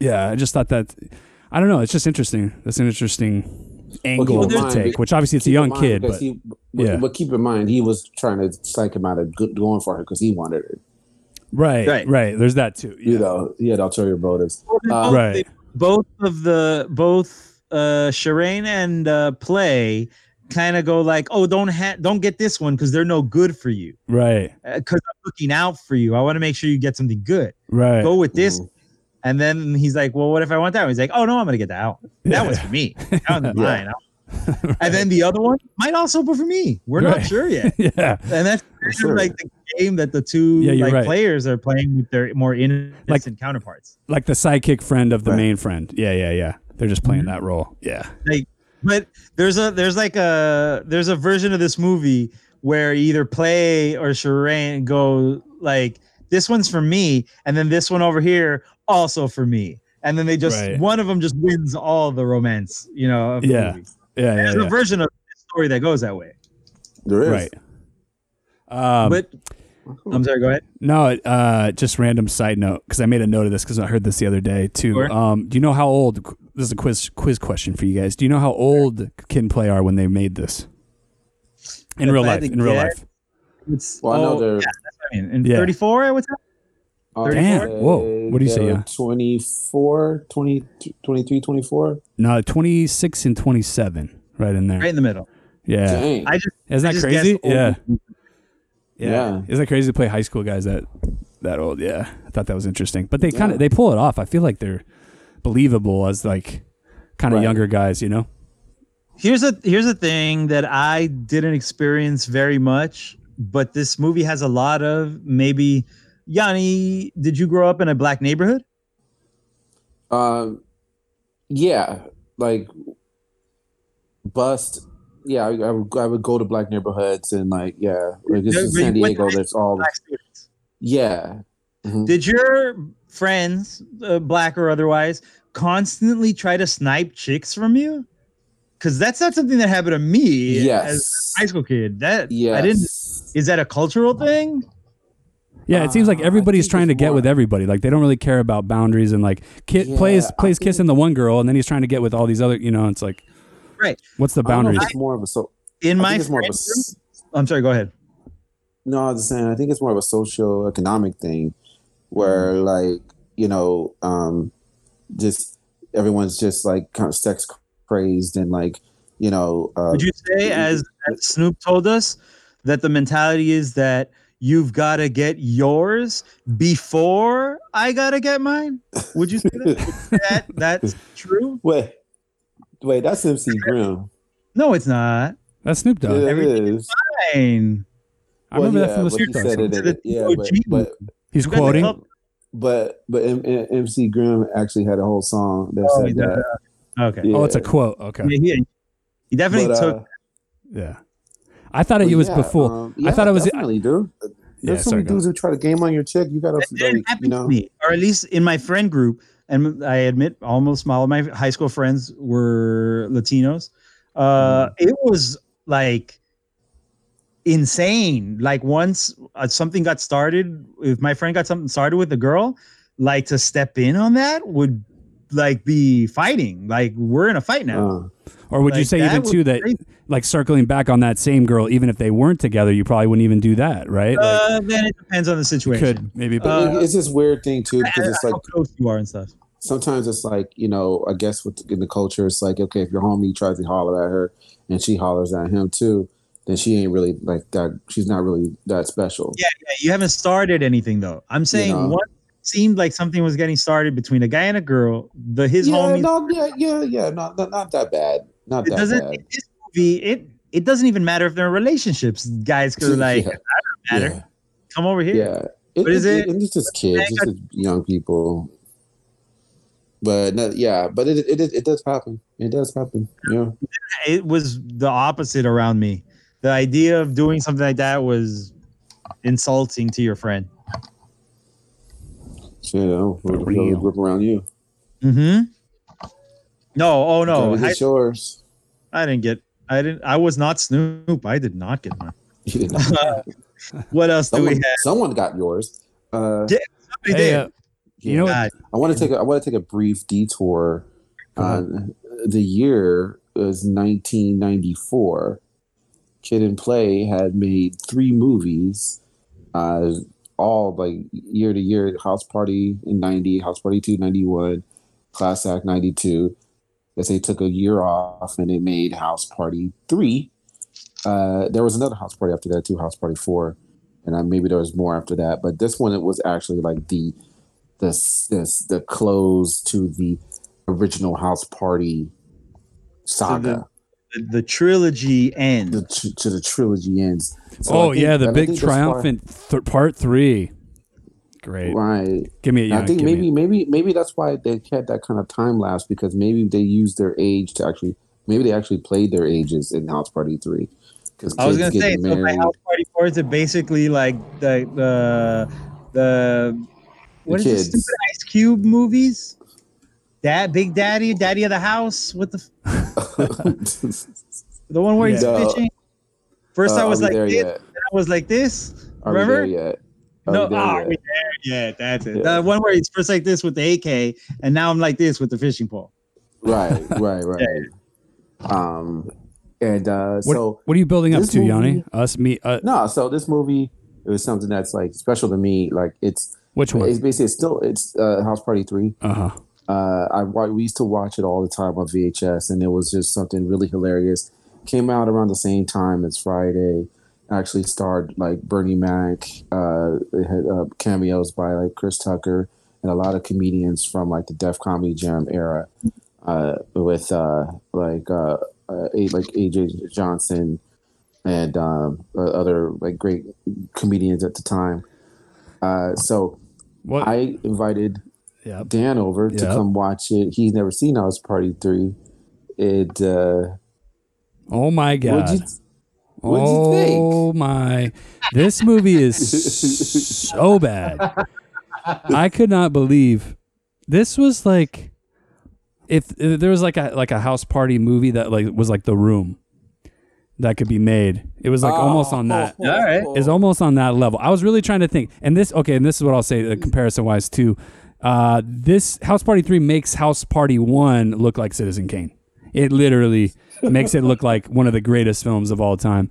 [SPEAKER 8] yeah I just thought that I don't know it's just interesting that's an interesting angle
[SPEAKER 7] keep in
[SPEAKER 8] to
[SPEAKER 7] mind-
[SPEAKER 8] take which obviously it's a
[SPEAKER 7] Keep in
[SPEAKER 8] young
[SPEAKER 7] mind,
[SPEAKER 8] kid
[SPEAKER 7] because
[SPEAKER 8] but
[SPEAKER 7] he,
[SPEAKER 8] yeah.
[SPEAKER 7] but keep in mind he was trying to psych him out of good, going for her because he wanted her.
[SPEAKER 8] right
[SPEAKER 9] Right.
[SPEAKER 8] right there's that too
[SPEAKER 7] You
[SPEAKER 8] yeah.
[SPEAKER 7] know, he had ulterior motives. Uh,
[SPEAKER 8] right
[SPEAKER 9] both of the both uh Shireen and uh play kind of go like oh don't ha- don't get this one because they're no good for you
[SPEAKER 8] right
[SPEAKER 9] because i'm looking out for you i want to make sure you get something good
[SPEAKER 8] right
[SPEAKER 9] go with this and then he's like well what if i want that one he's like oh no i'm gonna get that one
[SPEAKER 8] <laughs>
[SPEAKER 9] that one's for me that one's mine and then the other one might also be for me we're not
[SPEAKER 8] Right.
[SPEAKER 9] sure
[SPEAKER 8] <laughs>
[SPEAKER 9] yet
[SPEAKER 8] yeah
[SPEAKER 9] and that's kind of
[SPEAKER 7] sure.
[SPEAKER 9] like the game that the two
[SPEAKER 8] Yeah, you're
[SPEAKER 9] like
[SPEAKER 8] right.
[SPEAKER 9] players are playing with their more innocent
[SPEAKER 8] Like-
[SPEAKER 9] counterparts
[SPEAKER 8] like the sidekick friend of the
[SPEAKER 7] Right. Mm-hmm.
[SPEAKER 8] main friend yeah yeah yeah they're just playing that role yeah
[SPEAKER 9] but there's a there's like a there's a version of this movie where either play or Shireen go like this one's for me and then this one over here also for me and then they just
[SPEAKER 8] Right.
[SPEAKER 9] one of them just wins all the romance you know of the
[SPEAKER 8] Yeah,
[SPEAKER 9] movie.
[SPEAKER 8] yeah yeah,
[SPEAKER 9] there's
[SPEAKER 8] yeah.
[SPEAKER 9] a version of the story that goes that way
[SPEAKER 7] There is.
[SPEAKER 8] right um,
[SPEAKER 9] but I'm sorry go ahead
[SPEAKER 8] no uh, just random side note because i made a note of this because i heard this the other day too
[SPEAKER 9] Sure.
[SPEAKER 8] um, do you know how old this is a quiz quiz question for you guys do you know how old kin play are when they made this in
[SPEAKER 9] If
[SPEAKER 8] real
[SPEAKER 9] I had
[SPEAKER 8] life
[SPEAKER 9] to
[SPEAKER 8] in real
[SPEAKER 9] guess-
[SPEAKER 8] life
[SPEAKER 9] it's
[SPEAKER 7] Well, I know they're.
[SPEAKER 9] I mean, in
[SPEAKER 8] Yeah.
[SPEAKER 9] 34 I would say
[SPEAKER 7] uh,
[SPEAKER 8] Damn,
[SPEAKER 7] they-
[SPEAKER 8] whoa, what do you say,
[SPEAKER 7] they're
[SPEAKER 8] yeah?
[SPEAKER 7] 24, 20, 23, 24?
[SPEAKER 8] no 26 and 27 right in there
[SPEAKER 9] right in the middle
[SPEAKER 8] yeah
[SPEAKER 7] Dang.
[SPEAKER 9] I just I
[SPEAKER 8] isn't that
[SPEAKER 9] just
[SPEAKER 8] crazy
[SPEAKER 9] guessed old.
[SPEAKER 8] yeah. yeah
[SPEAKER 7] Yeah.
[SPEAKER 8] isn't that crazy to play high school guys that that old yeah i thought that was interesting but they kind
[SPEAKER 7] Yeah.
[SPEAKER 8] of they pull it off i feel like they're believable as like kind of
[SPEAKER 7] Right.
[SPEAKER 8] younger guys you know
[SPEAKER 9] Here's a here's a thing that I didn't experience very much, but this movie has a lot of maybe. Yanni, did you grow up in a black neighborhood?
[SPEAKER 7] Um, yeah, like bust. Yeah, I, I would I would go to black neighborhoods and like yeah, like this
[SPEAKER 9] Yeah,
[SPEAKER 7] is
[SPEAKER 9] but you
[SPEAKER 7] San
[SPEAKER 9] went to
[SPEAKER 7] Diego.
[SPEAKER 9] high
[SPEAKER 7] There's all
[SPEAKER 9] Black students.
[SPEAKER 7] yeah. Mhm.
[SPEAKER 9] Did your friends, uh, black or otherwise, constantly try to snipe chicks from you? Because that's not something that happened to me as
[SPEAKER 7] yes.
[SPEAKER 9] a high school kid. That
[SPEAKER 7] yes.
[SPEAKER 9] I didn't. Is that a cultural thing?
[SPEAKER 8] yeah it seems like
[SPEAKER 7] Uh, I
[SPEAKER 8] everybody's
[SPEAKER 7] think
[SPEAKER 8] trying to
[SPEAKER 7] it's
[SPEAKER 8] get with
[SPEAKER 7] more-
[SPEAKER 8] everybody like they don't really care about boundaries and like kid
[SPEAKER 7] Yeah,
[SPEAKER 8] plays
[SPEAKER 7] I
[SPEAKER 8] plays
[SPEAKER 7] think-
[SPEAKER 8] kissing the one girl and then he's trying to get with all these other you know it's like
[SPEAKER 9] Right.
[SPEAKER 8] what's the
[SPEAKER 7] Oh, I don't know if
[SPEAKER 8] boundaries
[SPEAKER 7] it's more of a so.
[SPEAKER 9] In
[SPEAKER 7] I
[SPEAKER 9] my
[SPEAKER 7] think it's more of a.
[SPEAKER 9] friend group-
[SPEAKER 7] s-
[SPEAKER 9] I'm sorry. Go ahead.
[SPEAKER 7] No, I was just saying. I think it's more of a socio-economic thing, where
[SPEAKER 9] Mm-hmm.
[SPEAKER 7] like you know, um, just everyone's just like kind of sex crazed and like you know. Uh,
[SPEAKER 9] Would you say, as, as Snoop told us, that the mentality is that you've got to get yours before I got to get mine? Would you say
[SPEAKER 7] <laughs>
[SPEAKER 9] that? that that's true?
[SPEAKER 7] Wait, wait, that's MC Grimm.
[SPEAKER 9] No, it's not.
[SPEAKER 8] that's snoop dogg
[SPEAKER 7] it
[SPEAKER 9] everything
[SPEAKER 7] is.
[SPEAKER 9] Fine.
[SPEAKER 8] i remember
[SPEAKER 7] Well,
[SPEAKER 8] that from
[SPEAKER 7] yeah,
[SPEAKER 8] the snoop
[SPEAKER 7] but he
[SPEAKER 8] dogg
[SPEAKER 7] said
[SPEAKER 8] song.
[SPEAKER 7] it-
[SPEAKER 9] song.
[SPEAKER 7] it- Yeah,
[SPEAKER 9] Oh,
[SPEAKER 7] but,
[SPEAKER 9] gee.
[SPEAKER 7] but
[SPEAKER 8] he's
[SPEAKER 9] You guys
[SPEAKER 8] quoting
[SPEAKER 9] help-
[SPEAKER 7] but but M- M- MC Grimm actually had a whole song that
[SPEAKER 9] Oh,
[SPEAKER 7] said
[SPEAKER 9] yeah.
[SPEAKER 7] that.
[SPEAKER 9] Okay.
[SPEAKER 8] oh it's a
[SPEAKER 7] Yeah.
[SPEAKER 8] quote okay
[SPEAKER 9] Yeah, he, he definitely
[SPEAKER 7] But, uh,
[SPEAKER 9] took.
[SPEAKER 8] yeah I thought it
[SPEAKER 7] Well,
[SPEAKER 8] was
[SPEAKER 7] yeah,
[SPEAKER 8] before.
[SPEAKER 7] um,
[SPEAKER 8] I
[SPEAKER 7] yeah,
[SPEAKER 8] thought it was.
[SPEAKER 7] definitely, dude. There's so
[SPEAKER 8] sorry,
[SPEAKER 7] many
[SPEAKER 8] go
[SPEAKER 7] dudes who try to game on your chick. You gotta,
[SPEAKER 9] It didn't
[SPEAKER 7] like,
[SPEAKER 9] happen
[SPEAKER 7] you know.
[SPEAKER 9] to me, or at least in my friend group. And I admit, almost all of my high school friends were Latinos. Uh,
[SPEAKER 7] Mm-hmm.
[SPEAKER 9] It was like insane. Like once uh, something got started, if my friend got something started with a girl, like to step in on that would like be fighting. Like we're in a fight now.
[SPEAKER 7] Uh,
[SPEAKER 8] Or would you
[SPEAKER 9] Like,
[SPEAKER 8] say
[SPEAKER 9] that
[SPEAKER 8] even
[SPEAKER 9] was
[SPEAKER 8] too that
[SPEAKER 9] crazy.
[SPEAKER 8] like circling back on that same girl, even if they weren't together, you probably wouldn't even do that, right? Like,
[SPEAKER 9] uh, then it depends on the situation.
[SPEAKER 8] could maybe.
[SPEAKER 7] but
[SPEAKER 9] Uh,
[SPEAKER 7] it's this weird thing too
[SPEAKER 9] And
[SPEAKER 7] because it's
[SPEAKER 9] how
[SPEAKER 7] like
[SPEAKER 9] close you are and stuff.
[SPEAKER 7] sometimes it's like you know i guess with in the culture it's like okay if your homie tries to holler at her and she hollers at him too then she ain't really like that she's not really that special
[SPEAKER 9] Yeah, yeah, you haven't started anything though. I'm saying
[SPEAKER 7] know.
[SPEAKER 9] one seemed like something was getting started between a guy and a girl. The his
[SPEAKER 7] yeah,
[SPEAKER 9] homies.
[SPEAKER 7] no, yeah yeah yeah not, not not that bad not
[SPEAKER 9] it
[SPEAKER 7] that
[SPEAKER 9] doesn't.
[SPEAKER 7] bad
[SPEAKER 9] in This movie, it it doesn't even matter if they're in relationships. Guys could like
[SPEAKER 7] <laughs> yeah,
[SPEAKER 9] matter.
[SPEAKER 7] yeah,
[SPEAKER 9] come over here.
[SPEAKER 7] yeah. It,
[SPEAKER 9] But is it-
[SPEAKER 7] and it's just kids it's just young people but no, yeah but it, it it does happen it does happen yeah
[SPEAKER 9] It was the opposite around me. The idea of doing something like that was insulting to your friend.
[SPEAKER 7] so you know, we're
[SPEAKER 8] real.
[SPEAKER 7] the group around you
[SPEAKER 9] Mm-hmm. No, oh no,
[SPEAKER 7] Gotta
[SPEAKER 9] I, <laughs>
[SPEAKER 7] get yours <laughs>
[SPEAKER 9] I didn't get. I didn't. I was not Snoop. I did not get mine.
[SPEAKER 7] You didn't
[SPEAKER 9] What else do we
[SPEAKER 7] Someone,
[SPEAKER 9] have?
[SPEAKER 7] someone got yours. Uh,
[SPEAKER 9] Yeah,
[SPEAKER 8] Hey,
[SPEAKER 9] Somebody did.
[SPEAKER 8] uh, you know,
[SPEAKER 9] God.
[SPEAKER 8] what?
[SPEAKER 7] I want to take. A, I want to take a brief detour. Uh, the year was 1994. Kid and Play had made three movies, uh, all like year to year. House Party in 90, House Party 2, 91, Class Act 92. As they took a year off and they made House Party 3. Uh, there was another House Party after that too, House Party 4. And I, maybe there was more after that, but this one it was actually like the the the, the close to the original House Party saga.
[SPEAKER 9] the, the trilogy ends.
[SPEAKER 7] the, tr- to the trilogy ends. So I
[SPEAKER 8] oh
[SPEAKER 7] think-
[SPEAKER 8] yeah, the
[SPEAKER 7] and I
[SPEAKER 8] big
[SPEAKER 7] think that's why-
[SPEAKER 8] triumphant th- part three. Great.
[SPEAKER 7] right?
[SPEAKER 8] Give me a
[SPEAKER 7] And
[SPEAKER 8] yeah,
[SPEAKER 7] I think
[SPEAKER 8] give me
[SPEAKER 7] maybe maybe maybe that's why they had that kind of time lapse because maybe they used their age to actually maybe they actually played their ages in House Party three. Because
[SPEAKER 9] I was gonna say, so by house party four is it basically like the the the what is the
[SPEAKER 7] kids.
[SPEAKER 9] stupid Ice Cube movies? Dad, Big Daddy, Daddy of the House, what the f-
[SPEAKER 7] <laughs>
[SPEAKER 9] the one where he's
[SPEAKER 7] Yeah. Uh,
[SPEAKER 9] fishing. First, I was like this, then I was like this.
[SPEAKER 7] Are
[SPEAKER 9] Remember?
[SPEAKER 7] we there yet? Are
[SPEAKER 9] No,
[SPEAKER 7] we there
[SPEAKER 9] ah,
[SPEAKER 7] yet?
[SPEAKER 9] are we there? yeah, that's it.
[SPEAKER 7] Yeah.
[SPEAKER 9] The one where he's first like this with the AK, and now I'm like this with the fishing pole.
[SPEAKER 7] right, right,
[SPEAKER 9] <laughs>
[SPEAKER 7] right. Um, and uh,
[SPEAKER 8] What,
[SPEAKER 7] so
[SPEAKER 8] what are you building up
[SPEAKER 7] this
[SPEAKER 8] to, Yanni?
[SPEAKER 7] movie-
[SPEAKER 8] Us, me, uh,
[SPEAKER 7] no, so this movie it was something that's like special to me. Like it's
[SPEAKER 8] which
[SPEAKER 7] it's
[SPEAKER 8] one?
[SPEAKER 7] basically it's still it's uh, House Party three.
[SPEAKER 8] Uh huh.
[SPEAKER 7] Uh, I wa- we used to watch it all the time on VHS, and it was just something really hilarious. Came out around the same time as Friday. Actually starred like Bernie Mac. Uh, it had uh, cameos by like Chris Tucker and a lot of comedians from like the Def Comedy Jam era. Uh, with uh, like uh, uh, A- like AJ Johnson and um, uh, other like great comedians at the time. Uh, so
[SPEAKER 8] What?
[SPEAKER 7] I invited
[SPEAKER 8] yeah.
[SPEAKER 7] Dan over to
[SPEAKER 8] Yeah.
[SPEAKER 7] come watch it. He's never seen House Party Three. It uh,
[SPEAKER 8] Oh my god.
[SPEAKER 7] what'd you, what'd you
[SPEAKER 8] oh my! This movie is so bad. I could not believe this was like if, if there was like a like a house party movie that like was like the room that could be made. It was like almost on that
[SPEAKER 9] Oh, All right.
[SPEAKER 8] is almost on that level. I was really trying to think, and this okay, and this is what I'll say uh, comparison wise too. Uh, this House Party Three makes House Party One look like Citizen Kane. It literally makes it look like one of the greatest films of all time.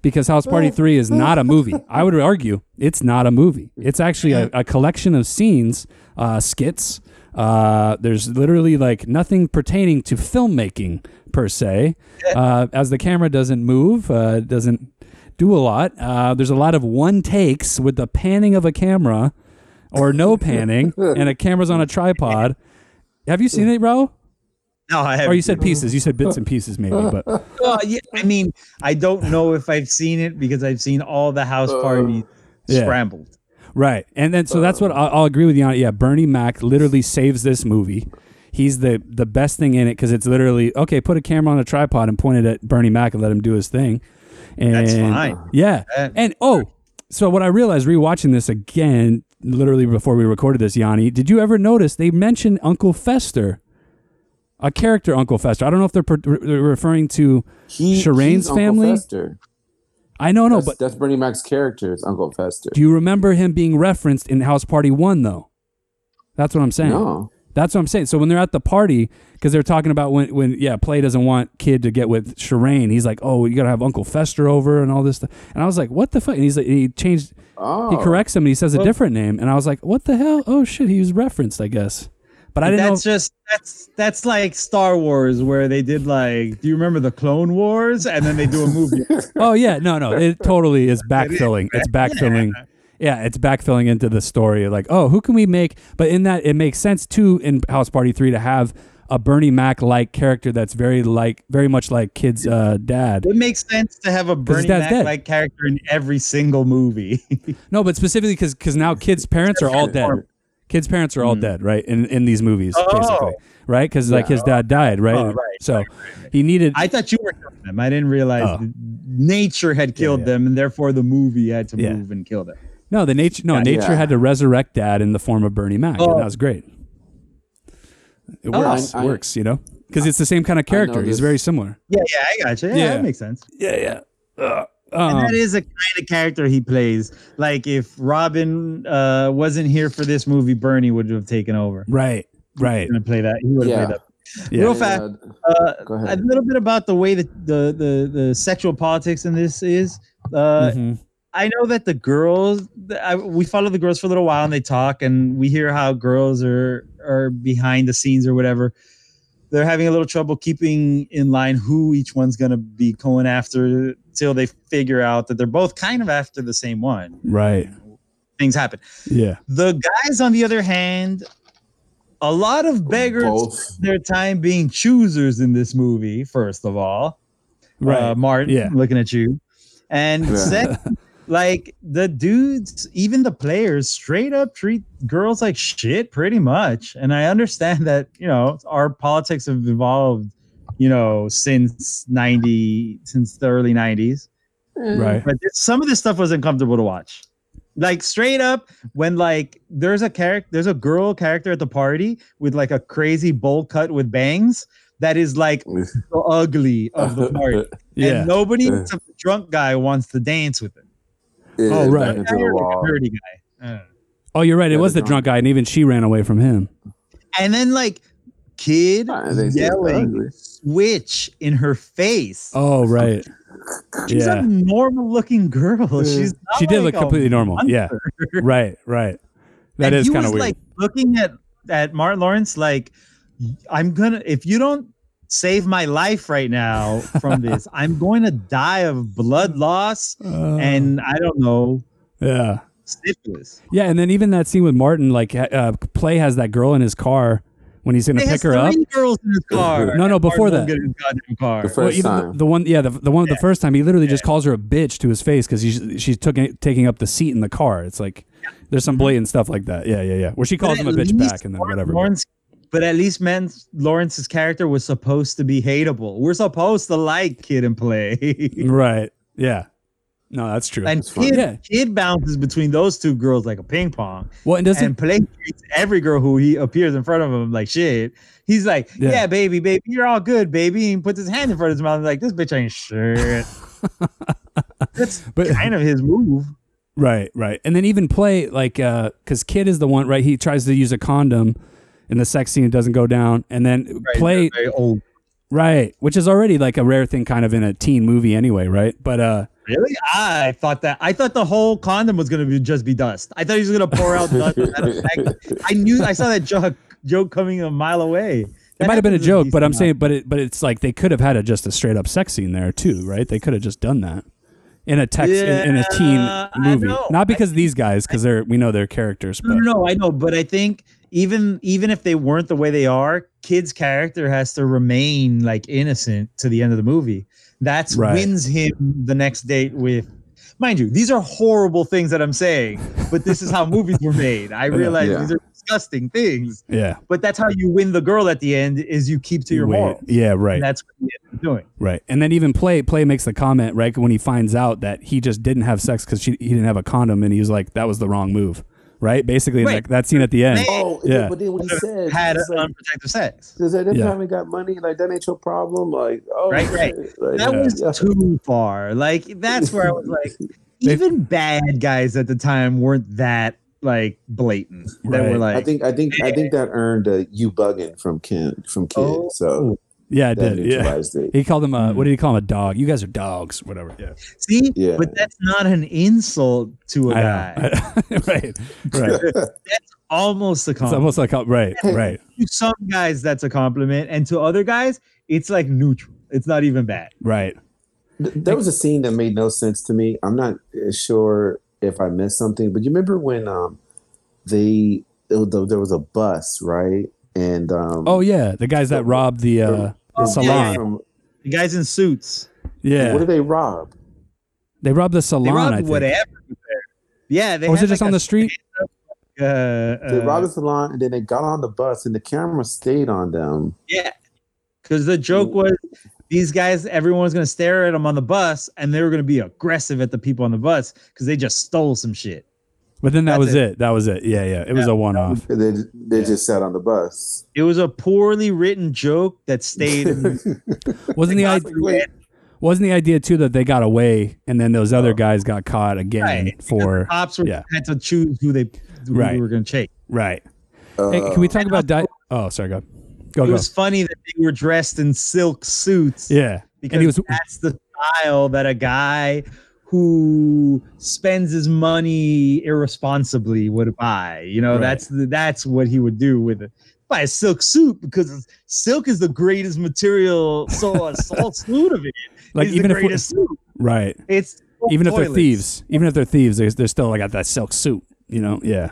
[SPEAKER 8] Because House Party 3 is not a movie. I would argue it's not a movie. It's actually a, a collection of scenes, uh, skits. Uh, there's literally like nothing pertaining to filmmaking per se. Uh, as the camera doesn't move, uh, it doesn't do a lot. Uh, there's a lot of one takes with the panning of a camera or no panning, and a camera's on a tripod. Have you seen it, Ro?
[SPEAKER 9] No, I have.
[SPEAKER 8] Or you said pieces. You said bits and pieces, maybe. But
[SPEAKER 9] Well, yeah, I mean, I don't know if I've seen it because I've seen all the
[SPEAKER 7] Uh,
[SPEAKER 9] house parties
[SPEAKER 8] yeah.
[SPEAKER 9] scrambled.
[SPEAKER 8] right, and then so that's
[SPEAKER 7] Um,
[SPEAKER 8] what I'll, I'll agree with you on. Yeah, Bernie Mac literally saves this movie. He's the the best thing in it because it's literally okay. Put a camera on a tripod and point it at Bernie Mac and let him do his thing. And
[SPEAKER 9] That's fine.
[SPEAKER 8] Yeah.
[SPEAKER 9] That-
[SPEAKER 8] And oh, so what I realized rewatching this again, literally before we recorded this, Yanni, did you ever notice they mentioned Uncle Fester? A character, Uncle Fester. I don't know if they're, per- re- referring to.
[SPEAKER 7] He,
[SPEAKER 8] Shireen's
[SPEAKER 7] he's Uncle
[SPEAKER 8] family?
[SPEAKER 7] Fester.
[SPEAKER 8] I don't know,
[SPEAKER 7] That's,
[SPEAKER 8] but
[SPEAKER 7] that's Bernie Mac's character. It's Uncle Fester.
[SPEAKER 8] do you remember him being referenced in House Party One though? That's what I'm saying.
[SPEAKER 7] no,
[SPEAKER 8] That's what I'm saying. So when they're at the party, because they're talking about when, when yeah, Play doesn't want Kid to get with Shireen. He's like, oh, you gotta have Uncle Fester over and all this stuff. And I was like, what the fuck? And he's like, he changed.
[SPEAKER 7] oh,
[SPEAKER 8] He corrects him and he says a different name. And I was like, what the hell? Oh shit, he was referenced, I guess. But I didn't
[SPEAKER 9] that's
[SPEAKER 8] know.
[SPEAKER 9] just that's that's like Star Wars where they did like do you remember the Clone Wars and then they do a
[SPEAKER 8] <laughs>
[SPEAKER 9] movie
[SPEAKER 8] oh yeah, no, no, it
[SPEAKER 9] <laughs>
[SPEAKER 8] totally is backfilling. It's backfilling. Yeah, it's backfilling into the story. Like, oh, who can we make? But in that, it makes sense too in House Party Three to have a Bernie Mac like character that's very like, very much like Kid's uh, dad.
[SPEAKER 9] it makes sense to have a Bernie
[SPEAKER 8] dad's
[SPEAKER 9] Mac like character in every single movie <laughs>
[SPEAKER 8] No, but specifically because now kids' parents are all dead. Kids' parents are all dead, right? In in these movies,
[SPEAKER 9] Mm-hmm. Oh.
[SPEAKER 8] basically, right? Because like his dad died, right?
[SPEAKER 9] Oh, right,
[SPEAKER 8] so he needed.
[SPEAKER 9] I thought you were killing them I didn't realize
[SPEAKER 8] Oh.
[SPEAKER 9] th- nature had killed
[SPEAKER 8] yeah.
[SPEAKER 9] them and therefore the movie had to
[SPEAKER 8] Yeah.
[SPEAKER 9] move and kill them
[SPEAKER 8] no, the nature. No, nature
[SPEAKER 7] yeah.
[SPEAKER 8] had to resurrect dad in the form of Bernie Mac,
[SPEAKER 9] Oh.
[SPEAKER 8] and that was great. It
[SPEAKER 9] Oh.
[SPEAKER 8] works.
[SPEAKER 7] I-
[SPEAKER 8] It
[SPEAKER 7] I-
[SPEAKER 8] works. You know, because it's the same kind of character. He's
[SPEAKER 7] this-
[SPEAKER 8] very similar. Uh,
[SPEAKER 9] yeah yeah I gotcha yeah,
[SPEAKER 8] Yeah. Um,
[SPEAKER 9] that makes sense
[SPEAKER 8] Yeah, yeah.
[SPEAKER 9] and that is a kind of character he plays like if Robin uh, wasn't here for this movie Bernie would have taken over
[SPEAKER 8] right, right.
[SPEAKER 9] gonna play that he would have
[SPEAKER 7] Yeah.
[SPEAKER 9] played that
[SPEAKER 8] Yeah.
[SPEAKER 9] real fast uh,
[SPEAKER 7] Go
[SPEAKER 9] a
[SPEAKER 7] ahead.
[SPEAKER 9] little bit about the way that the the, the sexual politics in this is. Uh,
[SPEAKER 8] Mhm.
[SPEAKER 9] I know that the girls, I, we follow the girls for a little while and they talk and we hear how girls are are behind the scenes or whatever. They're having a little trouble keeping in line who each one's gonna be going after till they figure out that they're both kind of after the same one.
[SPEAKER 8] Right.
[SPEAKER 9] Things happen.
[SPEAKER 8] Yeah.
[SPEAKER 9] The guys, on the other hand, a lot of beggars
[SPEAKER 7] Both.
[SPEAKER 9] their time being choosers in this movie, first of all.
[SPEAKER 8] Right.
[SPEAKER 7] um,
[SPEAKER 9] Uh, Martin,
[SPEAKER 8] Yeah.
[SPEAKER 9] looking at you. And
[SPEAKER 7] Yeah.
[SPEAKER 9] second, like the dudes, even the players, straight up treat girls like shit pretty much. And I understand that, you know, our politics have evolved, you know, since 90, since the early 90s.
[SPEAKER 8] right.
[SPEAKER 9] But this, some of this stuff was uncomfortable to watch. Like straight up, when like there's a character, there's a girl character at the party with like a crazy bowl cut with bangs that is like the ugly of the party,
[SPEAKER 8] Yeah.
[SPEAKER 9] and nobody except the drunk guy wants to dance with him.
[SPEAKER 8] Oh, right.
[SPEAKER 7] Back into
[SPEAKER 9] Guy
[SPEAKER 7] the
[SPEAKER 9] or the
[SPEAKER 7] wall.
[SPEAKER 9] nerdy guy. I don't know.
[SPEAKER 8] oh, you're right. It
[SPEAKER 7] Yeah,
[SPEAKER 8] was
[SPEAKER 7] the
[SPEAKER 8] the drunk guy, and even she ran away from him.
[SPEAKER 9] And then like kid
[SPEAKER 7] Ah, they said
[SPEAKER 9] yelling
[SPEAKER 7] ugly.
[SPEAKER 9] switch in her face.
[SPEAKER 7] <laughs>
[SPEAKER 8] Oh, right.
[SPEAKER 9] She's
[SPEAKER 8] yeah.
[SPEAKER 9] a normal looking girl. She's not
[SPEAKER 8] She did
[SPEAKER 9] like
[SPEAKER 8] look
[SPEAKER 9] a
[SPEAKER 8] completely normal. Yeah.
[SPEAKER 9] monster.
[SPEAKER 8] Right. Right. That
[SPEAKER 9] And
[SPEAKER 8] is
[SPEAKER 9] he
[SPEAKER 8] kind of
[SPEAKER 9] was, Like
[SPEAKER 8] weird.
[SPEAKER 9] looking at at Martin Lawrence, like I'm gonna if you don't save my life right now
[SPEAKER 8] <laughs>
[SPEAKER 9] from this, I'm going to die of blood loss
[SPEAKER 8] Uh,
[SPEAKER 9] and I don't know
[SPEAKER 8] yeah.
[SPEAKER 9] syphilis.
[SPEAKER 8] Yeah, and then even that scene with Martin, like ha- uh, Play has that girl in his car when he's gonna
[SPEAKER 9] They
[SPEAKER 8] pick
[SPEAKER 9] has
[SPEAKER 8] her up.
[SPEAKER 9] three girls in his car.
[SPEAKER 8] No, no,
[SPEAKER 9] and
[SPEAKER 8] before
[SPEAKER 9] Martin
[SPEAKER 8] that.
[SPEAKER 9] won't get in his goddamn car.
[SPEAKER 7] The first
[SPEAKER 8] even
[SPEAKER 7] time.
[SPEAKER 8] The, the one, yeah, the, the one the first time, he literally just calls her a bitch to his face because she's she's took, taking up the seat in the car. It's like there's some blatant stuff like that. Yeah, yeah, yeah. Where she
[SPEAKER 9] Mm-hmm. But
[SPEAKER 8] calls him a
[SPEAKER 9] at
[SPEAKER 8] bitch
[SPEAKER 9] least
[SPEAKER 8] back and then
[SPEAKER 9] Martin
[SPEAKER 8] whatever.
[SPEAKER 9] Lawrence- but at least man, Lawrence's character was supposed to be hateable. We're supposed to like Kid and
[SPEAKER 8] <laughs>
[SPEAKER 9] Play. <laughs>
[SPEAKER 8] Right. Yeah. No, that's true.
[SPEAKER 9] and
[SPEAKER 7] funny.
[SPEAKER 9] Kid,
[SPEAKER 8] Yeah.
[SPEAKER 9] Kid bounces between those two girls like a ping pong.
[SPEAKER 8] well, and
[SPEAKER 9] and
[SPEAKER 8] doesn't
[SPEAKER 9] play treats every girl who he appears in front of him like shit. He's like,
[SPEAKER 8] Yeah.
[SPEAKER 9] yeah, baby, baby, you're all good, baby. And puts his hand in front of his mouth and like, this bitch ain't
[SPEAKER 8] <laughs>
[SPEAKER 9] shit. That's
[SPEAKER 8] But-
[SPEAKER 9] kind of his move.
[SPEAKER 8] <laughs> Right, right. And then even play like uh cuz kid is the one right he tries to use a condom in the sex scene it doesn't go down and then play
[SPEAKER 9] Very old.
[SPEAKER 8] right, which is already like a rare thing kind of in a teen movie anyway, right? But uh
[SPEAKER 9] Really? I thought that. I thought the whole condom was gonna be just be dust. I thought he was gonna pour out dust. out of the bag. I knew. I saw that joke joke coming a mile away.
[SPEAKER 8] it
[SPEAKER 9] That
[SPEAKER 8] might have been a
[SPEAKER 9] happens in
[SPEAKER 8] joke,
[SPEAKER 9] these
[SPEAKER 8] but I'm
[SPEAKER 9] things.
[SPEAKER 8] saying but it but it's like they could have had a, just a straight up sex scene there too, right? They could have just done that. In a text in, in a
[SPEAKER 9] Yeah, I
[SPEAKER 8] teen movie,
[SPEAKER 9] know.
[SPEAKER 8] not because these guys, because they're we know their characters,
[SPEAKER 9] No,
[SPEAKER 8] but
[SPEAKER 9] no, no, I know, but I think even even if they weren't the way they are, kid's character has to remain like innocent to the end of the movie. That's
[SPEAKER 8] Right.
[SPEAKER 9] wins him the next date with. mind you, these are horrible things that I'm saying, but this is how movies were made.
[SPEAKER 8] <laughs>
[SPEAKER 9] I realize
[SPEAKER 7] yeah.
[SPEAKER 9] these are disgusting things,
[SPEAKER 8] Yeah.
[SPEAKER 9] but that's how you win the girl at the end is you keep to your
[SPEAKER 8] Wait.
[SPEAKER 9] morals.
[SPEAKER 8] Yeah, right.
[SPEAKER 9] And that's what he ends up doing.
[SPEAKER 8] Right. And then even play play makes the comment right when he finds out that he just didn't have sex because she he didn't have a condom and he was like that was the wrong move. Right. Basically
[SPEAKER 9] Right.
[SPEAKER 8] like that scene at the end.
[SPEAKER 10] Oh,
[SPEAKER 8] Yeah.
[SPEAKER 10] but then when he said,
[SPEAKER 9] Had
[SPEAKER 10] it's like,
[SPEAKER 9] unprotected sex.
[SPEAKER 10] does that
[SPEAKER 8] Yeah.
[SPEAKER 10] time he got money? Like that ain't your problem. Like, oh,
[SPEAKER 9] Right, right.
[SPEAKER 10] shit, like,
[SPEAKER 9] That
[SPEAKER 8] Yeah.
[SPEAKER 9] was too far. Like that's where I was like,
[SPEAKER 8] <laughs> They-
[SPEAKER 9] even bad guys at the time weren't that like blatant. That
[SPEAKER 8] Right.
[SPEAKER 9] were like,
[SPEAKER 7] I think I think I think that earned a you bugging from Ken from Kid.
[SPEAKER 9] Oh.
[SPEAKER 7] so
[SPEAKER 8] Yeah, it
[SPEAKER 7] that
[SPEAKER 8] did. Yeah.
[SPEAKER 7] neutralized it.
[SPEAKER 8] He called him a
[SPEAKER 9] Mm.
[SPEAKER 8] what did he call him a dog? You guys are dogs, whatever. Yeah.
[SPEAKER 9] see,
[SPEAKER 7] Yeah.
[SPEAKER 9] but that's not an insult to a
[SPEAKER 8] I
[SPEAKER 9] guy.
[SPEAKER 8] know. <laughs> right. Right.
[SPEAKER 9] <laughs> Almost a
[SPEAKER 8] it's
[SPEAKER 9] compliment.
[SPEAKER 8] almost like a- right, right.
[SPEAKER 9] to some guys that's a compliment, and to other guys, it's like neutral. It's not even bad.
[SPEAKER 8] Right.
[SPEAKER 7] Th- There was a scene that made no sense to me. I'm not uh, sure if I missed something, but you remember when um they it was- there was a bus right and um
[SPEAKER 8] Oh yeah. The guys that robbed
[SPEAKER 9] <laughs>
[SPEAKER 8] the uh
[SPEAKER 9] Oh,
[SPEAKER 7] yeah,
[SPEAKER 8] the salon.
[SPEAKER 7] from-
[SPEAKER 9] The guys in suits,
[SPEAKER 8] Yeah.
[SPEAKER 7] what did they rob?
[SPEAKER 8] They robbed the
[SPEAKER 9] they
[SPEAKER 8] salon, I
[SPEAKER 9] robbed
[SPEAKER 8] think.
[SPEAKER 9] whatever. was there. Yeah, they
[SPEAKER 8] Or was
[SPEAKER 9] had
[SPEAKER 8] it just
[SPEAKER 9] like
[SPEAKER 8] on
[SPEAKER 9] a-
[SPEAKER 8] the street?
[SPEAKER 9] Uh,
[SPEAKER 7] They
[SPEAKER 9] uh,
[SPEAKER 7] robbed the salon and then they got on the bus and the camera stayed on them.
[SPEAKER 9] Yeah. Because the joke was these guys, everyone was going to stare at them on the bus and they were going to be aggressive at the people on the bus because they just stole some shit.
[SPEAKER 8] But then that
[SPEAKER 9] That's
[SPEAKER 8] was
[SPEAKER 9] it.
[SPEAKER 8] it. That was it. Yeah, yeah. It was a
[SPEAKER 9] <laughs>
[SPEAKER 8] one off.
[SPEAKER 7] And They they just sat on the bus.
[SPEAKER 9] It was a poorly written joke that stayed. in-
[SPEAKER 8] <laughs> Wasn't the idea
[SPEAKER 7] Wait,
[SPEAKER 8] Wasn't the idea too that they got away and then those other guys got caught again
[SPEAKER 9] Oh. Right. uh,
[SPEAKER 8] for
[SPEAKER 9] cops were,
[SPEAKER 8] Yeah.
[SPEAKER 9] had to choose who they who
[SPEAKER 8] Right.
[SPEAKER 9] they were going to chase.
[SPEAKER 8] right? Hey, can we talk about di- Oh, sorry, go go
[SPEAKER 9] It
[SPEAKER 8] go.
[SPEAKER 9] was funny that they were dressed in silk suits.
[SPEAKER 8] yeah,
[SPEAKER 9] because
[SPEAKER 8] and he was
[SPEAKER 9] that's the style that a guy who spends his money irresponsibly would buy. You know,
[SPEAKER 8] Right.
[SPEAKER 9] that's the, that's what he would do with it. Buy a silk suit because silk is the greatest material. So
[SPEAKER 8] <laughs>
[SPEAKER 9] a salt suit of it
[SPEAKER 8] like
[SPEAKER 9] is
[SPEAKER 8] even
[SPEAKER 9] the
[SPEAKER 8] if we
[SPEAKER 9] greatest suit.
[SPEAKER 8] right,
[SPEAKER 9] It's
[SPEAKER 7] Oh,
[SPEAKER 8] even if they're
[SPEAKER 9] toilets.
[SPEAKER 8] thieves, even if they're thieves, they're, they're still like got that silk suit, you know? Yeah,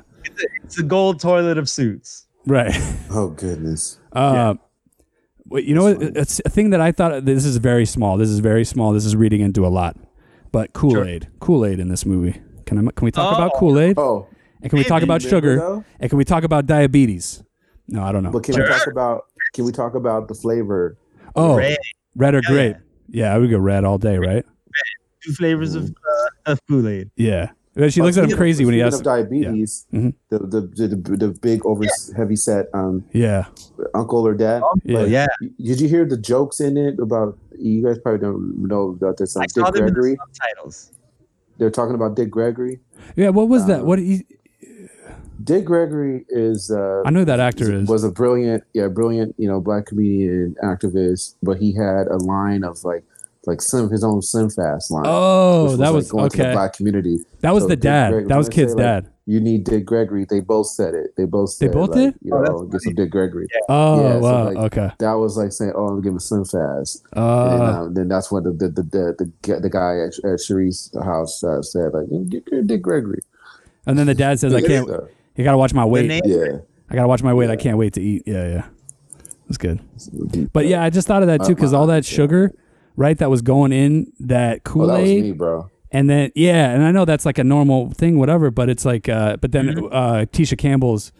[SPEAKER 9] It's the gold toilet of suits.
[SPEAKER 8] right. <laughs>
[SPEAKER 7] Oh goodness.
[SPEAKER 8] Uh, Wait, you know what? It's a thing that I thought. This is very small. This is very small. This is reading into a lot, but Kool Aid, Kool Aid in this movie. Can I? Can we talk about
[SPEAKER 9] Oh.
[SPEAKER 8] Kool Aid?
[SPEAKER 7] Oh,
[SPEAKER 8] And can we talk about
[SPEAKER 7] remember
[SPEAKER 8] sugar?
[SPEAKER 7] though?
[SPEAKER 8] And can we talk about diabetes? No, I don't know.
[SPEAKER 7] but can we talk about can we talk about the flavor?
[SPEAKER 8] Oh,
[SPEAKER 9] Red,
[SPEAKER 8] red, or
[SPEAKER 9] Hell yeah.
[SPEAKER 8] grape? Yeah. I would go red all day, right?
[SPEAKER 9] two flavors of, uh, of Kool Aid.
[SPEAKER 8] Yeah. But she
[SPEAKER 7] Oh,
[SPEAKER 8] looks at him
[SPEAKER 7] speaking of-
[SPEAKER 8] crazy when he
[SPEAKER 7] speaking
[SPEAKER 8] asks.
[SPEAKER 7] of diabetes.
[SPEAKER 8] Mhm.
[SPEAKER 7] The, the, the the the big over heavy set um
[SPEAKER 8] yeah,
[SPEAKER 7] uncle or dad.
[SPEAKER 8] Yeah.
[SPEAKER 9] But Oh, yeah,
[SPEAKER 7] Did you hear the jokes in it about? You guys probably don't know about this. Um,
[SPEAKER 9] I saw
[SPEAKER 7] Dick
[SPEAKER 9] them in
[SPEAKER 7] Gregory.
[SPEAKER 9] the subtitles.
[SPEAKER 7] They're talking about Dick Gregory.
[SPEAKER 8] yeah. What was that?
[SPEAKER 7] Um,
[SPEAKER 8] What? He,
[SPEAKER 7] Dick Gregory is. Uh,
[SPEAKER 8] I know who that actor is.
[SPEAKER 7] was a brilliant, yeah, brilliant, you know, black comedian activist, but he had a line of like, like some his own SlimFast line.
[SPEAKER 8] oh,
[SPEAKER 7] which
[SPEAKER 8] that
[SPEAKER 7] like,
[SPEAKER 8] was
[SPEAKER 7] going to the
[SPEAKER 8] okay.
[SPEAKER 7] black community.
[SPEAKER 8] That was
[SPEAKER 7] so
[SPEAKER 8] the
[SPEAKER 7] Dick
[SPEAKER 8] dad.
[SPEAKER 7] Gregory-
[SPEAKER 8] that was
[SPEAKER 7] when I
[SPEAKER 8] kid's
[SPEAKER 7] say, like,
[SPEAKER 8] dad.
[SPEAKER 7] You need Dick Gregory. They both said it. They both
[SPEAKER 8] They
[SPEAKER 7] said
[SPEAKER 8] both
[SPEAKER 7] like,
[SPEAKER 8] did?
[SPEAKER 7] You
[SPEAKER 9] Oh, that's
[SPEAKER 7] know, get some Dick Gregory.
[SPEAKER 8] oh
[SPEAKER 7] yeah, so,
[SPEAKER 8] wow.
[SPEAKER 7] like,
[SPEAKER 8] okay.
[SPEAKER 7] That was like saying, "Oh, I'm giving Slim Fast." and then,
[SPEAKER 8] Uh,
[SPEAKER 7] um, then that's when the the the the, the, gu- the guy at, at Cherie's house uh, said, "Like Dick, Dick Gregory."
[SPEAKER 8] and then the dad says, "I can't.
[SPEAKER 7] So,
[SPEAKER 8] You gotta watch my
[SPEAKER 9] The
[SPEAKER 8] weight.
[SPEAKER 9] name-
[SPEAKER 7] yeah.
[SPEAKER 8] I gotta watch my weight. I can't wait to eat." Yeah, yeah. That's good.
[SPEAKER 7] Deep
[SPEAKER 8] But
[SPEAKER 7] cut.
[SPEAKER 8] yeah, I just thought of that too because all that sugar, right? That was going in that
[SPEAKER 7] Uh, oh,
[SPEAKER 8] Kool
[SPEAKER 7] that was
[SPEAKER 8] Aid.
[SPEAKER 7] me, bro.
[SPEAKER 8] And then yeah, and I know that's like a normal thing, whatever. But it's like, uh, but then
[SPEAKER 7] Mm-hmm.
[SPEAKER 8] uh, Tisha Campbell's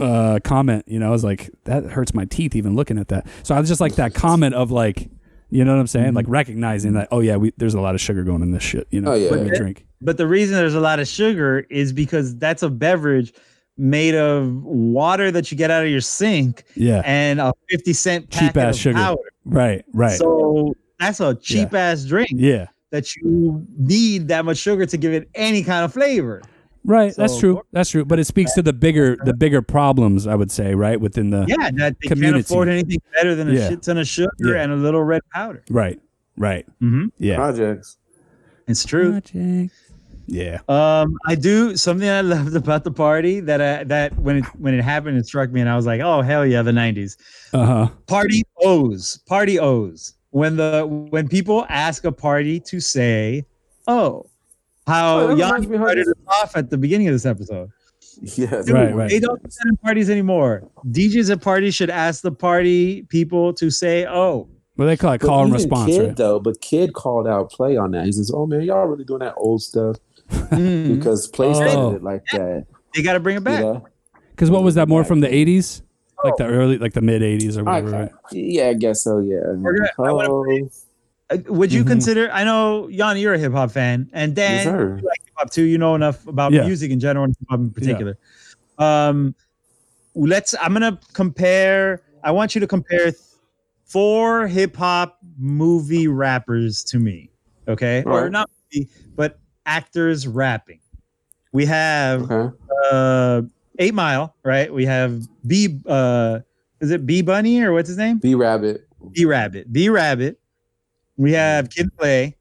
[SPEAKER 8] uh, comment, you know, I was like, that hurts my teeth even looking at that. So I was just like
[SPEAKER 7] <laughs>
[SPEAKER 8] that comment of like, you know what I'm saying,
[SPEAKER 7] Mm-hmm.
[SPEAKER 8] like recognizing that, oh yeah, we, there's a lot of sugar going in this shit, you know,
[SPEAKER 7] Oh, yeah.
[SPEAKER 8] that we
[SPEAKER 7] But-
[SPEAKER 8] drink.
[SPEAKER 9] But the reason there's a lot of sugar is because that's a beverage made of water that you get out of your sink
[SPEAKER 8] Yeah,
[SPEAKER 9] and a 50 cent packet
[SPEAKER 8] Cheap ass
[SPEAKER 9] of
[SPEAKER 8] sugar.
[SPEAKER 9] powder.
[SPEAKER 8] right, right.
[SPEAKER 9] So that's a cheap ass drink
[SPEAKER 8] yeah,
[SPEAKER 9] that you need that much sugar to give it any kind of flavor.
[SPEAKER 8] right. that's
[SPEAKER 9] So-
[SPEAKER 8] true. That's true. But it speaks to the bigger, the bigger problems, I would say, right within the
[SPEAKER 9] Yeah, that they
[SPEAKER 8] Uh, Community.
[SPEAKER 9] can't afford anything better than a
[SPEAKER 8] Yeah.
[SPEAKER 9] shit ton of sugar
[SPEAKER 8] Yeah.
[SPEAKER 9] and a little red powder.
[SPEAKER 8] right, right.
[SPEAKER 9] Mm-hmm.
[SPEAKER 8] Yeah,
[SPEAKER 7] Projects. <laughs>
[SPEAKER 9] It's true.
[SPEAKER 8] yeah.
[SPEAKER 9] Um, I do something I <laughs> loved about the party that I, that when it when it happened, it struck me, and I was like, "Oh hell yeah, the '90s."
[SPEAKER 8] Uh huh.
[SPEAKER 9] party O's. Party O's. When the when people ask a party to say, "Oh,
[SPEAKER 7] Oh,
[SPEAKER 9] how
[SPEAKER 7] that
[SPEAKER 9] Yanni
[SPEAKER 7] reminds me how
[SPEAKER 9] started
[SPEAKER 7] this-
[SPEAKER 9] us off at the beginning of this episode."
[SPEAKER 7] Yes.
[SPEAKER 9] Dude,
[SPEAKER 8] Right, right.
[SPEAKER 9] They don't do that in parties anymore. DJs at parties should ask the party people to say, "Oh,
[SPEAKER 8] What do they call it? Call and
[SPEAKER 7] even
[SPEAKER 8] response,
[SPEAKER 7] Kid,
[SPEAKER 8] right?
[SPEAKER 7] Though, but Kid called out Play on that. He says, "Oh man, y'all really doing that old stuff because Play
[SPEAKER 8] Oh.
[SPEAKER 7] started it like that."
[SPEAKER 9] They got to bring it
[SPEAKER 7] You
[SPEAKER 9] back.
[SPEAKER 7] know?
[SPEAKER 8] Because what was that more from the 80s? Like the early, like the mid 80s or whatever, right?
[SPEAKER 7] Yeah, I guess so. Yeah.
[SPEAKER 9] gonna- I wanna
[SPEAKER 7] Oh,
[SPEAKER 9] Uh, Would you
[SPEAKER 8] Mhm.
[SPEAKER 9] consider? I know, Yanni, you're a hip hop fan, and
[SPEAKER 7] Mm-hmm.
[SPEAKER 9] Dan,
[SPEAKER 7] yes, sir.
[SPEAKER 9] you like hip hop too. You know enough about
[SPEAKER 8] Yeah.
[SPEAKER 9] music in general and hip hop in particular. Um, let's. I'm gonna compare. I want you to compare th- four hip hop movie rappers to me. Okay,
[SPEAKER 7] All
[SPEAKER 9] or
[SPEAKER 7] right.
[SPEAKER 9] not movie, but actors rapping. We have
[SPEAKER 7] Okay.
[SPEAKER 9] uh, Eight Mile, right? We have B. Uh, is it B Bunny or what's his name?
[SPEAKER 7] B Rabbit.
[SPEAKER 9] B Rabbit. B Rabbit. We have Kid Play.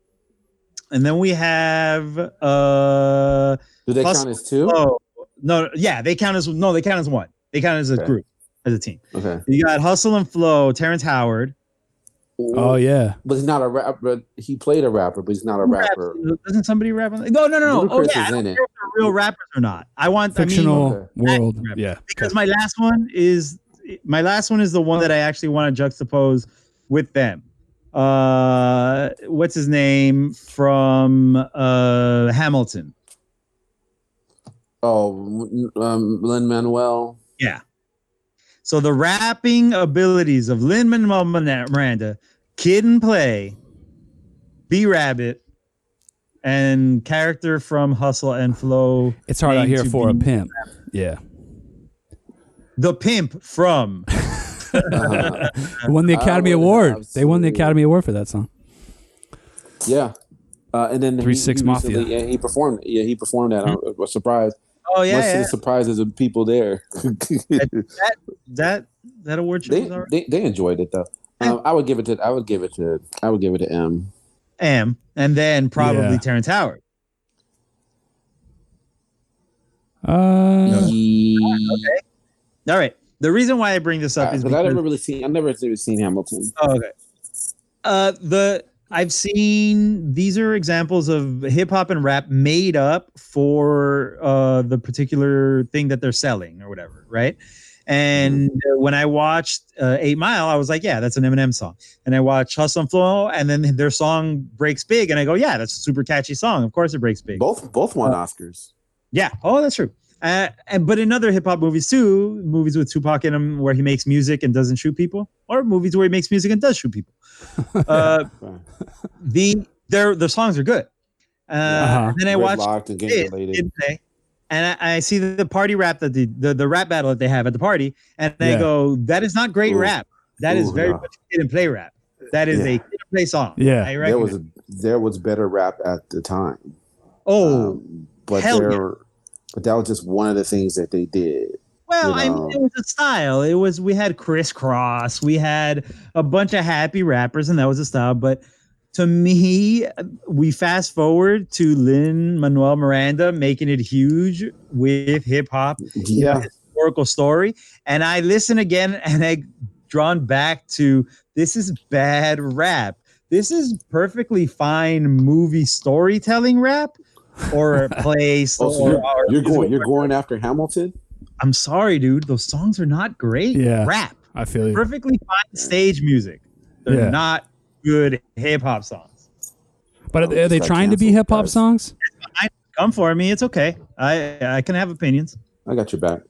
[SPEAKER 9] And then we have uh
[SPEAKER 7] Do they
[SPEAKER 9] Plus-
[SPEAKER 7] count as two?
[SPEAKER 9] oh no yeah they count as no they count as one they count as a
[SPEAKER 7] Okay.
[SPEAKER 9] group as a team
[SPEAKER 7] Okay.
[SPEAKER 9] you got hustle and flow Terrence Howard
[SPEAKER 8] Oh, yeah.
[SPEAKER 7] But he's not a rapper. He played a rapper, but he's not a
[SPEAKER 9] Who raps?
[SPEAKER 7] rapper.
[SPEAKER 9] doesn't somebody rap on no no no no oh
[SPEAKER 7] Ludacris
[SPEAKER 9] yeah I
[SPEAKER 7] is
[SPEAKER 9] don't
[SPEAKER 7] in it.
[SPEAKER 9] care if they're real rappers or not I want I mean,
[SPEAKER 8] Fictional world.
[SPEAKER 9] Actor.
[SPEAKER 8] Yeah.
[SPEAKER 9] because my last one is my last one is the
[SPEAKER 7] Oh.
[SPEAKER 9] one that I actually want to juxtapose with them. Uh, what's his name from uh Hamilton?
[SPEAKER 7] Oh, um, Lin Manuel.
[SPEAKER 9] Yeah. So the rapping abilities of Lin Manuel Miranda, Kid and Play, B Rabbit, and character from Hustle and Flow,
[SPEAKER 8] It's hard out
[SPEAKER 9] Name
[SPEAKER 8] here
[SPEAKER 9] to
[SPEAKER 8] for a
[SPEAKER 9] be-
[SPEAKER 8] pimp. Yeah.
[SPEAKER 9] the pimp from. <laughs>
[SPEAKER 7] Uh,
[SPEAKER 8] won the
[SPEAKER 7] I
[SPEAKER 8] Academy
[SPEAKER 7] would
[SPEAKER 8] Award.
[SPEAKER 7] have
[SPEAKER 8] They won the
[SPEAKER 7] to-
[SPEAKER 8] Academy Award for that song.
[SPEAKER 7] yeah. Uh, and then
[SPEAKER 8] Three
[SPEAKER 7] he-
[SPEAKER 8] Six
[SPEAKER 7] he recently-
[SPEAKER 8] Mafia.
[SPEAKER 7] Yeah, he performed. Yeah, he performed uh, that. I was surprised.
[SPEAKER 9] Hmm. Oh yeah,
[SPEAKER 7] Must see
[SPEAKER 9] yeah.
[SPEAKER 7] the surprises of people there. <laughs>
[SPEAKER 9] that that award show
[SPEAKER 7] they,
[SPEAKER 9] was alright. Hmm.
[SPEAKER 7] they they enjoyed it though. Um, I would give it to I would give it to I would give it to M.
[SPEAKER 9] M, and then probably
[SPEAKER 8] Yeah.
[SPEAKER 9] Terrence Howard. Hmm.
[SPEAKER 8] Uh,
[SPEAKER 7] okay.
[SPEAKER 9] All right. The reason why I bring this up is
[SPEAKER 7] Uh, I
[SPEAKER 9] because
[SPEAKER 7] never really seen I never really seen Hamilton.
[SPEAKER 9] Oh, okay. Uh, the I've seen these are examples of hip hop and rap made up for uh, the particular thing that they're selling or whatever, right? And uh, when I watched uh, Eight Mile, I was like, "Yeah, that's an Eminem song." And I watched Hustle and Flow, and then their song breaks big, and I go, "Yeah, that's a super catchy song. Of course, it breaks big."
[SPEAKER 7] Both both won Oscars.
[SPEAKER 9] Yeah. Oh, that's true. Uh, and but in other hip hop movies too, movies with Tupac in them where he makes music and doesn't shoot people, or movies where he makes music and does shoot
[SPEAKER 8] <laughs>
[SPEAKER 9] people. Uh, the their their songs are good. Uh,
[SPEAKER 8] Uh-huh.
[SPEAKER 9] Then I watched
[SPEAKER 7] Locked and
[SPEAKER 9] Kid,
[SPEAKER 7] game related.
[SPEAKER 9] Kid Play, and I, I see the, the party rap that the, the the rap battle that they have at the party, and I
[SPEAKER 8] Yeah.
[SPEAKER 9] go, that is not great
[SPEAKER 7] Ooh.
[SPEAKER 9] rap. That is
[SPEAKER 7] Ooh,
[SPEAKER 9] very
[SPEAKER 7] yeah.
[SPEAKER 9] much kid and play rap. That is
[SPEAKER 7] Yeah.
[SPEAKER 9] a kid and play song.
[SPEAKER 8] Yeah.
[SPEAKER 9] I
[SPEAKER 7] There was
[SPEAKER 9] recognize-
[SPEAKER 7] a, there was better rap at the time.
[SPEAKER 9] oh,
[SPEAKER 7] Um, but
[SPEAKER 9] hell
[SPEAKER 7] there but that was just one of the things that they did.
[SPEAKER 9] Well,
[SPEAKER 7] you
[SPEAKER 9] I
[SPEAKER 7] know.
[SPEAKER 9] mean, it was a style. It was we had crisscross, we had a bunch of happy rappers, and that was a style. But to me, we fast forward to Lin Manuel Miranda making it huge with hip hop
[SPEAKER 7] Yeah.
[SPEAKER 9] historical story, and I listen again, <laughs> and I drawn back to this is bad rap. This is perfectly fine movie storytelling rap, or
[SPEAKER 7] <laughs>
[SPEAKER 9] play.
[SPEAKER 7] Oh, so you're,
[SPEAKER 9] or-
[SPEAKER 7] you're going you're going after Hamilton?
[SPEAKER 9] I'm sorry, dude. Those songs are not great.
[SPEAKER 8] Yeah.
[SPEAKER 9] Rap.
[SPEAKER 8] I feel you.
[SPEAKER 9] Perfectly fine stage music. They're
[SPEAKER 8] Yeah.
[SPEAKER 9] not good hip hop songs.
[SPEAKER 8] But are they, are they
[SPEAKER 7] Got
[SPEAKER 8] trying to be
[SPEAKER 7] canceled,
[SPEAKER 8] hip hop
[SPEAKER 7] guys.
[SPEAKER 8] songs?
[SPEAKER 9] Come for me. It's okay. I I can have opinions.
[SPEAKER 7] I got your back.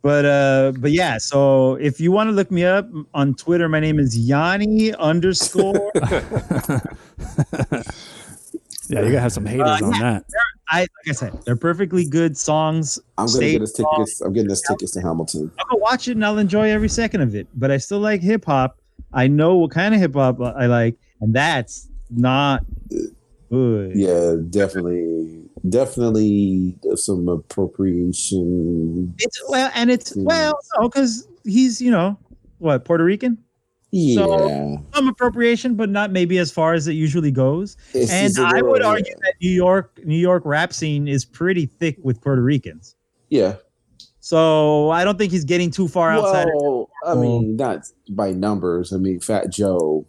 [SPEAKER 9] But uh but yeah, so if you want to look me up on Twitter, my name is Yanni
[SPEAKER 8] <laughs>
[SPEAKER 9] underscore
[SPEAKER 8] Yeah, you gotta have some haters on that.
[SPEAKER 9] I like I said, they're perfectly good songs.
[SPEAKER 7] I'm gonna
[SPEAKER 9] stage
[SPEAKER 7] get us
[SPEAKER 9] songs.
[SPEAKER 7] tickets. I'm getting us tickets to Hamilton.
[SPEAKER 9] I'm gonna watch it and I'll enjoy every second of it. But I still like hip hop. I know what kind of hip hop I like, and that's not good.
[SPEAKER 7] Yeah, definitely, definitely some appropriation.
[SPEAKER 9] It's well, and it's
[SPEAKER 7] Hmm.
[SPEAKER 9] well, no, because he's you know what Puerto Rican,
[SPEAKER 7] Yeah,
[SPEAKER 9] some appropriation, but not maybe as far as it usually goes.
[SPEAKER 7] It's-
[SPEAKER 9] and
[SPEAKER 7] it's a
[SPEAKER 9] I
[SPEAKER 7] world,
[SPEAKER 9] would
[SPEAKER 7] yeah.
[SPEAKER 9] argue that New York, New York rap scene is pretty thick with Puerto Ricans.
[SPEAKER 7] Yeah,
[SPEAKER 9] So I don't think he's getting too far outside. of-
[SPEAKER 7] well, I mean, not by numbers. I mean, Fat Joe.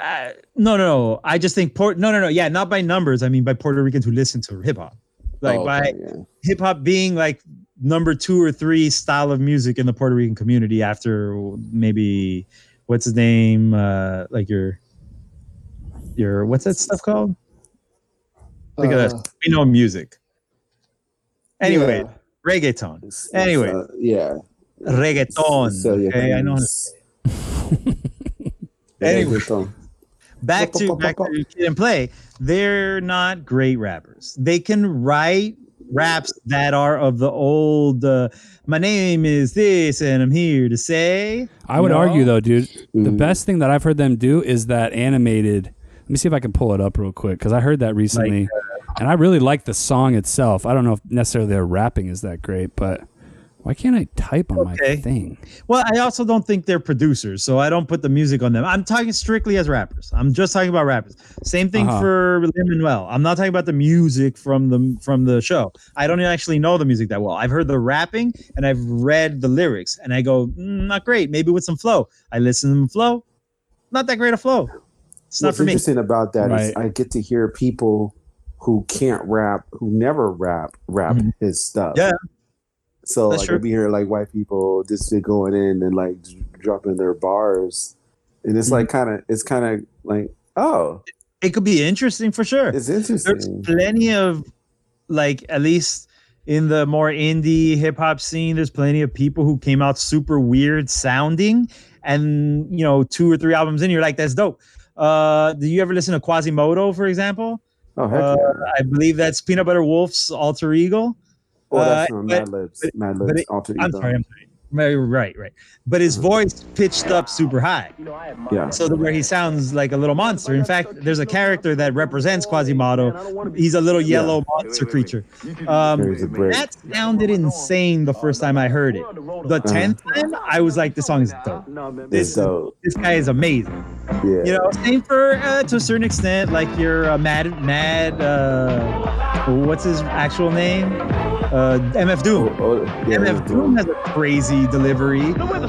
[SPEAKER 9] Uh, no, no, no. I just think Port. No, no, no. Yeah, not by numbers. I mean by Puerto Ricans who listen to hip hop, like
[SPEAKER 7] Oh,
[SPEAKER 9] by
[SPEAKER 7] okay, yeah.
[SPEAKER 9] hip hop being like number two or three style of music in the Puerto Rican community after maybe what's his name? Uh, like your your what's that stuff called? Look at
[SPEAKER 10] Uh,
[SPEAKER 9] that. We know music. Anyway,
[SPEAKER 10] yeah.
[SPEAKER 9] reggaeton.
[SPEAKER 7] It's- it's,
[SPEAKER 9] Anyway.
[SPEAKER 7] uh, yeah.
[SPEAKER 9] Reggaeton.
[SPEAKER 7] Celia
[SPEAKER 9] okay, I know. how to-
[SPEAKER 7] Cruz.
[SPEAKER 9] Anyway.
[SPEAKER 7] Reggaeton.
[SPEAKER 9] back to back to kid and play they're not great rappers they can write raps that are of the old uh, my name is this and i'm here to say
[SPEAKER 8] I would
[SPEAKER 9] No.
[SPEAKER 8] argue though, dude, the
[SPEAKER 7] Mhm.
[SPEAKER 8] best thing that I've heard them do is that animated. Let me see if I can pull it up real quick because I heard that recently, and I really like the song itself. I don't know if necessarily their rapping is that great, but why can't I type on
[SPEAKER 9] Okay.
[SPEAKER 8] my thing?
[SPEAKER 9] well i also don't think they're producers so i don't put the music on them i'm talking strictly as rappers i'm just talking about rappers same thing
[SPEAKER 8] Uh-huh.
[SPEAKER 9] for lin manuel i'm not talking about the music from the from the show i don't actually know the music that well i've heard the rapping and i've read the lyrics and i go "Mm, not great maybe with some flow i listen to the flow not that great a flow it's not
[SPEAKER 7] What's
[SPEAKER 9] for me
[SPEAKER 7] interesting about that is
[SPEAKER 8] Right.
[SPEAKER 7] I get to hear people who can't rap, who never rap, rap
[SPEAKER 9] Mhm.
[SPEAKER 7] his stuff.
[SPEAKER 9] Yeah.
[SPEAKER 7] So
[SPEAKER 9] That's
[SPEAKER 7] like
[SPEAKER 9] true.
[SPEAKER 7] we hear like white people just going in and like d- dropping their bars, and it's like
[SPEAKER 9] Mm-hmm.
[SPEAKER 7] kind of it's kind of like oh
[SPEAKER 9] it could be interesting for sure
[SPEAKER 7] it's
[SPEAKER 9] there's
[SPEAKER 7] interesting.
[SPEAKER 9] plenty of like at least in the more indie hip hop scene there's plenty of people who came out super weird sounding and you know two or three albums in you're like that's dope uh do you ever listen to quasimodo for example
[SPEAKER 7] Oh heck
[SPEAKER 9] uh,
[SPEAKER 7] yeah!
[SPEAKER 9] i believe that's peanut butter wolf's alter ego
[SPEAKER 7] Oh, that's
[SPEAKER 9] uh,
[SPEAKER 7] from
[SPEAKER 9] but-
[SPEAKER 7] Mad Libs.
[SPEAKER 9] but-
[SPEAKER 7] Mad
[SPEAKER 9] but
[SPEAKER 7] Libs.
[SPEAKER 9] it-
[SPEAKER 7] Alter
[SPEAKER 9] i'm
[SPEAKER 7] Ego.
[SPEAKER 9] sorry i'm sorry Right, right right but his
[SPEAKER 7] Uh-huh.
[SPEAKER 9] voice pitched up super high
[SPEAKER 7] Yeah.
[SPEAKER 9] so that where he sounds like a little monster. In fact, there's a character that represents Quasimodo. He's a little yellow monster creature.
[SPEAKER 7] There's a
[SPEAKER 9] Um,
[SPEAKER 7] break.
[SPEAKER 9] that sounded insane the first time I heard it. The
[SPEAKER 7] Uh-huh.
[SPEAKER 9] tenth time, I was like, "This song is dope.
[SPEAKER 7] It's dope.
[SPEAKER 9] This guy is amazing."
[SPEAKER 7] Yeah.
[SPEAKER 9] You know, same for uh, to a certain extent, like your uh, Mad Mad. Uh, what's his actual name? Uh, MF
[SPEAKER 7] Oh,
[SPEAKER 9] Doom.
[SPEAKER 7] oh, yeah,
[SPEAKER 9] MF Doom has a crazy delivery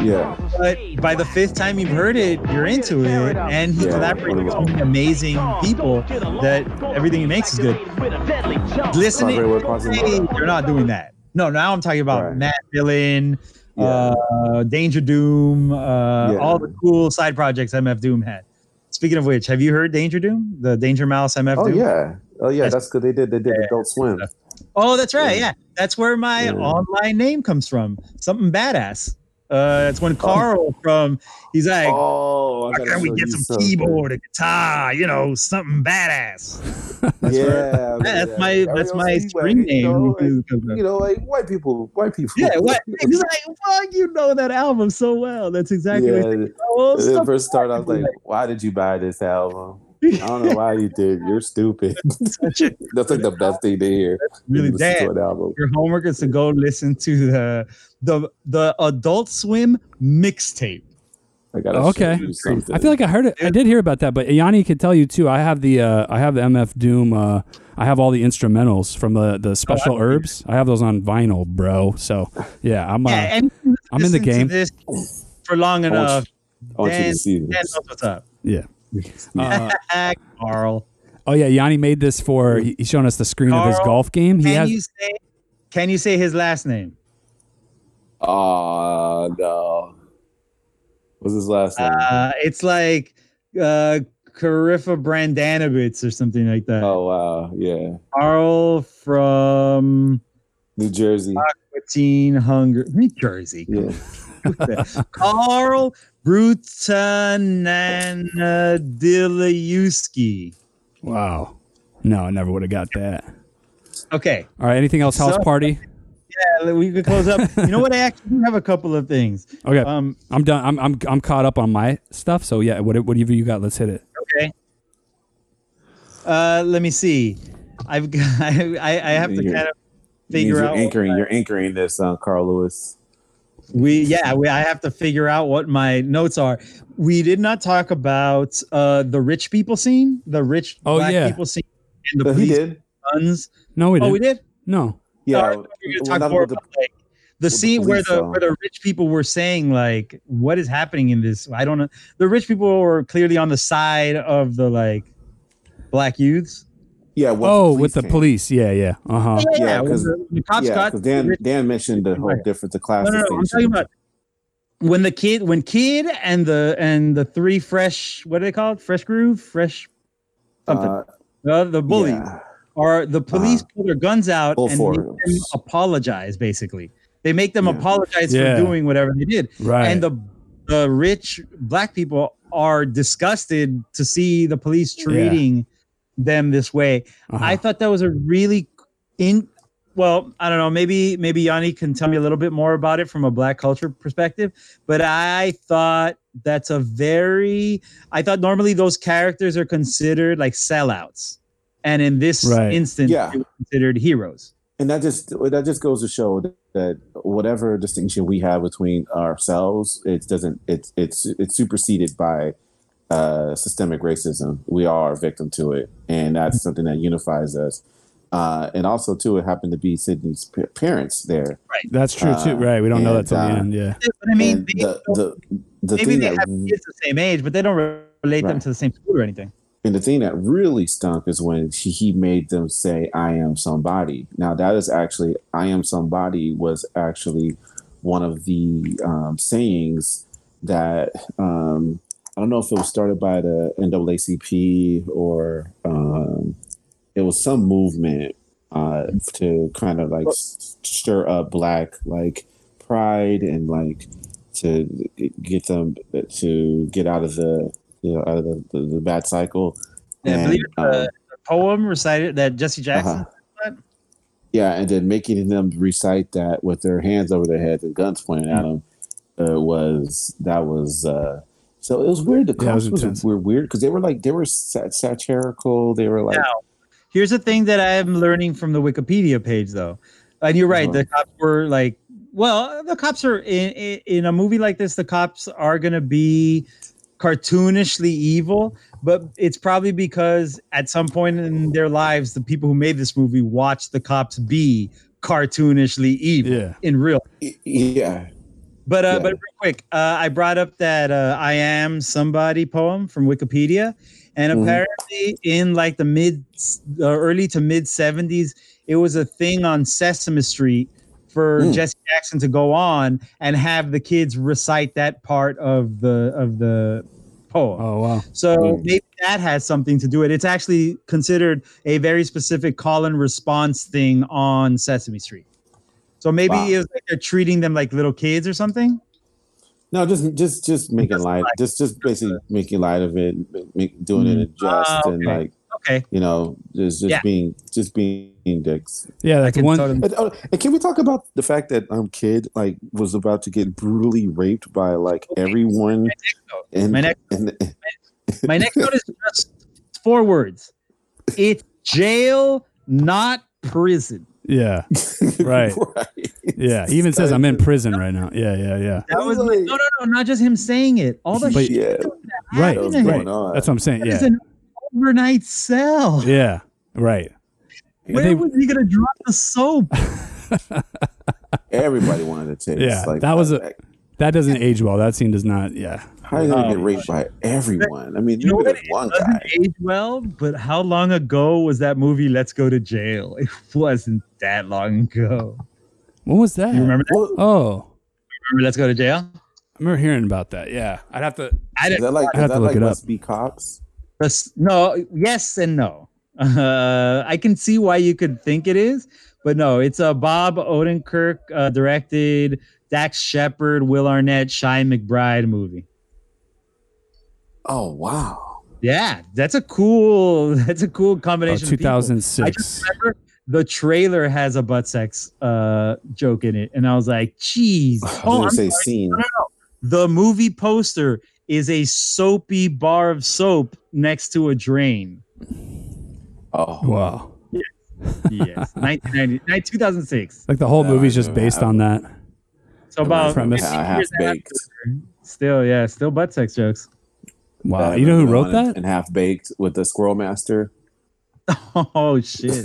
[SPEAKER 7] yeah.
[SPEAKER 9] but by the fifth time you've heard it, you're into it, and he
[SPEAKER 7] Yeah.
[SPEAKER 9] collaborated with so many amazing people that everything he makes is good. Listen, to-
[SPEAKER 7] Collaborate with Quasimodo.
[SPEAKER 9] you're not doing that. No, now I'm talking about
[SPEAKER 7] Right.
[SPEAKER 9] Matt Dillon,
[SPEAKER 7] Yeah.
[SPEAKER 9] uh, Danger Doom, uh,
[SPEAKER 7] Yeah.
[SPEAKER 9] all the cool side projects MF Doom had. Speaking of which, have you heard Danger Doom? The Danger Mouse MF
[SPEAKER 7] Oh
[SPEAKER 9] Doom?
[SPEAKER 7] yeah. Oh yeah.
[SPEAKER 9] That's-
[SPEAKER 7] That's good. They did. They did Adult Swim.
[SPEAKER 9] Oh, that's right.
[SPEAKER 7] Yeah.
[SPEAKER 9] Yeah. That's where my
[SPEAKER 7] Yeah.
[SPEAKER 9] online name comes from. Something badass. Uh, that's when Carl from, he's like,
[SPEAKER 7] Oh, I
[SPEAKER 9] Why can't we get some keyboard, a guitar, you know, something badass?
[SPEAKER 7] yeah,
[SPEAKER 9] Yeah, <laughs> that's my that's my screen name.
[SPEAKER 7] You know, like, you know, like white people, white people.
[SPEAKER 9] yeah,
[SPEAKER 7] <laughs>
[SPEAKER 9] what? <laughs> He's like, fuck, you know that album so well. That's exactly what
[SPEAKER 7] Yeah,
[SPEAKER 9] oh,
[SPEAKER 7] when it
[SPEAKER 9] <laughs> stuff.
[SPEAKER 7] first started, I was like, "Why did you buy this album? I don't know why you
[SPEAKER 9] <laughs>
[SPEAKER 7] did. You're stupid." <laughs>
[SPEAKER 9] Such a-
[SPEAKER 7] That's like the best thing to hear.
[SPEAKER 9] really
[SPEAKER 7] Listen to
[SPEAKER 9] dad.
[SPEAKER 7] an album.
[SPEAKER 9] Your homework is to go listen to the the the Adult Swim mixtape.
[SPEAKER 7] I gotta
[SPEAKER 8] Okay.
[SPEAKER 7] show you something.
[SPEAKER 8] I feel like I heard it. I did hear about that, but Yanni could tell you too. I have the uh, I have the MF Doom. Uh, I have all the instrumentals from the the special herbs. I have those on vinyl, bro. So yeah, I'm. Uh,
[SPEAKER 9] yeah, and
[SPEAKER 8] I'm in the
[SPEAKER 9] listen to this for long
[SPEAKER 7] I want
[SPEAKER 9] enough.
[SPEAKER 7] you- I want you
[SPEAKER 9] uh, Dan-
[SPEAKER 7] to see
[SPEAKER 9] Dan
[SPEAKER 7] this.
[SPEAKER 9] knows what's up.
[SPEAKER 8] yeah. Uh,
[SPEAKER 9] <laughs> Carl.
[SPEAKER 8] oh yeah, Yanni made this for. he- He's showing us the screen of his
[SPEAKER 9] Carl,
[SPEAKER 8] golf game. He
[SPEAKER 9] Can
[SPEAKER 8] has.
[SPEAKER 9] you say can you say his last name?
[SPEAKER 7] Oh no. What's his last name?
[SPEAKER 9] Uh, it's like uh, Carifa Brandanovitz or something like that.
[SPEAKER 7] oh wow, yeah,
[SPEAKER 9] Carl from
[SPEAKER 7] New Jersey.
[SPEAKER 9] Teen Hunger, New Jersey.
[SPEAKER 7] Yeah.
[SPEAKER 9] Carl Brutananadiliuski.
[SPEAKER 8] wow. No, I never would have got that.
[SPEAKER 9] Okay,
[SPEAKER 8] All right. Anything else? House
[SPEAKER 9] So-
[SPEAKER 8] party.
[SPEAKER 9] yeah, we could close up. <laughs> You know what? I actually do have a couple of things.
[SPEAKER 8] Okay.
[SPEAKER 9] Um,
[SPEAKER 8] I'm done. I'm, I'm I'm caught up on my stuff. So yeah, what whatever you got, let's hit it.
[SPEAKER 9] Okay. Uh, let me see. I've got, <laughs> I, I have to
[SPEAKER 7] You're-
[SPEAKER 9] kind of
[SPEAKER 7] Means
[SPEAKER 9] figure
[SPEAKER 7] you're
[SPEAKER 9] out.
[SPEAKER 7] anchoring. You're anchoring this, uh, Carl Lewis.
[SPEAKER 9] We yeah, we, I have to figure out what my notes are. We did not talk about uh the rich people scene, the rich
[SPEAKER 8] Oh,
[SPEAKER 9] black
[SPEAKER 8] yeah.
[SPEAKER 9] people scene, and the
[SPEAKER 7] But he
[SPEAKER 9] police
[SPEAKER 7] did.
[SPEAKER 9] guns.
[SPEAKER 8] No, we
[SPEAKER 9] oh,
[SPEAKER 8] didn't.
[SPEAKER 9] we did.
[SPEAKER 8] No.
[SPEAKER 7] Yeah,
[SPEAKER 9] Sorry, I thought we were gonna
[SPEAKER 7] well,
[SPEAKER 9] talk
[SPEAKER 7] not
[SPEAKER 9] more
[SPEAKER 7] with the-
[SPEAKER 9] about, like, the scene where
[SPEAKER 7] police, um,
[SPEAKER 9] the
[SPEAKER 7] though.
[SPEAKER 9] where the rich people were saying like, "What is happening in this?" I don't know. The rich people were clearly on the side of the like black youths.
[SPEAKER 7] yeah. once
[SPEAKER 8] Oh, with the
[SPEAKER 7] came.
[SPEAKER 8] police. Yeah, yeah. Uh huh.
[SPEAKER 7] Yeah,
[SPEAKER 9] when
[SPEAKER 7] 'cause-
[SPEAKER 9] the, the cops
[SPEAKER 7] yeah,
[SPEAKER 9] got
[SPEAKER 7] because Dan
[SPEAKER 9] the rich-
[SPEAKER 7] Dan mentioned the whole
[SPEAKER 9] Right.
[SPEAKER 7] difference of
[SPEAKER 9] no,
[SPEAKER 7] class.
[SPEAKER 9] no, no. I'm talking about when the kid when kid and the and the three fresh what do they call it fresh groove fresh something
[SPEAKER 7] Uh,
[SPEAKER 9] uh, the bully
[SPEAKER 7] yeah. Uh,
[SPEAKER 9] are the police pull their guns out
[SPEAKER 7] Full
[SPEAKER 9] and
[SPEAKER 7] force.
[SPEAKER 9] make them apologize basically they make them
[SPEAKER 7] Yeah.
[SPEAKER 9] apologize
[SPEAKER 8] Yeah.
[SPEAKER 9] for doing whatever they did
[SPEAKER 8] Right.
[SPEAKER 9] and the the rich black people are disgusted to see the police treating them this way
[SPEAKER 8] Uh-huh.
[SPEAKER 9] I thought that was a really in well, I don't know, maybe maybe Yanni can tell me a little bit more about it from a black culture perspective, but I thought that's a very I thought normally those characters are considered like sellouts. And in this
[SPEAKER 8] Right.
[SPEAKER 9] instance
[SPEAKER 7] Yeah.
[SPEAKER 9] they were considered heroes.
[SPEAKER 7] and that just that just goes to show that whatever distinction we have between ourselves, it doesn't it's it's it's superseded by uh, systemic racism. We are a victim to it, and that's something that unifies us. Uh, and also, too, it happened to be Sydney's p- parents there.
[SPEAKER 8] That's true too.
[SPEAKER 7] Uh,
[SPEAKER 8] Right. We don't know that till
[SPEAKER 7] and,
[SPEAKER 8] the
[SPEAKER 7] uh,
[SPEAKER 8] end. Yeah.
[SPEAKER 9] But I mean
[SPEAKER 7] And
[SPEAKER 9] they-
[SPEAKER 7] the the, the
[SPEAKER 9] maybe
[SPEAKER 7] thing
[SPEAKER 9] they
[SPEAKER 7] that
[SPEAKER 9] have kids the same age, but they don't relate them
[SPEAKER 7] Right.
[SPEAKER 9] to the same school or anything.
[SPEAKER 7] And the thing that really stunk is when he, he made them say, I am somebody. Now, that is actually, I am somebody was actually one of the um, sayings that, um, I don't know if it was started by the NAACP or um, it was some movement uh, to kind of like s- stir up black like pride and like to get them to get out of the you know, out of the, the, the bad cycle.
[SPEAKER 9] Yeah, I believe uh, it's
[SPEAKER 7] um,
[SPEAKER 9] a, a poem recited that Jesse Jackson
[SPEAKER 7] Uh-huh. yeah, and then making them recite that with their hands over their heads and guns pointed at
[SPEAKER 8] Mm.
[SPEAKER 7] them uh, was that was uh, so it was weird. The
[SPEAKER 8] Yeah, it was
[SPEAKER 7] cops was
[SPEAKER 8] intense.
[SPEAKER 7] were weird because they were like they were sat- satirical. They were like
[SPEAKER 9] Now, here's the thing that I'm learning from the Wikipedia page, though. And you're right, the cops were like, well, the cops are in, in in a movie like this. The cops are gonna be cartoonishly evil, but it's probably because at some point in their lives, the people who made this movie watched the cops be cartoonishly evil
[SPEAKER 8] Yeah.
[SPEAKER 9] in real
[SPEAKER 7] y- yeah,
[SPEAKER 9] but uh,
[SPEAKER 7] Yeah.
[SPEAKER 9] but real quick, uh, I brought up that uh, "I am somebody" poem from Wikipedia, and
[SPEAKER 7] Mhm.
[SPEAKER 9] apparently in like the mid, uh, early to mid '70s, it was a thing on Sesame Street for
[SPEAKER 7] Mm.
[SPEAKER 9] Jesse Jackson to go on and have the kids recite that part of the of the poem.
[SPEAKER 8] Oh wow.
[SPEAKER 9] So
[SPEAKER 7] Mm.
[SPEAKER 9] maybe that has something to do with it. It's actually considered a very specific call and response thing on Sesame Street. So maybe
[SPEAKER 7] Wow.
[SPEAKER 9] it's like they're treating them like little kids or something.
[SPEAKER 7] no, just just just making light, just just basically making light of it, make, doing
[SPEAKER 8] Mm,
[SPEAKER 7] it in jest
[SPEAKER 9] Ah,
[SPEAKER 8] oh,
[SPEAKER 7] and
[SPEAKER 9] okay.
[SPEAKER 7] like
[SPEAKER 9] Okay.
[SPEAKER 7] you know just just
[SPEAKER 9] Yeah.
[SPEAKER 7] being just being dicks.
[SPEAKER 8] Yeah. That's
[SPEAKER 9] can
[SPEAKER 8] one.
[SPEAKER 9] totally-
[SPEAKER 7] And, oh, and can we talk about the fact that um kid like was about to get brutally raped by like everyone and,
[SPEAKER 9] Oh, My next-
[SPEAKER 7] and <laughs>
[SPEAKER 9] My next note is just four words. It's jail, not prison.
[SPEAKER 8] Yeah. Right. Yeah. He even says I'm in prison right now. Yeah. Yeah. Yeah.
[SPEAKER 9] That was
[SPEAKER 7] Really?
[SPEAKER 9] no, no, no, not just him saying it. All the
[SPEAKER 8] But-
[SPEAKER 9] shit
[SPEAKER 7] yeah,
[SPEAKER 9] that
[SPEAKER 8] Right.
[SPEAKER 7] that
[SPEAKER 9] happened
[SPEAKER 7] was
[SPEAKER 9] to him.
[SPEAKER 7] going
[SPEAKER 8] Right.
[SPEAKER 7] on.
[SPEAKER 8] That's what I'm saying.
[SPEAKER 9] It was
[SPEAKER 8] Yeah.
[SPEAKER 9] an overnight cell.
[SPEAKER 8] Yeah. Right.
[SPEAKER 9] Where
[SPEAKER 8] They-
[SPEAKER 9] was he gonna drop the soap?
[SPEAKER 8] <laughs>
[SPEAKER 7] Everybody wanted to taste.
[SPEAKER 8] Yeah,
[SPEAKER 7] like,
[SPEAKER 8] that was a- That doesn't age well. That scene does not. Yeah.
[SPEAKER 7] How are you gonna
[SPEAKER 9] Oh,
[SPEAKER 7] get raped by everyone? I mean,
[SPEAKER 9] You know
[SPEAKER 7] you
[SPEAKER 9] what?
[SPEAKER 7] could have
[SPEAKER 9] It
[SPEAKER 7] one
[SPEAKER 9] doesn't
[SPEAKER 7] guy.
[SPEAKER 9] age well, but how long ago was that movie? Let's go to jail. <laughs> It wasn't that long ago.
[SPEAKER 8] When was that?
[SPEAKER 9] You remember that?
[SPEAKER 7] Well,
[SPEAKER 8] Oh,
[SPEAKER 9] Remember Let's go to jail.
[SPEAKER 8] I remember hearing about that. Yeah. Oh, I'd have to.
[SPEAKER 9] I
[SPEAKER 7] is
[SPEAKER 9] didn't.
[SPEAKER 7] that like
[SPEAKER 8] I have
[SPEAKER 7] is
[SPEAKER 8] to
[SPEAKER 7] that
[SPEAKER 8] look
[SPEAKER 7] like
[SPEAKER 8] it up.
[SPEAKER 7] must be cops?
[SPEAKER 9] that's- No. Yes and no. Uh, I can see why you could think it is, but no. It's a Bob Odenkirk uh, directed, Dax Shepard, Will Arnett, Shine McBride movie.
[SPEAKER 7] Oh wow. <laughs>
[SPEAKER 9] Yeah, that's a cool. <laughs> That's a cool
[SPEAKER 8] Oh,
[SPEAKER 9] combination. of people. I
[SPEAKER 8] 2006.
[SPEAKER 9] just remember the trailer has a butt sex uh, joke in it, and I was like, "Jeez!"
[SPEAKER 7] I was
[SPEAKER 9] <sighs> Oh,
[SPEAKER 7] gonna
[SPEAKER 9] I'm
[SPEAKER 7] say
[SPEAKER 9] sorry.
[SPEAKER 7] scene.
[SPEAKER 9] the movie poster is a soapy bar of soap next to a drain.
[SPEAKER 7] Oh
[SPEAKER 8] Wow.
[SPEAKER 9] Yes, <laughs> 1990, nine- 2006.
[SPEAKER 8] Like the whole
[SPEAKER 7] No,
[SPEAKER 8] movie's
[SPEAKER 7] I
[SPEAKER 8] just
[SPEAKER 7] remember
[SPEAKER 8] based
[SPEAKER 7] that
[SPEAKER 8] on that.
[SPEAKER 9] So about
[SPEAKER 8] premise.
[SPEAKER 9] 15
[SPEAKER 7] half
[SPEAKER 9] years after.
[SPEAKER 7] baked.
[SPEAKER 9] Still, yeah, still butt sex jokes. <laughs>
[SPEAKER 8] Wow. You know who wrote that?
[SPEAKER 7] And half baked with the squirrel master.
[SPEAKER 9] Oh shit!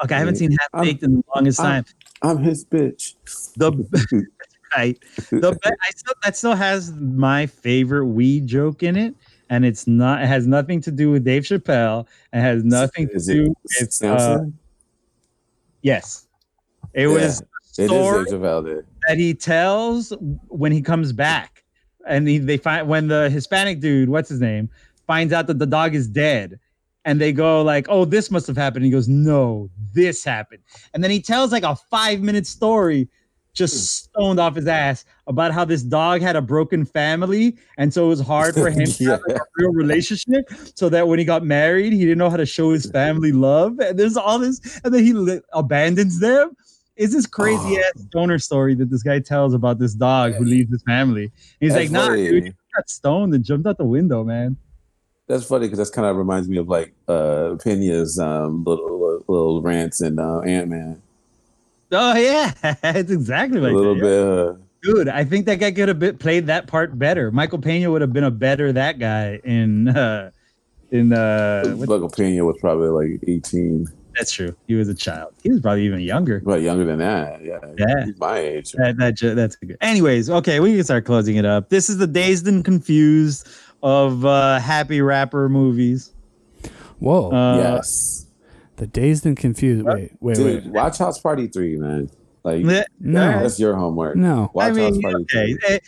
[SPEAKER 9] Fuck, I haven't seen half baked in the longest
[SPEAKER 7] I'm-
[SPEAKER 9] time.
[SPEAKER 7] <laughs> I'm his bitch.
[SPEAKER 9] The
[SPEAKER 7] <laughs>
[SPEAKER 9] <laughs> right. The be- I still that still has my favorite weed joke in it, and it's not it has nothing to do with Dave Chappelle. It has nothing to
[SPEAKER 7] Is it
[SPEAKER 9] do with uh,
[SPEAKER 7] Samson?
[SPEAKER 9] yes. It
[SPEAKER 7] Yeah,
[SPEAKER 9] was
[SPEAKER 7] it is
[SPEAKER 9] story
[SPEAKER 7] Dave Chappelle. dude.
[SPEAKER 9] that he tells when he comes back, and he, they find when the Hispanic dude, what's his name, finds out that the dog is dead, and they go like, "Oh, this must have happened." He goes, "No, this happened," and then he tells like a five-minute story. Just stoned off his ass about how this dog had a broken family, and so it was hard for him to have like, a real relationship. So that when he got married, he didn't know how to show his family love. And there's all this, and then he li- abandons them is this crazy
[SPEAKER 7] Uh-huh.
[SPEAKER 9] ass stoner story that this guy tells about this dog who leaves his family. And he's
[SPEAKER 7] That's
[SPEAKER 9] like, nah,
[SPEAKER 7] funny.
[SPEAKER 9] dude, you got stoned and jumped out the window, man.
[SPEAKER 7] That's funny because that's kind of reminds me of like uh Pena's um, little little rants and uh, Ant Man
[SPEAKER 9] Oh yeah, <laughs> it's exactly
[SPEAKER 7] a
[SPEAKER 9] like
[SPEAKER 7] little
[SPEAKER 9] that.
[SPEAKER 7] bit. Uh,
[SPEAKER 9] Dude, I think that guy could have been, played that part better. Michael Pena would have been a better that guy in <laughs> uh in uh what,
[SPEAKER 7] Michael Pena was probably like eighteen,
[SPEAKER 9] that's true. He was a child. He was probably even younger.
[SPEAKER 7] probably younger than that. Yeah,
[SPEAKER 9] Yeah.
[SPEAKER 7] he's my age.
[SPEAKER 9] That, that ju- that's good. Anyways, okay, we can start closing it up. This is the dazed and confused of uh happy rapper movies.
[SPEAKER 8] Whoa.
[SPEAKER 9] Uh,
[SPEAKER 7] yes,
[SPEAKER 8] the dazed and confused. Wait, wait,
[SPEAKER 7] dude,
[SPEAKER 8] wait.
[SPEAKER 7] watch House Party three, man. Like
[SPEAKER 9] Yeah,
[SPEAKER 8] No.
[SPEAKER 7] that's your homework.
[SPEAKER 8] No.
[SPEAKER 7] watch
[SPEAKER 9] I mean,
[SPEAKER 7] House Party
[SPEAKER 9] okay.
[SPEAKER 7] three.
[SPEAKER 9] eh,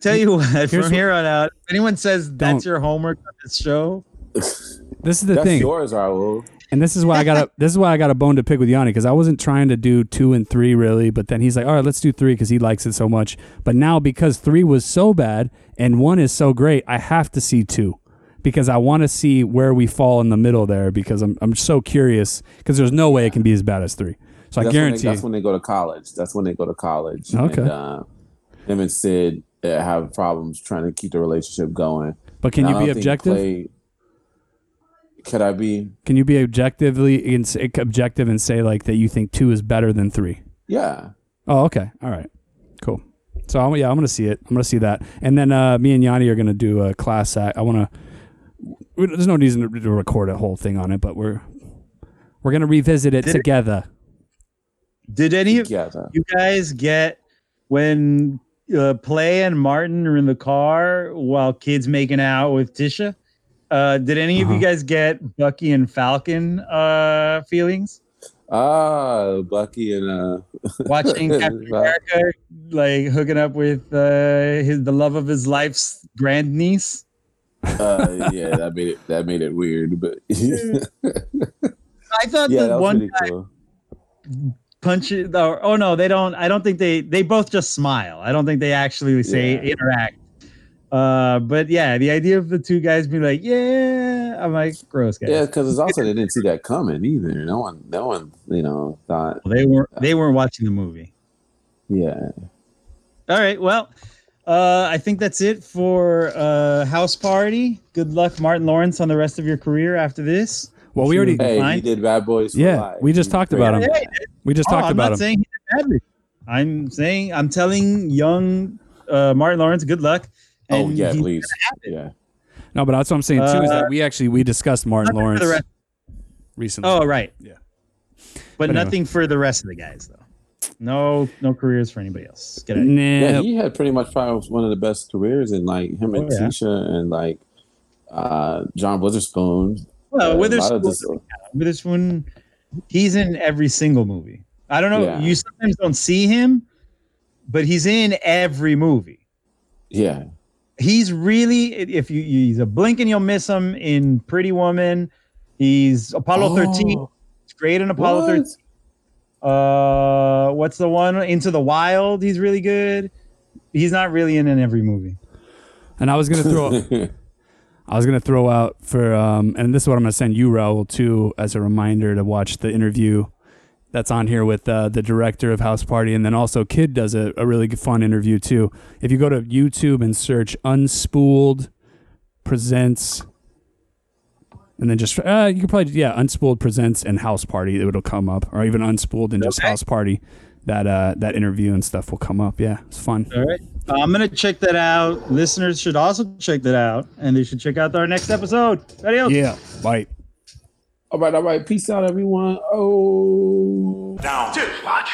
[SPEAKER 9] Tell you what, <laughs> from
[SPEAKER 8] what-
[SPEAKER 9] here on out, if anyone says
[SPEAKER 8] Don't.
[SPEAKER 9] that's your homework on this show,
[SPEAKER 8] This is the
[SPEAKER 7] That's
[SPEAKER 8] thing.
[SPEAKER 7] yours, Raul.
[SPEAKER 8] And this is why I got a this is why I got a bone to pick with Yanni because I wasn't trying to do two and three really, but then he's like, all right, let's do three because he likes it so much. But now because three was so bad and one is so great, I have to see two because I want to see where we fall in the middle there because I'm I'm so curious because there's no way it can be as bad as three. So I
[SPEAKER 7] that's When
[SPEAKER 8] guarantee.
[SPEAKER 7] they,
[SPEAKER 8] you.
[SPEAKER 7] that's when they go to college. That's when they go to college.
[SPEAKER 8] Okay.
[SPEAKER 7] And, uh, him and Sid uh, have problems trying to keep the relationship going.
[SPEAKER 8] but can
[SPEAKER 7] And
[SPEAKER 8] you
[SPEAKER 7] I
[SPEAKER 8] be
[SPEAKER 7] don't think
[SPEAKER 8] objective?
[SPEAKER 7] Clay- could I be?
[SPEAKER 8] Can you be objectively ins- objective and say like that you think two is better than three?
[SPEAKER 7] Yeah.
[SPEAKER 8] Oh, okay. All right. Cool. So I'm, yeah, I'm gonna see it. I'm gonna see that, and then uh, me and Yanni are gonna do a class act. I want to. There's no reason to to record a whole thing on it, but we're we're gonna revisit it
[SPEAKER 9] Did it-
[SPEAKER 8] together.
[SPEAKER 9] did any of
[SPEAKER 7] Yeah. that-
[SPEAKER 9] you guys get when uh, Play and Martin are in the car while kids making out with Tisha? Uh, did any of
[SPEAKER 8] Uh-huh.
[SPEAKER 9] you guys get Bucky and Falcon uh,
[SPEAKER 7] <laughs>
[SPEAKER 9] feelings
[SPEAKER 7] Ah, Bucky and uh,
[SPEAKER 9] watching Captain
[SPEAKER 7] Wow.
[SPEAKER 9] America like hooking up with uh, his the love of his life's grandniece?
[SPEAKER 7] uh yeah, that made it that made it weird, but <laughs> yeah,
[SPEAKER 9] I thought
[SPEAKER 7] that
[SPEAKER 9] the
[SPEAKER 7] was
[SPEAKER 9] one
[SPEAKER 7] pretty cool.
[SPEAKER 9] punch it or oh no they don't i don't think they they both just smile i don't think they actually say
[SPEAKER 7] Yeah.
[SPEAKER 9] interact uh but yeah the idea of the two guys being like yeah i'm like gross guys
[SPEAKER 7] Yeah, because it's also they didn't see that coming either. No one, no one, you know, thought.
[SPEAKER 9] Well, they weren't they weren't watching the movie
[SPEAKER 7] Yeah,
[SPEAKER 9] all right well uh i think that's it for uh house party good luck martin lawrence on the rest of your career after this
[SPEAKER 8] Well, we already
[SPEAKER 7] hey,
[SPEAKER 9] Fine.
[SPEAKER 7] he did Bad Boys. for
[SPEAKER 8] Yeah,
[SPEAKER 7] Life.
[SPEAKER 8] we just
[SPEAKER 7] He's
[SPEAKER 8] talked
[SPEAKER 7] great
[SPEAKER 8] about
[SPEAKER 7] at
[SPEAKER 8] him.
[SPEAKER 7] that.
[SPEAKER 8] we just
[SPEAKER 9] Oh,
[SPEAKER 8] talked
[SPEAKER 9] i'm
[SPEAKER 8] about
[SPEAKER 9] not
[SPEAKER 8] him.
[SPEAKER 9] saying he did badly. i'm saying i'm telling young uh martin lawrence good luck
[SPEAKER 7] Oh
[SPEAKER 9] and
[SPEAKER 7] yeah,
[SPEAKER 9] he-
[SPEAKER 7] please. Yeah,
[SPEAKER 8] no, but that's what I'm saying too is
[SPEAKER 9] Uh,
[SPEAKER 8] that we actually we discussed Martin
[SPEAKER 9] nothing for
[SPEAKER 8] Lawrence
[SPEAKER 9] the rest-
[SPEAKER 8] recently.
[SPEAKER 9] Oh, right.
[SPEAKER 8] Yeah.
[SPEAKER 9] But,
[SPEAKER 8] But anyway.
[SPEAKER 9] nothing for the rest of the guys though. No, no careers for anybody else. Get out.
[SPEAKER 8] nah,
[SPEAKER 7] yeah. He had pretty much probably one of the best careers in like him and
[SPEAKER 9] Oh, yeah.
[SPEAKER 7] Tisha and like uh John Witherspoon.
[SPEAKER 9] Well,
[SPEAKER 7] Uh, a lot
[SPEAKER 9] Witherspoon,
[SPEAKER 7] of this-
[SPEAKER 9] Witherspoon, he's in every single movie. I don't know.
[SPEAKER 7] Yeah.
[SPEAKER 9] You sometimes don't see him, but he's in every movie.
[SPEAKER 7] yeah,
[SPEAKER 9] He's really if you he's a blink and you'll miss him in Pretty Woman. He's Apollo
[SPEAKER 7] Oh,
[SPEAKER 9] 13. He's great in Apollo
[SPEAKER 7] what?
[SPEAKER 9] 13. Uh, what's the one Into the Wild? He's really good. He's not really in in every movie.
[SPEAKER 8] and I was gonna throw I was gonna throw out for um, and this is what I'm gonna send you Raul too as a reminder to watch the interview that's on here with uh, the director of House Party, and then also Kid does a, a really good, fun interview too. If you go to YouTube and search "Unspooled Presents," and then just uh, you can probably yeah "Unspooled Presents" and "House Party," it'll come up, or even "Unspooled" and just "House Party." That uh, that interview and stuff will come up. Yeah, it's fun.
[SPEAKER 9] All right. Uh, I'm going to check that out. Listeners should also check that out. And they should check out our next episode. Adios.
[SPEAKER 8] Yeah, bye.
[SPEAKER 7] All right, all right. Peace out, everyone. Oh.
[SPEAKER 2] Down.
[SPEAKER 1] Dude, watch.